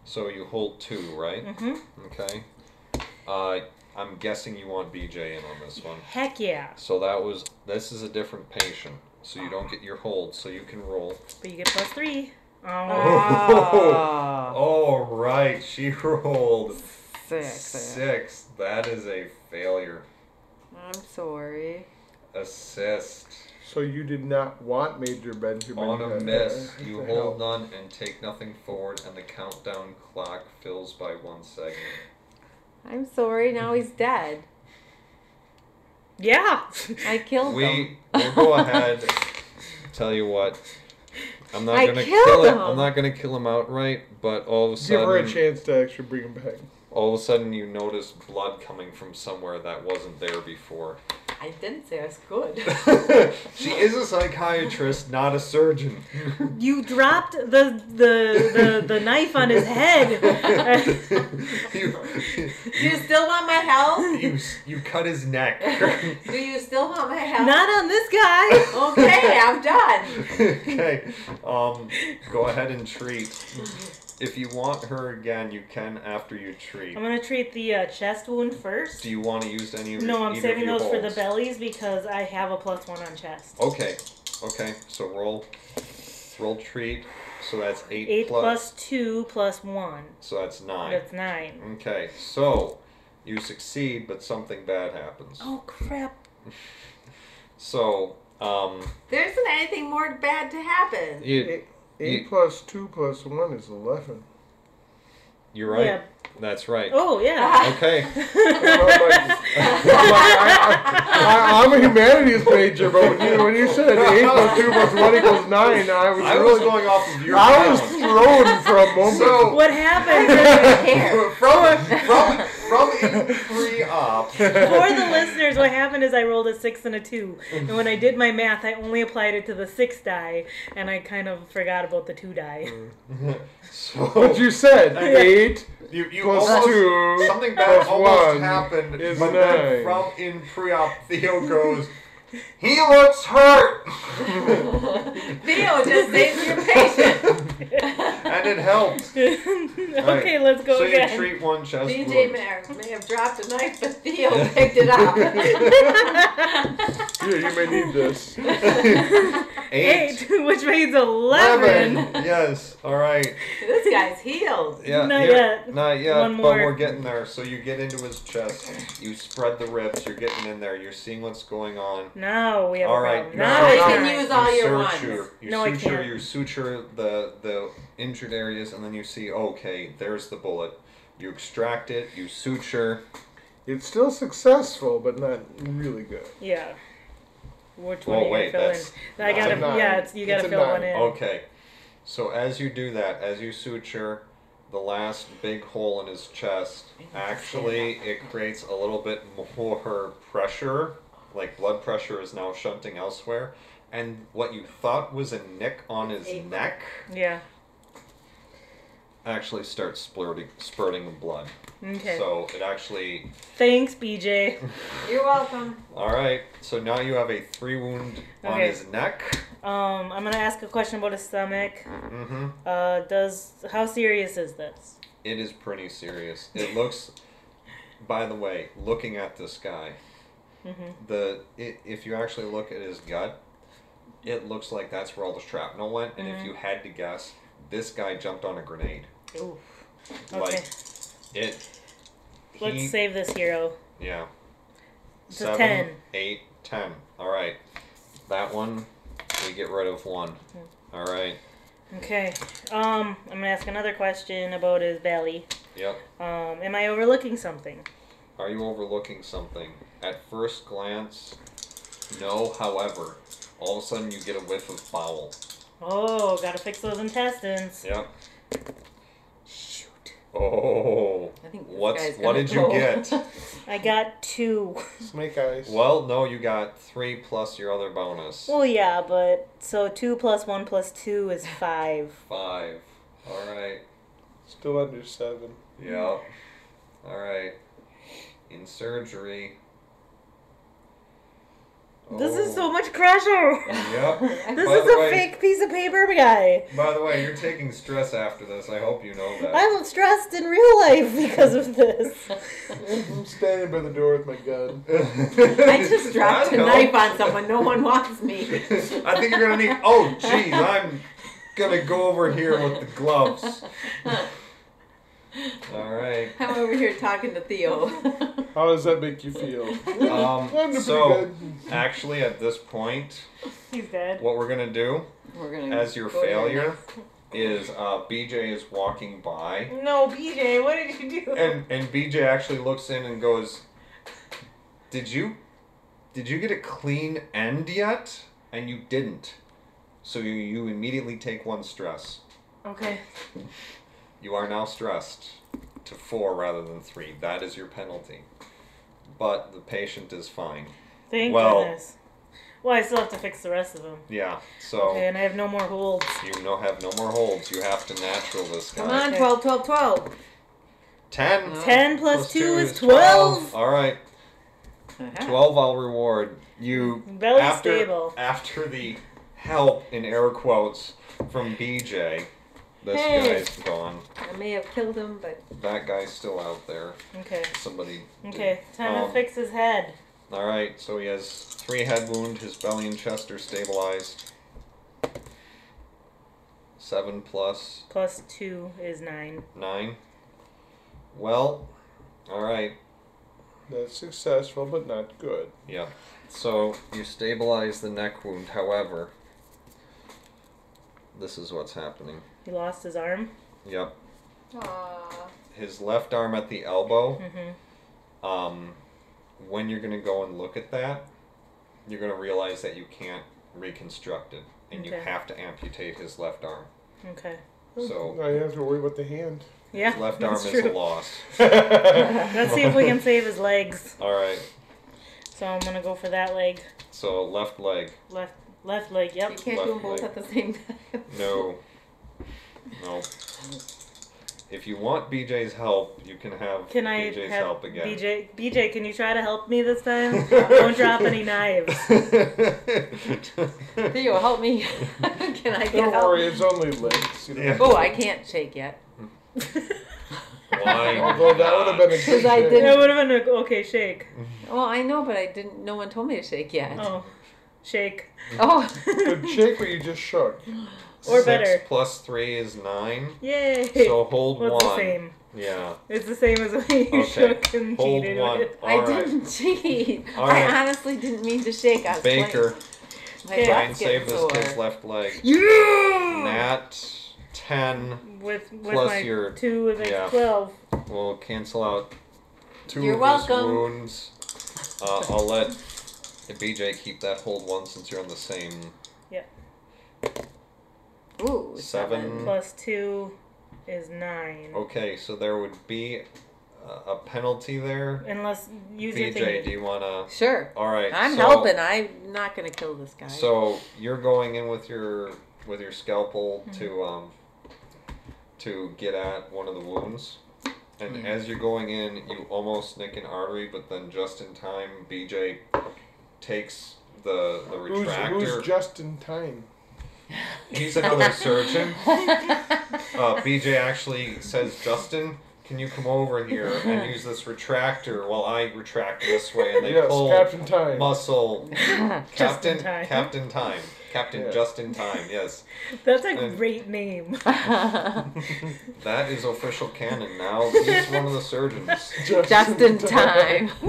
[SPEAKER 1] so you hold two, right?
[SPEAKER 4] Mm-hmm.
[SPEAKER 1] Okay. Uh, I'm guessing you want BJ in on this one.
[SPEAKER 4] Heck yeah!
[SPEAKER 1] So that was this is a different patient, so you don't get your hold, so you can roll.
[SPEAKER 4] But you get plus three. Oh,
[SPEAKER 2] Ah.
[SPEAKER 1] Oh. All right, she rolled
[SPEAKER 2] Six.
[SPEAKER 1] six. That is a failure.
[SPEAKER 2] I'm sorry.
[SPEAKER 1] Assist
[SPEAKER 6] So you did not want Major Benjamin.
[SPEAKER 1] on a
[SPEAKER 6] to-
[SPEAKER 1] miss.
[SPEAKER 6] to
[SPEAKER 1] You
[SPEAKER 6] help.
[SPEAKER 1] hold none and take nothing forward, and the countdown clock fills by one second.
[SPEAKER 2] I'm sorry. Now he's dead.
[SPEAKER 4] yeah.
[SPEAKER 2] I killed him.
[SPEAKER 1] We will go ahead. Tell you what, I'm not
[SPEAKER 2] I
[SPEAKER 1] gonna
[SPEAKER 2] killed
[SPEAKER 1] kill him.
[SPEAKER 2] him.
[SPEAKER 1] I'm not gonna kill him outright, but all of a
[SPEAKER 6] Give her a
[SPEAKER 1] sudden,
[SPEAKER 6] chance to actually bring him back.
[SPEAKER 1] all of a sudden, you notice blood coming from somewhere that wasn't there before.
[SPEAKER 5] I didn't say I was good.
[SPEAKER 1] she is a psychiatrist, not a surgeon.
[SPEAKER 4] you dropped the the the, the knife on his head.
[SPEAKER 1] you,
[SPEAKER 5] Do you still want my help?
[SPEAKER 1] you, you cut his neck.
[SPEAKER 5] Do you still want my help?
[SPEAKER 4] Not on this guy.
[SPEAKER 5] Okay, I'm done.
[SPEAKER 1] okay. Um, go ahead and treat. If you want her again, you can after you treat.
[SPEAKER 4] I'm gonna treat the uh, chest wound first.
[SPEAKER 1] Do you want to use any of
[SPEAKER 4] No, I'm
[SPEAKER 1] either of
[SPEAKER 4] saving
[SPEAKER 1] your Oh,
[SPEAKER 4] those for the
[SPEAKER 1] rolls?
[SPEAKER 4] bellies because I have a plus one on chest.
[SPEAKER 1] Okay. Okay. So roll. Roll treat. So that's eight,
[SPEAKER 4] Eight
[SPEAKER 1] plus.
[SPEAKER 4] plus two plus one.
[SPEAKER 1] So that's nine.
[SPEAKER 4] That's nine.
[SPEAKER 1] Okay. So you succeed, but something bad happens.
[SPEAKER 4] Oh crap!
[SPEAKER 1] So um,
[SPEAKER 5] There isn't anything more bad to happen.
[SPEAKER 1] you,
[SPEAKER 6] Eight, eight
[SPEAKER 1] You-
[SPEAKER 6] plus two plus one is eleven.
[SPEAKER 1] you're right.
[SPEAKER 4] Yeah.
[SPEAKER 1] That's right.
[SPEAKER 4] Oh yeah.
[SPEAKER 1] Okay.
[SPEAKER 6] I'm like- I, am a humanities major, but when you when you said eight plus two plus one equals nine, I was
[SPEAKER 1] I was
[SPEAKER 6] really
[SPEAKER 1] going off of your
[SPEAKER 6] I was thrown
[SPEAKER 1] balance.
[SPEAKER 6] for a moment.
[SPEAKER 1] So-
[SPEAKER 4] what happened?
[SPEAKER 5] Here.
[SPEAKER 1] from from from in free up.
[SPEAKER 4] For the listeners, what happened is I rolled a six and a two, and when I did my math, I only applied it to the six die, and I kind of forgot about the two die.
[SPEAKER 1] So
[SPEAKER 6] what you said, eight
[SPEAKER 1] you, you
[SPEAKER 6] plus
[SPEAKER 1] almost,
[SPEAKER 6] two
[SPEAKER 1] something bad
[SPEAKER 6] plus
[SPEAKER 1] almost
[SPEAKER 6] one
[SPEAKER 1] happened,
[SPEAKER 6] is
[SPEAKER 1] but
[SPEAKER 6] nine.
[SPEAKER 1] then from in pre op Theo goes. He looks hurt,
[SPEAKER 5] Theo just saved your patient.
[SPEAKER 1] and it helps.
[SPEAKER 4] okay, let's go
[SPEAKER 1] so you
[SPEAKER 4] again.
[SPEAKER 1] treat one chest
[SPEAKER 5] DJ
[SPEAKER 1] wound.
[SPEAKER 5] may, have- may have dropped a knife, but Theo picked it up.
[SPEAKER 6] Here, you may need this.
[SPEAKER 1] Eight,
[SPEAKER 4] Eight, which means eleven.
[SPEAKER 1] eleven. yes. All right.
[SPEAKER 5] this guy's healed.
[SPEAKER 1] Yeah.
[SPEAKER 4] Not
[SPEAKER 1] here-
[SPEAKER 4] yet.
[SPEAKER 1] Not yet.
[SPEAKER 4] One
[SPEAKER 1] But
[SPEAKER 4] more.
[SPEAKER 1] we're getting there. So you get into his chest. You spread the ribs. You're getting in there. You're seeing what's going on.
[SPEAKER 4] Now we have
[SPEAKER 1] All
[SPEAKER 4] a
[SPEAKER 1] right,
[SPEAKER 4] problem.
[SPEAKER 1] now
[SPEAKER 4] Now
[SPEAKER 1] I
[SPEAKER 4] I
[SPEAKER 1] can
[SPEAKER 4] can
[SPEAKER 5] use
[SPEAKER 4] use.
[SPEAKER 5] all
[SPEAKER 1] you
[SPEAKER 5] your ones.
[SPEAKER 1] suture, You
[SPEAKER 4] No, I
[SPEAKER 1] suture,
[SPEAKER 4] can't.
[SPEAKER 1] you suture the the injured areas, and then you see, okay, there's the bullet. You extract it, you suture.
[SPEAKER 6] It's still successful, but not really good.
[SPEAKER 4] Yeah. Which
[SPEAKER 1] Well,
[SPEAKER 4] one do
[SPEAKER 1] wait,
[SPEAKER 4] you gotta fill
[SPEAKER 1] that's-
[SPEAKER 4] in? I
[SPEAKER 1] that's
[SPEAKER 4] gotta.
[SPEAKER 1] a
[SPEAKER 6] nine.
[SPEAKER 4] Yeah, it's, you
[SPEAKER 6] It's
[SPEAKER 4] gotta
[SPEAKER 6] a
[SPEAKER 4] fill
[SPEAKER 6] nine.
[SPEAKER 4] one in.
[SPEAKER 1] Okay, so as you do that, as you suture the last big hole in his chest, actually, it creates a little bit more pressure. Like blood pressure is now shunting elsewhere, and what you thought was a nick on his neck
[SPEAKER 4] Yeah.
[SPEAKER 1] actually starts splurting, spurting blood.
[SPEAKER 4] Okay.
[SPEAKER 1] So it actually
[SPEAKER 4] Thanks, BJ.
[SPEAKER 5] You're welcome.
[SPEAKER 1] All right. So now you have a three wound on
[SPEAKER 4] Okay.
[SPEAKER 1] his neck.
[SPEAKER 4] Um, I'm gonna ask a question about his stomach.
[SPEAKER 1] hmm
[SPEAKER 4] Uh, does how serious is this?
[SPEAKER 1] It is pretty serious. It looks. by the way, looking at this guy,
[SPEAKER 4] Mhm.
[SPEAKER 1] the i if you actually look at his gut, it looks like that's where all the shrapnel went. And
[SPEAKER 4] Mm-hmm.
[SPEAKER 1] if you had to guess, this guy jumped on a grenade.
[SPEAKER 4] Ooh. Okay.
[SPEAKER 1] Like it.
[SPEAKER 4] Let's
[SPEAKER 1] he-
[SPEAKER 4] save this hero.
[SPEAKER 1] Yeah.
[SPEAKER 4] It's a 10.
[SPEAKER 1] eight, ten. All right. That one, we get rid of one.
[SPEAKER 4] Mm-hmm.
[SPEAKER 1] All right.
[SPEAKER 4] Okay. Um, I'm gonna ask another question about his belly.
[SPEAKER 1] Yep.
[SPEAKER 4] Um, am I overlooking something?
[SPEAKER 1] Are you overlooking something? At first glance, no, however, all of a sudden you get a whiff of foul.
[SPEAKER 4] Oh, gotta fix those intestines.
[SPEAKER 1] Yep.
[SPEAKER 4] Shoot.
[SPEAKER 1] Oh.
[SPEAKER 5] I think this
[SPEAKER 1] What's
[SPEAKER 5] guy's
[SPEAKER 1] what
[SPEAKER 5] gonna
[SPEAKER 1] did you
[SPEAKER 5] roll.
[SPEAKER 1] get?
[SPEAKER 4] I got two.
[SPEAKER 6] Snake eyes.
[SPEAKER 1] Well, no, you got three plus your other bonus.
[SPEAKER 4] Well, yeah, but so two plus one plus two is five.
[SPEAKER 1] Five. Alright.
[SPEAKER 6] Still under seven.
[SPEAKER 1] Yep. Alright. In surgery.
[SPEAKER 4] This is so much crossover.
[SPEAKER 1] Yep.
[SPEAKER 4] This
[SPEAKER 1] Oh. By
[SPEAKER 4] is
[SPEAKER 1] the
[SPEAKER 4] a
[SPEAKER 1] way-
[SPEAKER 4] fake piece of paper guy.
[SPEAKER 1] Oh. By the way, you're taking stress after this. I hope you know that.
[SPEAKER 4] I'm stressed in real life because of this.
[SPEAKER 3] I'm standing by the door with my gun.
[SPEAKER 5] I just dropped
[SPEAKER 1] I
[SPEAKER 5] a
[SPEAKER 1] know.
[SPEAKER 5] knife on someone. No one wants me.
[SPEAKER 1] I think you're gonna need. Oh, jeez, I'm gonna go over here with the gloves. All right.
[SPEAKER 5] I'm over here talking to Theo.
[SPEAKER 3] How does that make you feel? I'm
[SPEAKER 1] Um,
[SPEAKER 3] pretty
[SPEAKER 1] so,
[SPEAKER 3] good.
[SPEAKER 1] actually, at this point,
[SPEAKER 4] He's dead.
[SPEAKER 1] what we're gonna do
[SPEAKER 2] We're gonna
[SPEAKER 1] as your
[SPEAKER 2] go to the
[SPEAKER 1] failure
[SPEAKER 2] next-
[SPEAKER 1] is uh, BJ is walking by,
[SPEAKER 4] No, BJ, what did you do?
[SPEAKER 1] and and BJ actually looks in and goes, "Did you, did you get a clean end yet? And you didn't, so you you immediately take one stress."
[SPEAKER 4] Okay.
[SPEAKER 1] You are now stressed to four rather than three. That is your penalty. But the patient is fine.
[SPEAKER 4] Thank
[SPEAKER 1] Well-
[SPEAKER 4] goodness. Well, I still have to fix the rest of them.
[SPEAKER 1] Yeah. So
[SPEAKER 4] Okay, and I have no more holds.
[SPEAKER 1] you no have no more holds. You have to natural this guy.
[SPEAKER 5] Come on,
[SPEAKER 4] Okay.
[SPEAKER 5] 12, 12, 12.
[SPEAKER 1] Ten.
[SPEAKER 5] No.
[SPEAKER 4] 10 plus, plus 2, is 12.
[SPEAKER 1] All right. Twelve. I'll reward you.
[SPEAKER 4] Belly
[SPEAKER 1] after,
[SPEAKER 4] stable.
[SPEAKER 1] After the help in air quotes from BJ, this
[SPEAKER 4] Hey.
[SPEAKER 1] guy's gone.
[SPEAKER 2] I may have killed him, but
[SPEAKER 1] That guy's still out there.
[SPEAKER 4] Okay.
[SPEAKER 1] Somebody. did
[SPEAKER 4] Okay, time
[SPEAKER 1] Um,
[SPEAKER 4] to fix his head.
[SPEAKER 1] All right, so he has three head wound. His belly and chest are stabilized. Seven plus
[SPEAKER 4] Plus 2 is 9.
[SPEAKER 1] nine. Well, all right,
[SPEAKER 3] That's successful, but not good.
[SPEAKER 1] yeah. So you stabilize the neck wound. However, this is what's happening.
[SPEAKER 4] He lost his arm.
[SPEAKER 1] Yep,
[SPEAKER 5] Aw.
[SPEAKER 1] his left arm at the elbow.
[SPEAKER 4] Mhm.
[SPEAKER 1] Um, when you're gonna go and look at that, you're gonna realize that you can't reconstruct it, and you
[SPEAKER 4] Okay.
[SPEAKER 1] have to amputate his left arm.
[SPEAKER 4] Okay.
[SPEAKER 1] So
[SPEAKER 3] Now you have to worry about the hand.
[SPEAKER 4] Yeah.
[SPEAKER 1] His left arm
[SPEAKER 4] that's
[SPEAKER 1] is
[SPEAKER 4] true.
[SPEAKER 1] a loss.
[SPEAKER 4] Let's see if we can save his legs.
[SPEAKER 1] All right.
[SPEAKER 4] So I'm gonna go for that leg.
[SPEAKER 1] So left leg.
[SPEAKER 4] Left left leg,
[SPEAKER 5] You
[SPEAKER 4] yep.
[SPEAKER 5] can't do them both
[SPEAKER 1] Luckily.
[SPEAKER 5] at the same time.
[SPEAKER 1] No. No. If you want BJ's help, you can have
[SPEAKER 4] Can I
[SPEAKER 1] BJ's
[SPEAKER 4] have
[SPEAKER 1] help again.
[SPEAKER 4] BJ BJ, can you try to help me this time? Don't drop any knives.
[SPEAKER 5] Theo, help me. Can I get
[SPEAKER 3] Don't
[SPEAKER 5] help?
[SPEAKER 3] worry, it's only legs. You know?
[SPEAKER 1] Yeah.
[SPEAKER 5] Oh, I can't shake yet.
[SPEAKER 1] Why?
[SPEAKER 3] Although that would have been a good
[SPEAKER 5] Because I
[SPEAKER 3] day.
[SPEAKER 5] didn't-
[SPEAKER 4] That would have been a okay shake.
[SPEAKER 5] Well, I know, but I didn't. No one told me to shake yet.
[SPEAKER 4] Oh. Shake.
[SPEAKER 5] Oh,
[SPEAKER 3] Good shake, but you just shook.
[SPEAKER 4] Or
[SPEAKER 1] Six
[SPEAKER 4] better.
[SPEAKER 1] plus three is nine.
[SPEAKER 4] Yay.
[SPEAKER 1] So hold
[SPEAKER 4] Well,
[SPEAKER 1] one.
[SPEAKER 4] it's the same.
[SPEAKER 1] Yeah.
[SPEAKER 4] It's the same as when you
[SPEAKER 1] Okay.
[SPEAKER 4] shook and
[SPEAKER 1] Hold
[SPEAKER 4] cheated
[SPEAKER 1] one.
[SPEAKER 4] with.
[SPEAKER 5] I
[SPEAKER 1] All right.
[SPEAKER 5] didn't cheat.
[SPEAKER 1] All right.
[SPEAKER 5] I honestly didn't mean to shake. I was playing.
[SPEAKER 1] Baker,
[SPEAKER 5] My
[SPEAKER 4] Okay.
[SPEAKER 1] try
[SPEAKER 5] butt's
[SPEAKER 1] and save
[SPEAKER 5] getting
[SPEAKER 1] this
[SPEAKER 5] sore.
[SPEAKER 1] kid's left leg.
[SPEAKER 4] Yeah.
[SPEAKER 1] Nat ten
[SPEAKER 4] With with
[SPEAKER 1] Plus
[SPEAKER 4] my
[SPEAKER 1] your-
[SPEAKER 4] two with
[SPEAKER 1] yeah.
[SPEAKER 4] twelve.
[SPEAKER 1] will cancel out 2
[SPEAKER 5] You're
[SPEAKER 1] of his
[SPEAKER 5] welcome.
[SPEAKER 1] wounds. Uh, I'll let BJ keep that hold one since you're on the same
[SPEAKER 5] Ooh,
[SPEAKER 1] Seven.
[SPEAKER 5] seven.
[SPEAKER 4] Plus two is nine.
[SPEAKER 1] Okay, so there would be a, a penalty there.
[SPEAKER 4] Unless use your
[SPEAKER 1] BJ, do
[SPEAKER 4] thingy.
[SPEAKER 1] you wanna?
[SPEAKER 5] Sure.
[SPEAKER 1] All right.
[SPEAKER 5] I'm
[SPEAKER 1] so,
[SPEAKER 5] helping. I'm not gonna kill this guy.
[SPEAKER 1] So you're going in with your with your scalpel to um to get at one of the wounds, and
[SPEAKER 5] Yeah.
[SPEAKER 1] as you're going in, you almost nick an artery, but then just in time, BJ takes the the
[SPEAKER 3] Who's, who's
[SPEAKER 1] retractor.
[SPEAKER 3] just in time?
[SPEAKER 1] He's another surgeon. Uh, BJ actually says, Justin, can you come over here and use this retractor while I retract this way? And they
[SPEAKER 3] yes,
[SPEAKER 1] pull
[SPEAKER 3] Captain Time.
[SPEAKER 1] muscle. Captain
[SPEAKER 4] time.
[SPEAKER 1] Captain Time. Captain
[SPEAKER 3] Yeah.
[SPEAKER 1] Justin Time, yes.
[SPEAKER 4] That's a
[SPEAKER 1] And-
[SPEAKER 4] great name.
[SPEAKER 1] That is official canon now. He's one of the surgeons.
[SPEAKER 5] Just in time.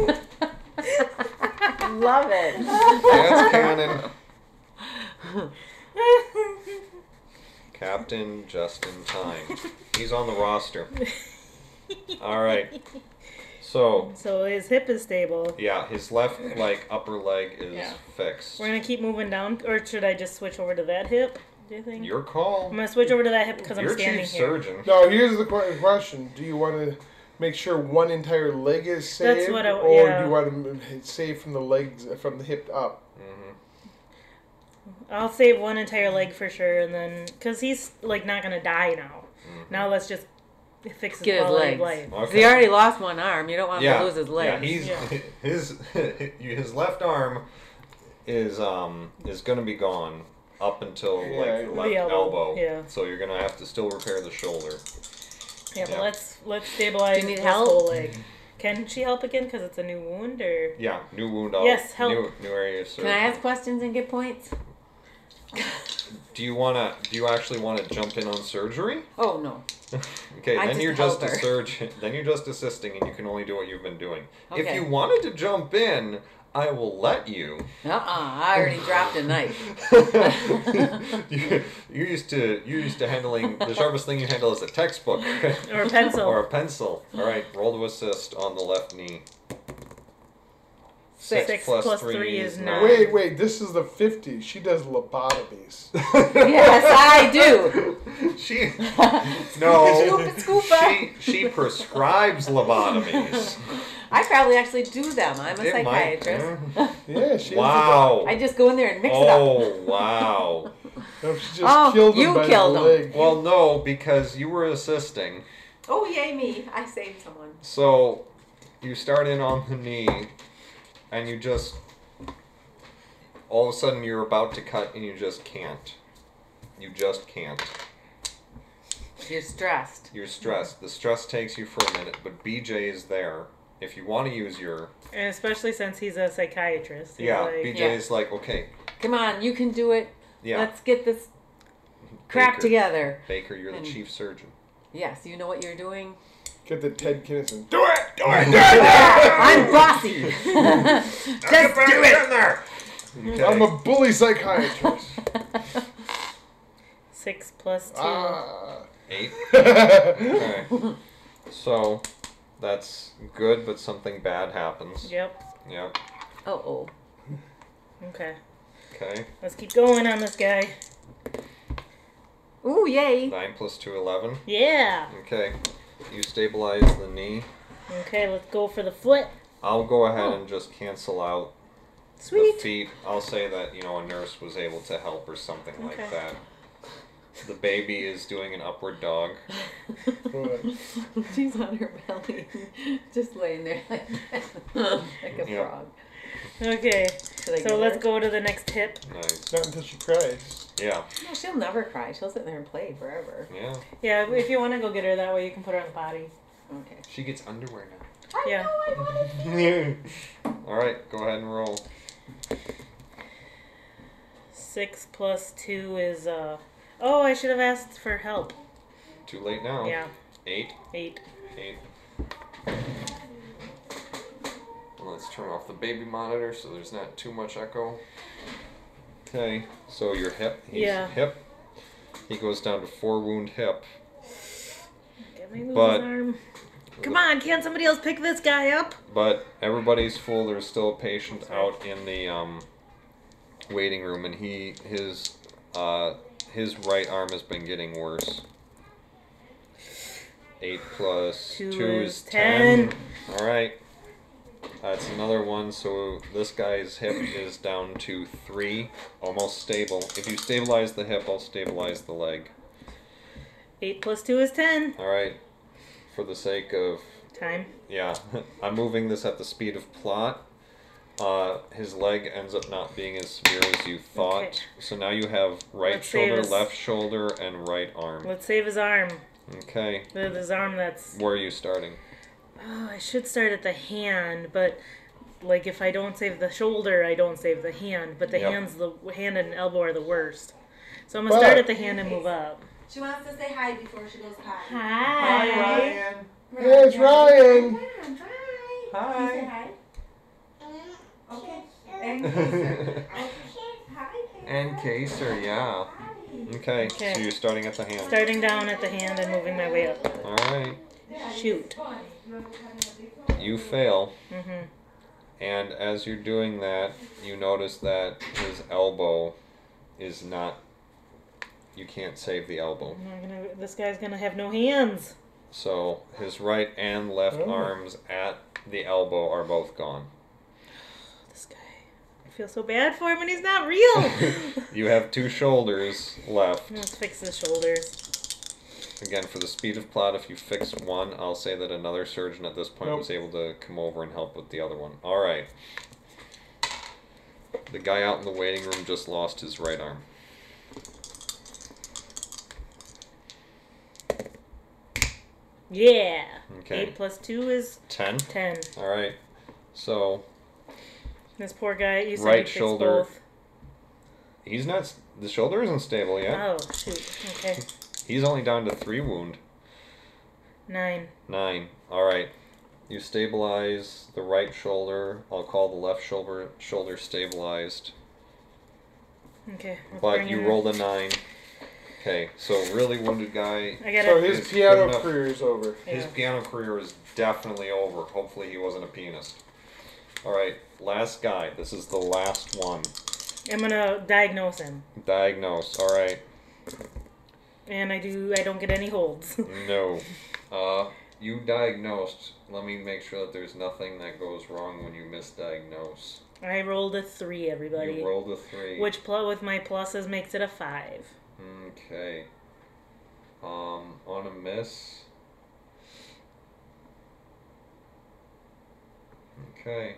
[SPEAKER 5] Love it.
[SPEAKER 1] That's canon. Captain Justin Time. He's on the roster. All right. So,
[SPEAKER 4] so his hip is stable.
[SPEAKER 1] yeah, his left like upper leg is
[SPEAKER 4] Yeah.
[SPEAKER 1] fixed.
[SPEAKER 4] We're gonna keep moving down, or should I just switch over to that hip? Do you think?
[SPEAKER 1] Your
[SPEAKER 4] I'm
[SPEAKER 1] call.
[SPEAKER 4] gonna switch over to that hip because I'm
[SPEAKER 1] Your
[SPEAKER 4] standing
[SPEAKER 1] chief
[SPEAKER 4] here.
[SPEAKER 1] surgeon.
[SPEAKER 3] Now, here's the que- question Do you want to make sure one entire leg is saved?
[SPEAKER 4] That's what I-
[SPEAKER 3] or
[SPEAKER 4] yeah.
[SPEAKER 3] do you want to save from the legs, uh, from the hip up?
[SPEAKER 4] I'll save one entire leg for sure, and then because he's like not gonna die now.
[SPEAKER 1] Mm-hmm.
[SPEAKER 4] Now let's just fix his,
[SPEAKER 5] Get his
[SPEAKER 4] quality of
[SPEAKER 5] legs.
[SPEAKER 4] life.
[SPEAKER 1] Okay.
[SPEAKER 5] He already lost one arm. You don't want him
[SPEAKER 1] yeah.
[SPEAKER 5] to lose his leg.
[SPEAKER 1] Yeah, he's his his left arm is um is going to be gone up until
[SPEAKER 3] Yeah,
[SPEAKER 1] like
[SPEAKER 3] the
[SPEAKER 1] left
[SPEAKER 4] elbow,
[SPEAKER 1] elbow.
[SPEAKER 4] yeah.
[SPEAKER 1] So you're going to have to still repair the shoulder.
[SPEAKER 4] Yeah, but
[SPEAKER 1] Yeah.
[SPEAKER 4] let's let's stabilize
[SPEAKER 5] Do you need
[SPEAKER 4] this
[SPEAKER 5] help?
[SPEAKER 4] whole leg. Can she help again? Because it's a new wound, or
[SPEAKER 1] Yeah, new wound out.
[SPEAKER 4] Yes, help.
[SPEAKER 1] New, new area of
[SPEAKER 5] Can
[SPEAKER 1] surgery.
[SPEAKER 5] I ask questions and get points?
[SPEAKER 1] Do you wanna? Do you actually want to jump in on surgery?
[SPEAKER 5] Oh no.
[SPEAKER 1] Okay,
[SPEAKER 5] I
[SPEAKER 1] then
[SPEAKER 5] just
[SPEAKER 1] you're just a
[SPEAKER 5] help her.
[SPEAKER 1] surgeon. Then you're just assisting, and you can only do what you've been doing. If
[SPEAKER 5] Okay.
[SPEAKER 1] you wanted to jump in, I will let you.
[SPEAKER 5] Uh uh I already dropped a knife.
[SPEAKER 1] you, you're used to you're used to handling the sharpest thing you handle is a textbook
[SPEAKER 4] or a pencil.
[SPEAKER 1] or a pencil.
[SPEAKER 5] Oh.
[SPEAKER 1] All right, roll to assist on the left knee.
[SPEAKER 4] Six. Six plus three is nine.
[SPEAKER 3] Wait, wait, this is the 50. She does lobotomies.
[SPEAKER 5] Yes, I do.
[SPEAKER 1] She no.
[SPEAKER 5] Scoop it, scoop
[SPEAKER 1] She she prescribes lobotomies.
[SPEAKER 5] I probably actually do them. I'm a
[SPEAKER 1] It might-
[SPEAKER 5] psychiatrist.
[SPEAKER 1] yeah.
[SPEAKER 3] Yeah, she
[SPEAKER 1] Wow.
[SPEAKER 5] I just go in there and mix it up.
[SPEAKER 1] Oh wow.
[SPEAKER 3] Is a, no, she just
[SPEAKER 5] Oh,
[SPEAKER 3] killed him
[SPEAKER 5] you
[SPEAKER 3] by
[SPEAKER 5] killed
[SPEAKER 3] the
[SPEAKER 5] him.
[SPEAKER 3] leg.
[SPEAKER 1] Well, no, because you were assisting.
[SPEAKER 5] Oh yay me! I saved someone.
[SPEAKER 1] So you start in on the knee, and you just all of a sudden you're about to cut, and you just can't. You just can't.
[SPEAKER 5] You're stressed.
[SPEAKER 1] You're stressed. The stress takes you for a minute, but BJ is there. If you want to use your
[SPEAKER 4] and especially since he's a psychiatrist. he's
[SPEAKER 1] yeah,
[SPEAKER 4] like,
[SPEAKER 1] BJ
[SPEAKER 5] yeah.
[SPEAKER 1] is like okay,
[SPEAKER 5] Come on, you can do it.
[SPEAKER 1] yeah.
[SPEAKER 5] Let's get this crap
[SPEAKER 1] Baker,
[SPEAKER 5] together.
[SPEAKER 1] Baker, you're the
[SPEAKER 5] And-
[SPEAKER 1] chief surgeon.
[SPEAKER 5] Yes, you know what you're doing.
[SPEAKER 3] Get the Ted Kinnison.
[SPEAKER 5] I'm bossy. Just do it.
[SPEAKER 1] Okay.
[SPEAKER 3] I'm a bully psychiatrist.
[SPEAKER 4] six plus two.
[SPEAKER 3] ah.
[SPEAKER 1] Eight. Okay. So that's good, but something bad happens.
[SPEAKER 4] Yep.
[SPEAKER 1] Yep.
[SPEAKER 5] Uh oh.
[SPEAKER 4] Okay.
[SPEAKER 1] Okay.
[SPEAKER 4] Let's keep going on this guy.
[SPEAKER 5] Ooh yay!
[SPEAKER 1] Nine plus two, eleven.
[SPEAKER 4] Yeah.
[SPEAKER 1] Okay. You stabilize the knee.
[SPEAKER 4] Okay, let's go for the foot.
[SPEAKER 1] I'll go ahead and just cancel out the
[SPEAKER 4] Oh. Sweet.
[SPEAKER 1] feet. I'll say that you know a nurse was able to help or something like
[SPEAKER 4] Okay.
[SPEAKER 1] that. The baby is doing an upward dog.
[SPEAKER 5] She's on her belly, just laying there like that, like a
[SPEAKER 1] Yeah.
[SPEAKER 5] frog.
[SPEAKER 4] Okay.
[SPEAKER 5] Should I
[SPEAKER 4] So
[SPEAKER 5] get
[SPEAKER 4] let's
[SPEAKER 5] her?
[SPEAKER 4] go to the next hip.
[SPEAKER 1] Nice.
[SPEAKER 3] Not until she cries.
[SPEAKER 1] Yeah.
[SPEAKER 5] No, she'll never cry. She'll sit there and play forever.
[SPEAKER 1] Yeah.
[SPEAKER 4] Yeah, if you want to go get her that way, you can put her on the potty.
[SPEAKER 5] Okay.
[SPEAKER 1] She gets underwear now.
[SPEAKER 4] Yeah.
[SPEAKER 1] All right. Go ahead and roll.
[SPEAKER 4] Six plus two is uh. Oh, I should have asked for help.
[SPEAKER 1] Too late now.
[SPEAKER 4] Yeah.
[SPEAKER 1] Eight.
[SPEAKER 4] Eight.
[SPEAKER 1] Eight. And let's turn off the baby monitor so there's not too much echo. Okay, so your hip. He's
[SPEAKER 4] Yeah.
[SPEAKER 1] Hip. He goes down to four wound hip.
[SPEAKER 4] Get my loser's
[SPEAKER 1] But-
[SPEAKER 4] arm. Come on, can't somebody else pick this guy up?
[SPEAKER 1] But everybody's full. There's still a patient
[SPEAKER 4] That's right.
[SPEAKER 1] out in the um, waiting room, and he his uh, his right arm has been getting worse. Eight plus
[SPEAKER 4] Two
[SPEAKER 1] two,
[SPEAKER 4] is
[SPEAKER 1] is,
[SPEAKER 4] ten.
[SPEAKER 1] ten. All right, that's another one. So this guy's hip is down to three, almost stable. If you stabilize the hip, I'll stabilize the leg.
[SPEAKER 4] Eight plus two is ten.
[SPEAKER 1] All right, for the sake of
[SPEAKER 4] Time.
[SPEAKER 1] yeah, I'm moving this at the speed of plot. Uh, his leg ends up not being as severe as you thought.
[SPEAKER 4] Okay.
[SPEAKER 1] So now you have right
[SPEAKER 4] Let's save
[SPEAKER 1] shoulder,
[SPEAKER 4] us.
[SPEAKER 1] left shoulder, and right arm.
[SPEAKER 4] Let's save his arm.
[SPEAKER 1] Okay.
[SPEAKER 4] Th- His arm that's.
[SPEAKER 1] Where are you starting?
[SPEAKER 4] Oh, I should start at the hand, but like if I don't save the shoulder, I don't save the hand. But the
[SPEAKER 1] Yep.
[SPEAKER 4] hands, the hand and elbow are the worst. So I'm gonna start at the hand and move up.
[SPEAKER 5] She wants to say hi before she goes potty.
[SPEAKER 4] Hi.
[SPEAKER 3] Yes, Ryan.
[SPEAKER 5] Come on,
[SPEAKER 1] Hi.
[SPEAKER 5] hi. Say hi. Okay. And hi.
[SPEAKER 1] and Caser, yeah. Okay.
[SPEAKER 4] Okay.
[SPEAKER 1] So you're starting at the hand.
[SPEAKER 4] Starting down at the hand and moving my way up.
[SPEAKER 1] All right.
[SPEAKER 4] Shoot.
[SPEAKER 1] You fail.
[SPEAKER 4] Mhm.
[SPEAKER 1] And as you're doing that, you notice that his elbow is not. You can't save the elbow.
[SPEAKER 4] I'm not gonna, this guy's gonna have no hands.
[SPEAKER 1] So his right and left
[SPEAKER 3] Oh.
[SPEAKER 1] arms at the elbow are both gone.
[SPEAKER 4] This guy. I feel so bad for him, and he's not real.
[SPEAKER 1] You have two shoulders left.
[SPEAKER 4] Let's fix his shoulders.
[SPEAKER 1] Again, for the speed of plot, if you fix one, I'll say that another surgeon at this point
[SPEAKER 3] Nope.
[SPEAKER 1] was able to come over and help with the other one. All right. The guy out in the waiting room just lost his right arm.
[SPEAKER 4] Yeah.
[SPEAKER 1] Okay.
[SPEAKER 4] Eight plus two is
[SPEAKER 1] Ten.
[SPEAKER 4] ten.
[SPEAKER 1] All right. So
[SPEAKER 4] This poor guy. You said
[SPEAKER 1] Right
[SPEAKER 4] he fixed
[SPEAKER 1] shoulder.
[SPEAKER 4] Both.
[SPEAKER 1] he's not. s- The shoulder isn't stable yet.
[SPEAKER 4] Oh shoot. Okay.
[SPEAKER 1] He's only down to three wound.
[SPEAKER 4] Nine.
[SPEAKER 1] Nine. All right. You stabilize the right shoulder. I'll call the left shoulder shoulder stabilized.
[SPEAKER 4] Okay. let's
[SPEAKER 1] But
[SPEAKER 4] bring
[SPEAKER 1] you
[SPEAKER 4] him-
[SPEAKER 1] rolled a nine. Okay. So really wounded guy.
[SPEAKER 4] I got
[SPEAKER 3] So
[SPEAKER 4] to
[SPEAKER 3] his
[SPEAKER 1] It's
[SPEAKER 3] piano
[SPEAKER 1] good enough.
[SPEAKER 3] career is over.
[SPEAKER 1] His
[SPEAKER 4] Yeah.
[SPEAKER 1] piano career is definitely over. Hopefully he wasn't a pianist. All right. Last guy. This is the last one.
[SPEAKER 4] I'm gonna diagnose him,
[SPEAKER 1] Diagnose. All right.
[SPEAKER 4] and I do. I don't get any holds.
[SPEAKER 1] No. Uh, you diagnosed. Let me make sure that there's nothing that goes wrong when you misdiagnose.
[SPEAKER 4] I rolled a three, everybody.
[SPEAKER 1] You rolled a three.
[SPEAKER 4] Which pl- with my pluses makes it a five.
[SPEAKER 1] Okay. Um, on a miss. Okay.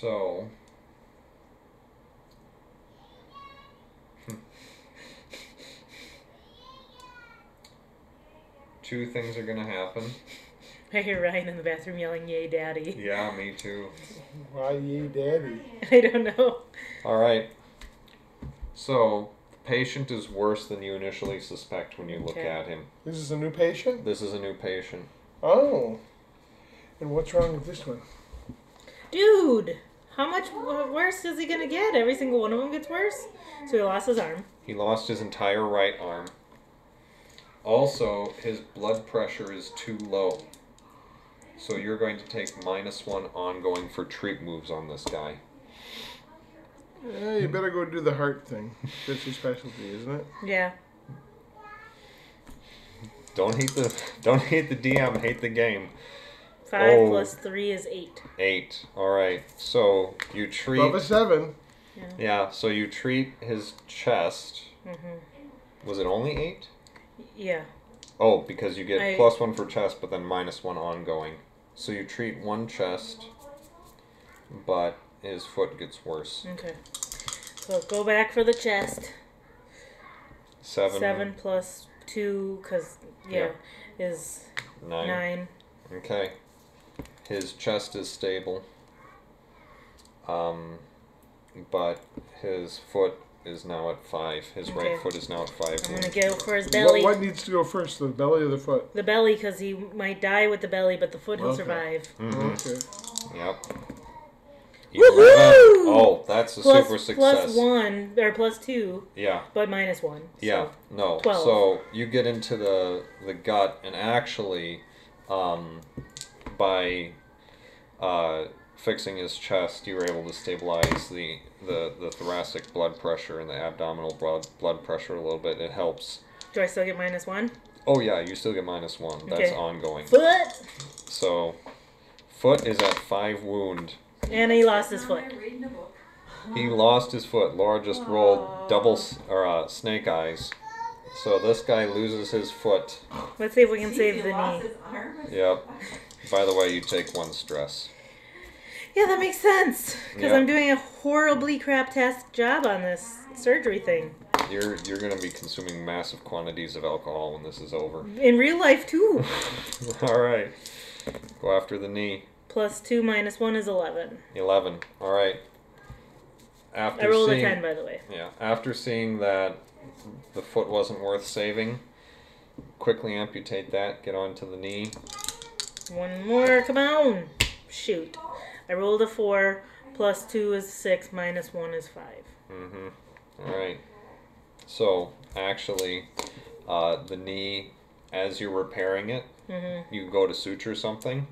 [SPEAKER 1] So. Two things are gonna happen.
[SPEAKER 4] I hear Ryan in the bathroom yelling, "Yay, daddy!"
[SPEAKER 1] Yeah, me too.
[SPEAKER 3] Why ye daddy?
[SPEAKER 4] I don't know.
[SPEAKER 1] All right. So, the patient is worse than you initially suspect when you look
[SPEAKER 4] Okay.
[SPEAKER 1] at him.
[SPEAKER 3] This is a new patient?
[SPEAKER 1] This is a new patient.
[SPEAKER 3] Oh. And what's wrong with this one?
[SPEAKER 4] Dude, how much w- worse is he gonna get? Every single one of them gets worse. So he lost his arm.
[SPEAKER 1] He lost his entire right arm. Also, his blood pressure is too low. So you're going to take minus one ongoing for treat moves on this guy.
[SPEAKER 3] Yeah, you better go do the heart thing. That's your specialty, isn't it?
[SPEAKER 4] Yeah.
[SPEAKER 1] Don't hate the don't hate the DM, hate the game.
[SPEAKER 4] Five
[SPEAKER 1] Oh.
[SPEAKER 4] plus three is eight.
[SPEAKER 1] Eight. Alright. So you
[SPEAKER 3] Above a
[SPEAKER 1] treat
[SPEAKER 3] seven.
[SPEAKER 1] Yeah, so you treat his chest.
[SPEAKER 4] Mhm.
[SPEAKER 1] Was it only eight?
[SPEAKER 4] Yeah.
[SPEAKER 1] Oh, because you get
[SPEAKER 4] I-
[SPEAKER 1] plus one for chest, but then minus one ongoing. So you treat one chest, but his foot gets worse.
[SPEAKER 4] Okay. So go back for the chest.
[SPEAKER 1] Seven,
[SPEAKER 4] Seven plus two, cause yeah, is
[SPEAKER 1] nine.
[SPEAKER 4] nine.
[SPEAKER 1] Okay. His chest is stable, um, but his foot is now at five. His right
[SPEAKER 4] Okay.
[SPEAKER 1] foot is now at 5
[SPEAKER 4] I'm gonna go for his
[SPEAKER 3] What,
[SPEAKER 4] belly.
[SPEAKER 3] what needs to go first, the belly or the foot?
[SPEAKER 4] The belly, cause he might die with the belly, but the foot he'll
[SPEAKER 3] Okay.
[SPEAKER 4] survive.
[SPEAKER 1] Mhm,
[SPEAKER 3] Okay.
[SPEAKER 1] Yep. Eleven. Oh, that's a
[SPEAKER 4] Plus-
[SPEAKER 1] super success.
[SPEAKER 4] plus one or plus two,
[SPEAKER 1] Yeah.
[SPEAKER 4] but minus one. so-
[SPEAKER 1] Yeah, no.
[SPEAKER 4] 12.
[SPEAKER 1] So you get into the the gut, and actually, um, by uh, fixing his chest, you were able to stabilize the, the, the thoracic blood pressure and the abdominal blood blood pressure a little bit. It helps.
[SPEAKER 4] Do I still get minus one?
[SPEAKER 1] Oh yeah, you still get minus one. That's
[SPEAKER 4] Okay.
[SPEAKER 1] ongoing.
[SPEAKER 4] Foot.
[SPEAKER 1] So, foot is at five wound.
[SPEAKER 4] And he lost his foot.
[SPEAKER 1] He lost his foot. Laura just rolled double s- or uh, snake eyes. So this guy loses his foot.
[SPEAKER 4] Let's see if we can save the knee.
[SPEAKER 1] Yep. By the way, you take one stress.
[SPEAKER 4] Yeah, that makes sense. Because
[SPEAKER 1] Yeah.
[SPEAKER 4] I'm doing a horribly crap task job on this surgery thing.
[SPEAKER 1] You're you're gonna be consuming massive quantities of alcohol when this is over.
[SPEAKER 4] In real life, too.
[SPEAKER 1] All right. Go after the knee.
[SPEAKER 4] Plus two minus one is 11.
[SPEAKER 1] Eleven. All right. After
[SPEAKER 4] I rolled a
[SPEAKER 1] seeing
[SPEAKER 4] 10, by the way.
[SPEAKER 1] yeah, after seeing that the foot wasn't worth saving, quickly amputate that. Get onto the knee.
[SPEAKER 4] One more, come on. Shoot. I rolled a four. Plus two is six. Minus one is five.
[SPEAKER 1] Mm-hmm. All right. So actually, uh, the knee, as you're repairing it,
[SPEAKER 4] Mm-hmm.
[SPEAKER 1] you go to suture something,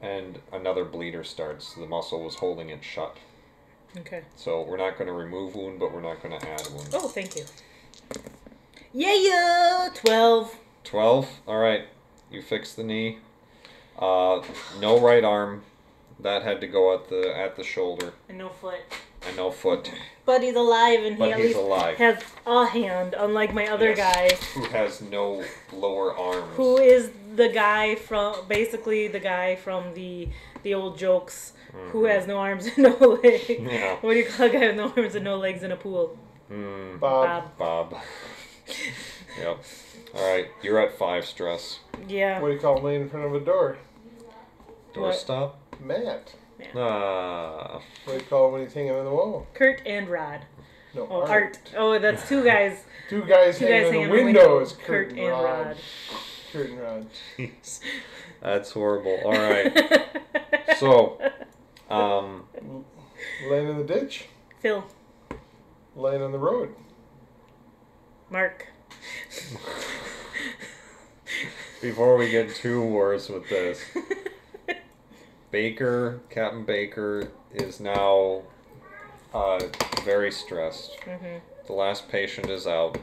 [SPEAKER 1] and another bleeder starts. The muscle was holding it shut.
[SPEAKER 4] Okay.
[SPEAKER 1] So we're not going to remove wound, but we're not going to add wound.
[SPEAKER 4] Oh, thank you. Yeah, yeah. 12.
[SPEAKER 1] 12. All right. You fix the knee. Uh, no right arm. That had to go at the at the shoulder.
[SPEAKER 4] And no foot.
[SPEAKER 1] and no foot,
[SPEAKER 4] But he's alive and he
[SPEAKER 1] but
[SPEAKER 4] at
[SPEAKER 1] he's
[SPEAKER 4] least
[SPEAKER 1] alive.
[SPEAKER 4] has a hand, unlike my other
[SPEAKER 1] Yes.
[SPEAKER 4] guy,
[SPEAKER 1] Who has no lower arms.
[SPEAKER 4] who is the guy from basically the guy from the the old jokes, who has no arms and no legs.
[SPEAKER 1] Mm-hmm. Yeah.
[SPEAKER 4] What do you call a guy with no arms and no legs in a pool? Uh,
[SPEAKER 1] Mm,
[SPEAKER 3] Bob.
[SPEAKER 4] Bob.
[SPEAKER 1] Bob. yep. All right, you're at five stress.
[SPEAKER 4] Yeah.
[SPEAKER 3] What do you call him laying in front of a door?
[SPEAKER 4] What?
[SPEAKER 1] Doorstop.
[SPEAKER 3] Matt.
[SPEAKER 1] Ah.
[SPEAKER 3] What do you call him when he's hanging on the wall?
[SPEAKER 4] Kurt and Rod.
[SPEAKER 3] No,
[SPEAKER 4] Oh, Art. Oh, that's two guys.
[SPEAKER 3] Two guys
[SPEAKER 4] Two
[SPEAKER 3] hanging
[SPEAKER 4] guys
[SPEAKER 3] on
[SPEAKER 4] hanging
[SPEAKER 3] the
[SPEAKER 4] on the window.
[SPEAKER 3] windows.
[SPEAKER 4] Kurt and Rod.
[SPEAKER 3] Kurt and Rod.
[SPEAKER 1] Jeez. That's horrible. All right. So, um,
[SPEAKER 3] Laying in the ditch.
[SPEAKER 4] Phil,
[SPEAKER 3] Laying on the road.
[SPEAKER 4] Mark.
[SPEAKER 1] before we get too worse with this, Baker, Captain Baker, is now uh, very stressed.
[SPEAKER 4] Mhm.
[SPEAKER 1] The last patient is out.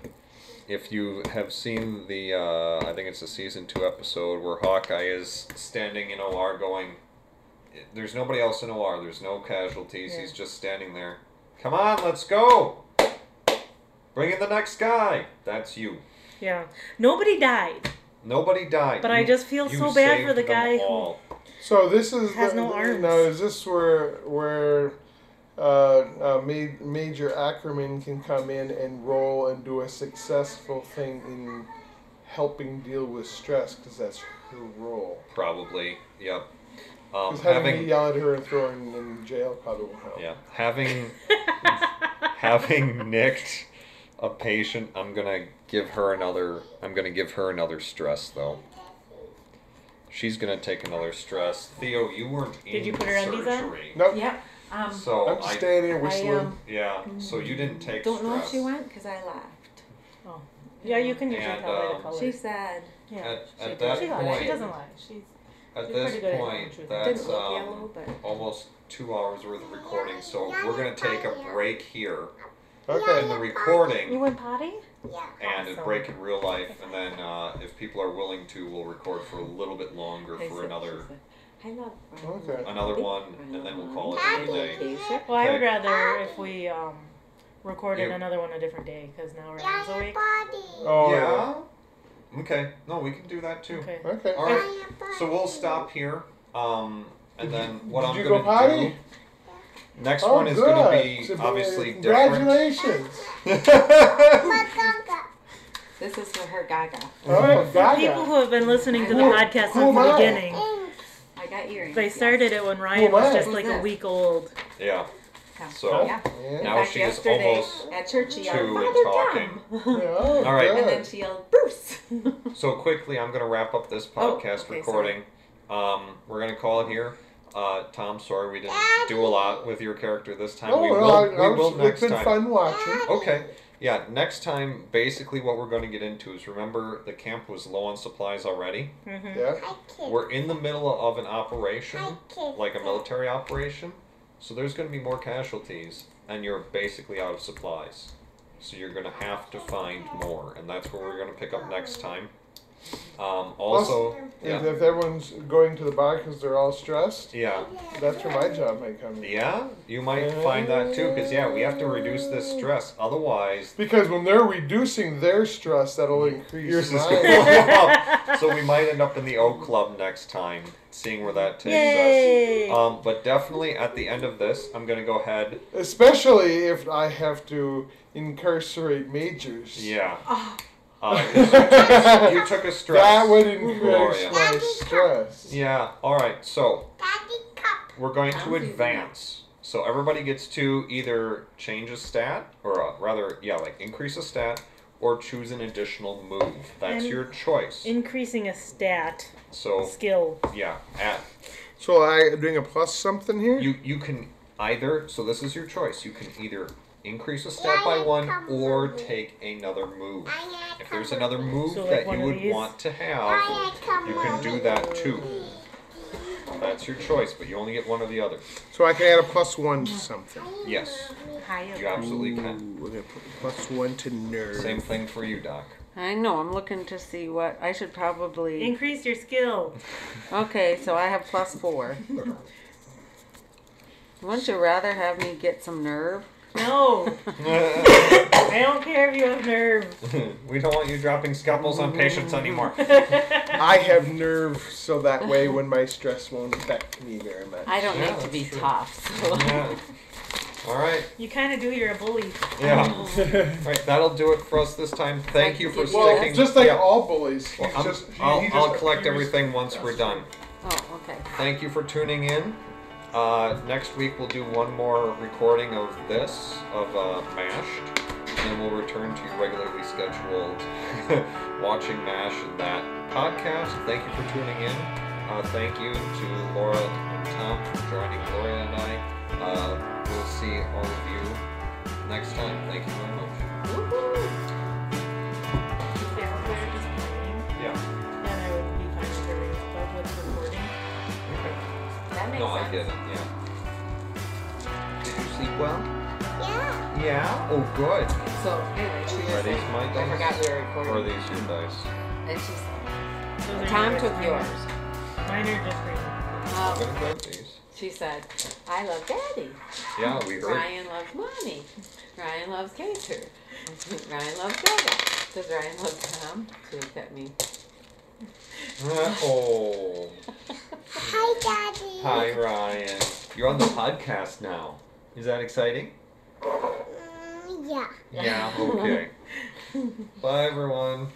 [SPEAKER 1] If you have seen the, uh, I think it's the season two episode where Hawkeye is standing in OR going, there's nobody else in OR, there's no casualties,
[SPEAKER 4] Yeah.
[SPEAKER 1] he's just standing there. Come on, let's go! Bring in the next guy! That's you.
[SPEAKER 4] Yeah. Nobody died.
[SPEAKER 1] Nobody died.
[SPEAKER 4] But I
[SPEAKER 1] You-
[SPEAKER 4] just feel
[SPEAKER 1] you
[SPEAKER 4] so bad for
[SPEAKER 1] saved
[SPEAKER 4] the
[SPEAKER 1] them
[SPEAKER 4] guy who-
[SPEAKER 1] all.
[SPEAKER 3] So this is
[SPEAKER 4] Has
[SPEAKER 3] the,
[SPEAKER 4] no
[SPEAKER 3] the-
[SPEAKER 4] arms.
[SPEAKER 3] Now is this where where uh, uh, Ma- Major Ackerman can come in and roll and do a successful thing in helping deal with stress because that's her role.
[SPEAKER 1] Probably. Yep. Um,
[SPEAKER 3] Because having, me
[SPEAKER 1] having
[SPEAKER 3] yell at her and throw her in, in jail probably won't help.
[SPEAKER 1] yeah having having nicked a patient. I'm gonna give her another. I'm gonna give her another stress though. She's gonna take another stress. Theo, you weren't in
[SPEAKER 4] Did you put her undies on?
[SPEAKER 1] surgery,
[SPEAKER 3] Nope.
[SPEAKER 5] Yep. Um,
[SPEAKER 1] so
[SPEAKER 3] I'm just
[SPEAKER 1] I,
[SPEAKER 3] standing here
[SPEAKER 5] I
[SPEAKER 3] whistling.
[SPEAKER 5] um,
[SPEAKER 1] yeah. So you didn't take.
[SPEAKER 5] don't know if
[SPEAKER 1] stress.
[SPEAKER 5] she went because I laughed.
[SPEAKER 4] Oh. Yeah, you can usually
[SPEAKER 1] And,
[SPEAKER 4] tell by the
[SPEAKER 1] um,
[SPEAKER 4] color.
[SPEAKER 5] She said
[SPEAKER 4] yeah.
[SPEAKER 1] At,
[SPEAKER 5] She
[SPEAKER 1] at
[SPEAKER 5] did.
[SPEAKER 1] that
[SPEAKER 4] she, lies.
[SPEAKER 1] point,
[SPEAKER 4] she doesn't lie. She's
[SPEAKER 1] at
[SPEAKER 4] You're
[SPEAKER 1] this
[SPEAKER 4] pretty good at
[SPEAKER 1] point,
[SPEAKER 4] telling the truth.
[SPEAKER 1] that's
[SPEAKER 5] didn't look
[SPEAKER 1] um,
[SPEAKER 5] yellow, but
[SPEAKER 1] almost two hours worth of recording. So we're gonna take a break here in the
[SPEAKER 3] Okay.
[SPEAKER 1] recording.
[SPEAKER 4] you went potty?
[SPEAKER 1] and a
[SPEAKER 4] Awesome.
[SPEAKER 1] break in real life, and then uh, if people are willing to, we'll record for a little bit longer
[SPEAKER 5] I
[SPEAKER 1] for
[SPEAKER 5] said-
[SPEAKER 1] another
[SPEAKER 5] she said, I love.
[SPEAKER 3] Okay.
[SPEAKER 1] another one, and then we'll call it a day.
[SPEAKER 4] Well, I would
[SPEAKER 1] Okay.
[SPEAKER 4] rather if we um, recorded
[SPEAKER 1] You-
[SPEAKER 4] another one a different day because now we're out of the week.
[SPEAKER 3] Oh yeah.
[SPEAKER 1] Yeah. Okay. No, we can do that too.
[SPEAKER 4] Okay.
[SPEAKER 3] Okay.
[SPEAKER 1] All right. Oh. So we'll stop here, um, and then what
[SPEAKER 3] Did
[SPEAKER 1] I'm
[SPEAKER 3] you
[SPEAKER 1] gonna
[SPEAKER 3] go potty?
[SPEAKER 1] do. Next
[SPEAKER 3] Oh,
[SPEAKER 1] one is
[SPEAKER 3] good.
[SPEAKER 1] going to be
[SPEAKER 3] So,
[SPEAKER 1] obviously different.
[SPEAKER 3] Congratulations.
[SPEAKER 5] This is for her Gaga.
[SPEAKER 3] Oh,
[SPEAKER 4] For people
[SPEAKER 3] Gaga.
[SPEAKER 4] who have been listening to the
[SPEAKER 5] Who-
[SPEAKER 4] podcast
[SPEAKER 3] who
[SPEAKER 4] since the
[SPEAKER 3] am I?
[SPEAKER 4] beginning,
[SPEAKER 5] I got earrings.
[SPEAKER 4] they
[SPEAKER 5] yes.
[SPEAKER 4] started it when Ryan
[SPEAKER 3] Who am
[SPEAKER 4] was
[SPEAKER 3] I?
[SPEAKER 4] just
[SPEAKER 5] Who's
[SPEAKER 4] like a
[SPEAKER 5] that?
[SPEAKER 4] week old.
[SPEAKER 1] Yeah.
[SPEAKER 5] Yeah.
[SPEAKER 1] So
[SPEAKER 5] Yeah. In
[SPEAKER 3] Yeah.
[SPEAKER 1] now
[SPEAKER 5] fact,
[SPEAKER 1] she's
[SPEAKER 5] yesterday
[SPEAKER 1] almost
[SPEAKER 5] at church. She
[SPEAKER 1] two
[SPEAKER 5] yelled,
[SPEAKER 1] and
[SPEAKER 5] "Father
[SPEAKER 1] talking.
[SPEAKER 5] Tom!"
[SPEAKER 3] Yeah,
[SPEAKER 1] All right.
[SPEAKER 5] and
[SPEAKER 3] Oh, good.
[SPEAKER 5] then she yelled, "Bruce."
[SPEAKER 1] So quickly, I'm going to wrap up this
[SPEAKER 5] Oh,
[SPEAKER 1] podcast
[SPEAKER 5] okay,
[SPEAKER 1] recording. Um, we're going to call it here. Uh, Tom, sorry we didn't do a lot with your character this time.
[SPEAKER 3] Oh,
[SPEAKER 1] we will,
[SPEAKER 3] well, I, I
[SPEAKER 1] we will
[SPEAKER 3] was,
[SPEAKER 1] next
[SPEAKER 3] it's been
[SPEAKER 1] time.
[SPEAKER 3] fun watching.
[SPEAKER 1] Okay. Yeah, next time, basically what we're going to get into is remember the camp was low on supplies already.
[SPEAKER 4] Mm-hmm.
[SPEAKER 3] Yeah.
[SPEAKER 1] We're in the middle of an operation, like a military operation. So there's going to be more casualties, and you're basically out of supplies. So you're going to have to find more, and that's where we're going to pick up next time. Um, also, yeah.
[SPEAKER 3] If, if everyone's going to the bar because they're all stressed,
[SPEAKER 1] Yeah,
[SPEAKER 3] that's where my job might come in.
[SPEAKER 1] yeah, you might find that too, because yeah, we have to reduce this stress. Otherwise,
[SPEAKER 3] Because when they're reducing their stress, that'll increase
[SPEAKER 1] Mm. yours is going
[SPEAKER 3] mine.
[SPEAKER 1] up. So we might end up in the O Club next time, seeing where that takes
[SPEAKER 4] Yay!
[SPEAKER 1] us. Um, but definitely at the end of this, I'm gonna go ahead.
[SPEAKER 3] Especially if I have to incarcerate majors.
[SPEAKER 1] Yeah.
[SPEAKER 4] Oh.
[SPEAKER 1] Uh, 'cause you, took, you took a stress.
[SPEAKER 3] That would increase
[SPEAKER 1] Gloria.
[SPEAKER 3] my stress.
[SPEAKER 1] Yeah. All right. So we're going to
[SPEAKER 5] Sounds easy.
[SPEAKER 1] advance. So everybody gets to either change a stat, or uh, rather, yeah, like increase a stat, or choose an additional move. That's
[SPEAKER 4] And-
[SPEAKER 1] your choice.
[SPEAKER 4] Increasing a stat Oh.
[SPEAKER 1] So
[SPEAKER 4] skill.
[SPEAKER 1] yeah, at
[SPEAKER 3] So I doing a plus something here?
[SPEAKER 1] you you can either. So this is your choice. You can either increase a stat by one or take another move. If there's another move
[SPEAKER 4] So, like,
[SPEAKER 1] that
[SPEAKER 4] one
[SPEAKER 1] you
[SPEAKER 4] of
[SPEAKER 1] would
[SPEAKER 4] these?
[SPEAKER 1] want to have, you can do that too. That's your choice, but you only get one or the other.
[SPEAKER 3] So I can add a plus one to something.
[SPEAKER 1] Yes, you
[SPEAKER 5] Higher.
[SPEAKER 1] absolutely can.
[SPEAKER 3] We're gonna put plus one to nerd.
[SPEAKER 1] Same thing for you, Doc.
[SPEAKER 2] I know. I'm looking to see what I should probably.
[SPEAKER 4] Increase your skill.
[SPEAKER 2] Okay, so I have plus four. Wouldn't you rather have me get some nerve?
[SPEAKER 4] No, I don't care if you have nerve.
[SPEAKER 1] we don't want you dropping scalpels on patients anymore.
[SPEAKER 3] I have nerve, so that way when my stress won't affect me very much.
[SPEAKER 5] I don't
[SPEAKER 1] Yeah,
[SPEAKER 5] like to
[SPEAKER 1] that's
[SPEAKER 5] be
[SPEAKER 1] true.
[SPEAKER 5] tough. So.
[SPEAKER 1] Yeah. All right.
[SPEAKER 4] You kind of do. You're a bully.
[SPEAKER 1] Yeah.
[SPEAKER 3] Mm.
[SPEAKER 1] All right. That'll do it for us this time. Thank you for
[SPEAKER 5] Well,
[SPEAKER 1] sticking.
[SPEAKER 3] just like
[SPEAKER 1] yeah.
[SPEAKER 3] all bullies, he's
[SPEAKER 1] Well, I'm-
[SPEAKER 3] just, he-
[SPEAKER 1] I'll,
[SPEAKER 3] he just-
[SPEAKER 1] I'll collect
[SPEAKER 3] he was-
[SPEAKER 1] everything once we're done.
[SPEAKER 5] Oh, okay.
[SPEAKER 1] Thank you for tuning in. Uh, next week we'll do one more recording of this of uh, Mashed, and we'll return to your regularly scheduled watching Mash and that podcast. Thank you for tuning in. Uh, thank you to Laura and Tom for joining Laura and I. Uh, we'll see all of you next time. Thank you very much.
[SPEAKER 4] If it was just playing,
[SPEAKER 1] Yeah.
[SPEAKER 4] then I would be concentrating about what's recording.
[SPEAKER 1] Okay.
[SPEAKER 5] That makes
[SPEAKER 1] No, I
[SPEAKER 5] sense.
[SPEAKER 1] get it. Yeah. Did you sleep well? Yeah. Yeah. Oh, good.
[SPEAKER 5] So anyway, she
[SPEAKER 1] Are
[SPEAKER 5] was
[SPEAKER 1] these
[SPEAKER 5] like,
[SPEAKER 1] my
[SPEAKER 5] I forgot
[SPEAKER 1] dice?
[SPEAKER 5] we
[SPEAKER 1] Or
[SPEAKER 5] were
[SPEAKER 1] are
[SPEAKER 5] recording.
[SPEAKER 1] these your dice?
[SPEAKER 5] And she said,
[SPEAKER 4] Those are
[SPEAKER 5] Tom
[SPEAKER 4] yours,
[SPEAKER 5] took
[SPEAKER 4] mine
[SPEAKER 5] yours.
[SPEAKER 4] aren't. Mine are different.
[SPEAKER 1] I'm
[SPEAKER 5] Um,
[SPEAKER 1] gonna grab these.
[SPEAKER 5] she said, I love daddy.
[SPEAKER 1] Yeah, we heard.
[SPEAKER 5] Ryan loves mommy. Ryan loves Gator. Ryan loves Dada. Does Ryan love Tom? She looked at me.
[SPEAKER 1] Uh, oh.
[SPEAKER 7] Hi, Daddy.
[SPEAKER 1] Hi, Ryan. You're on the podcast now. Is that exciting?
[SPEAKER 7] Mm, yeah.
[SPEAKER 1] Yeah. Okay. Bye, everyone.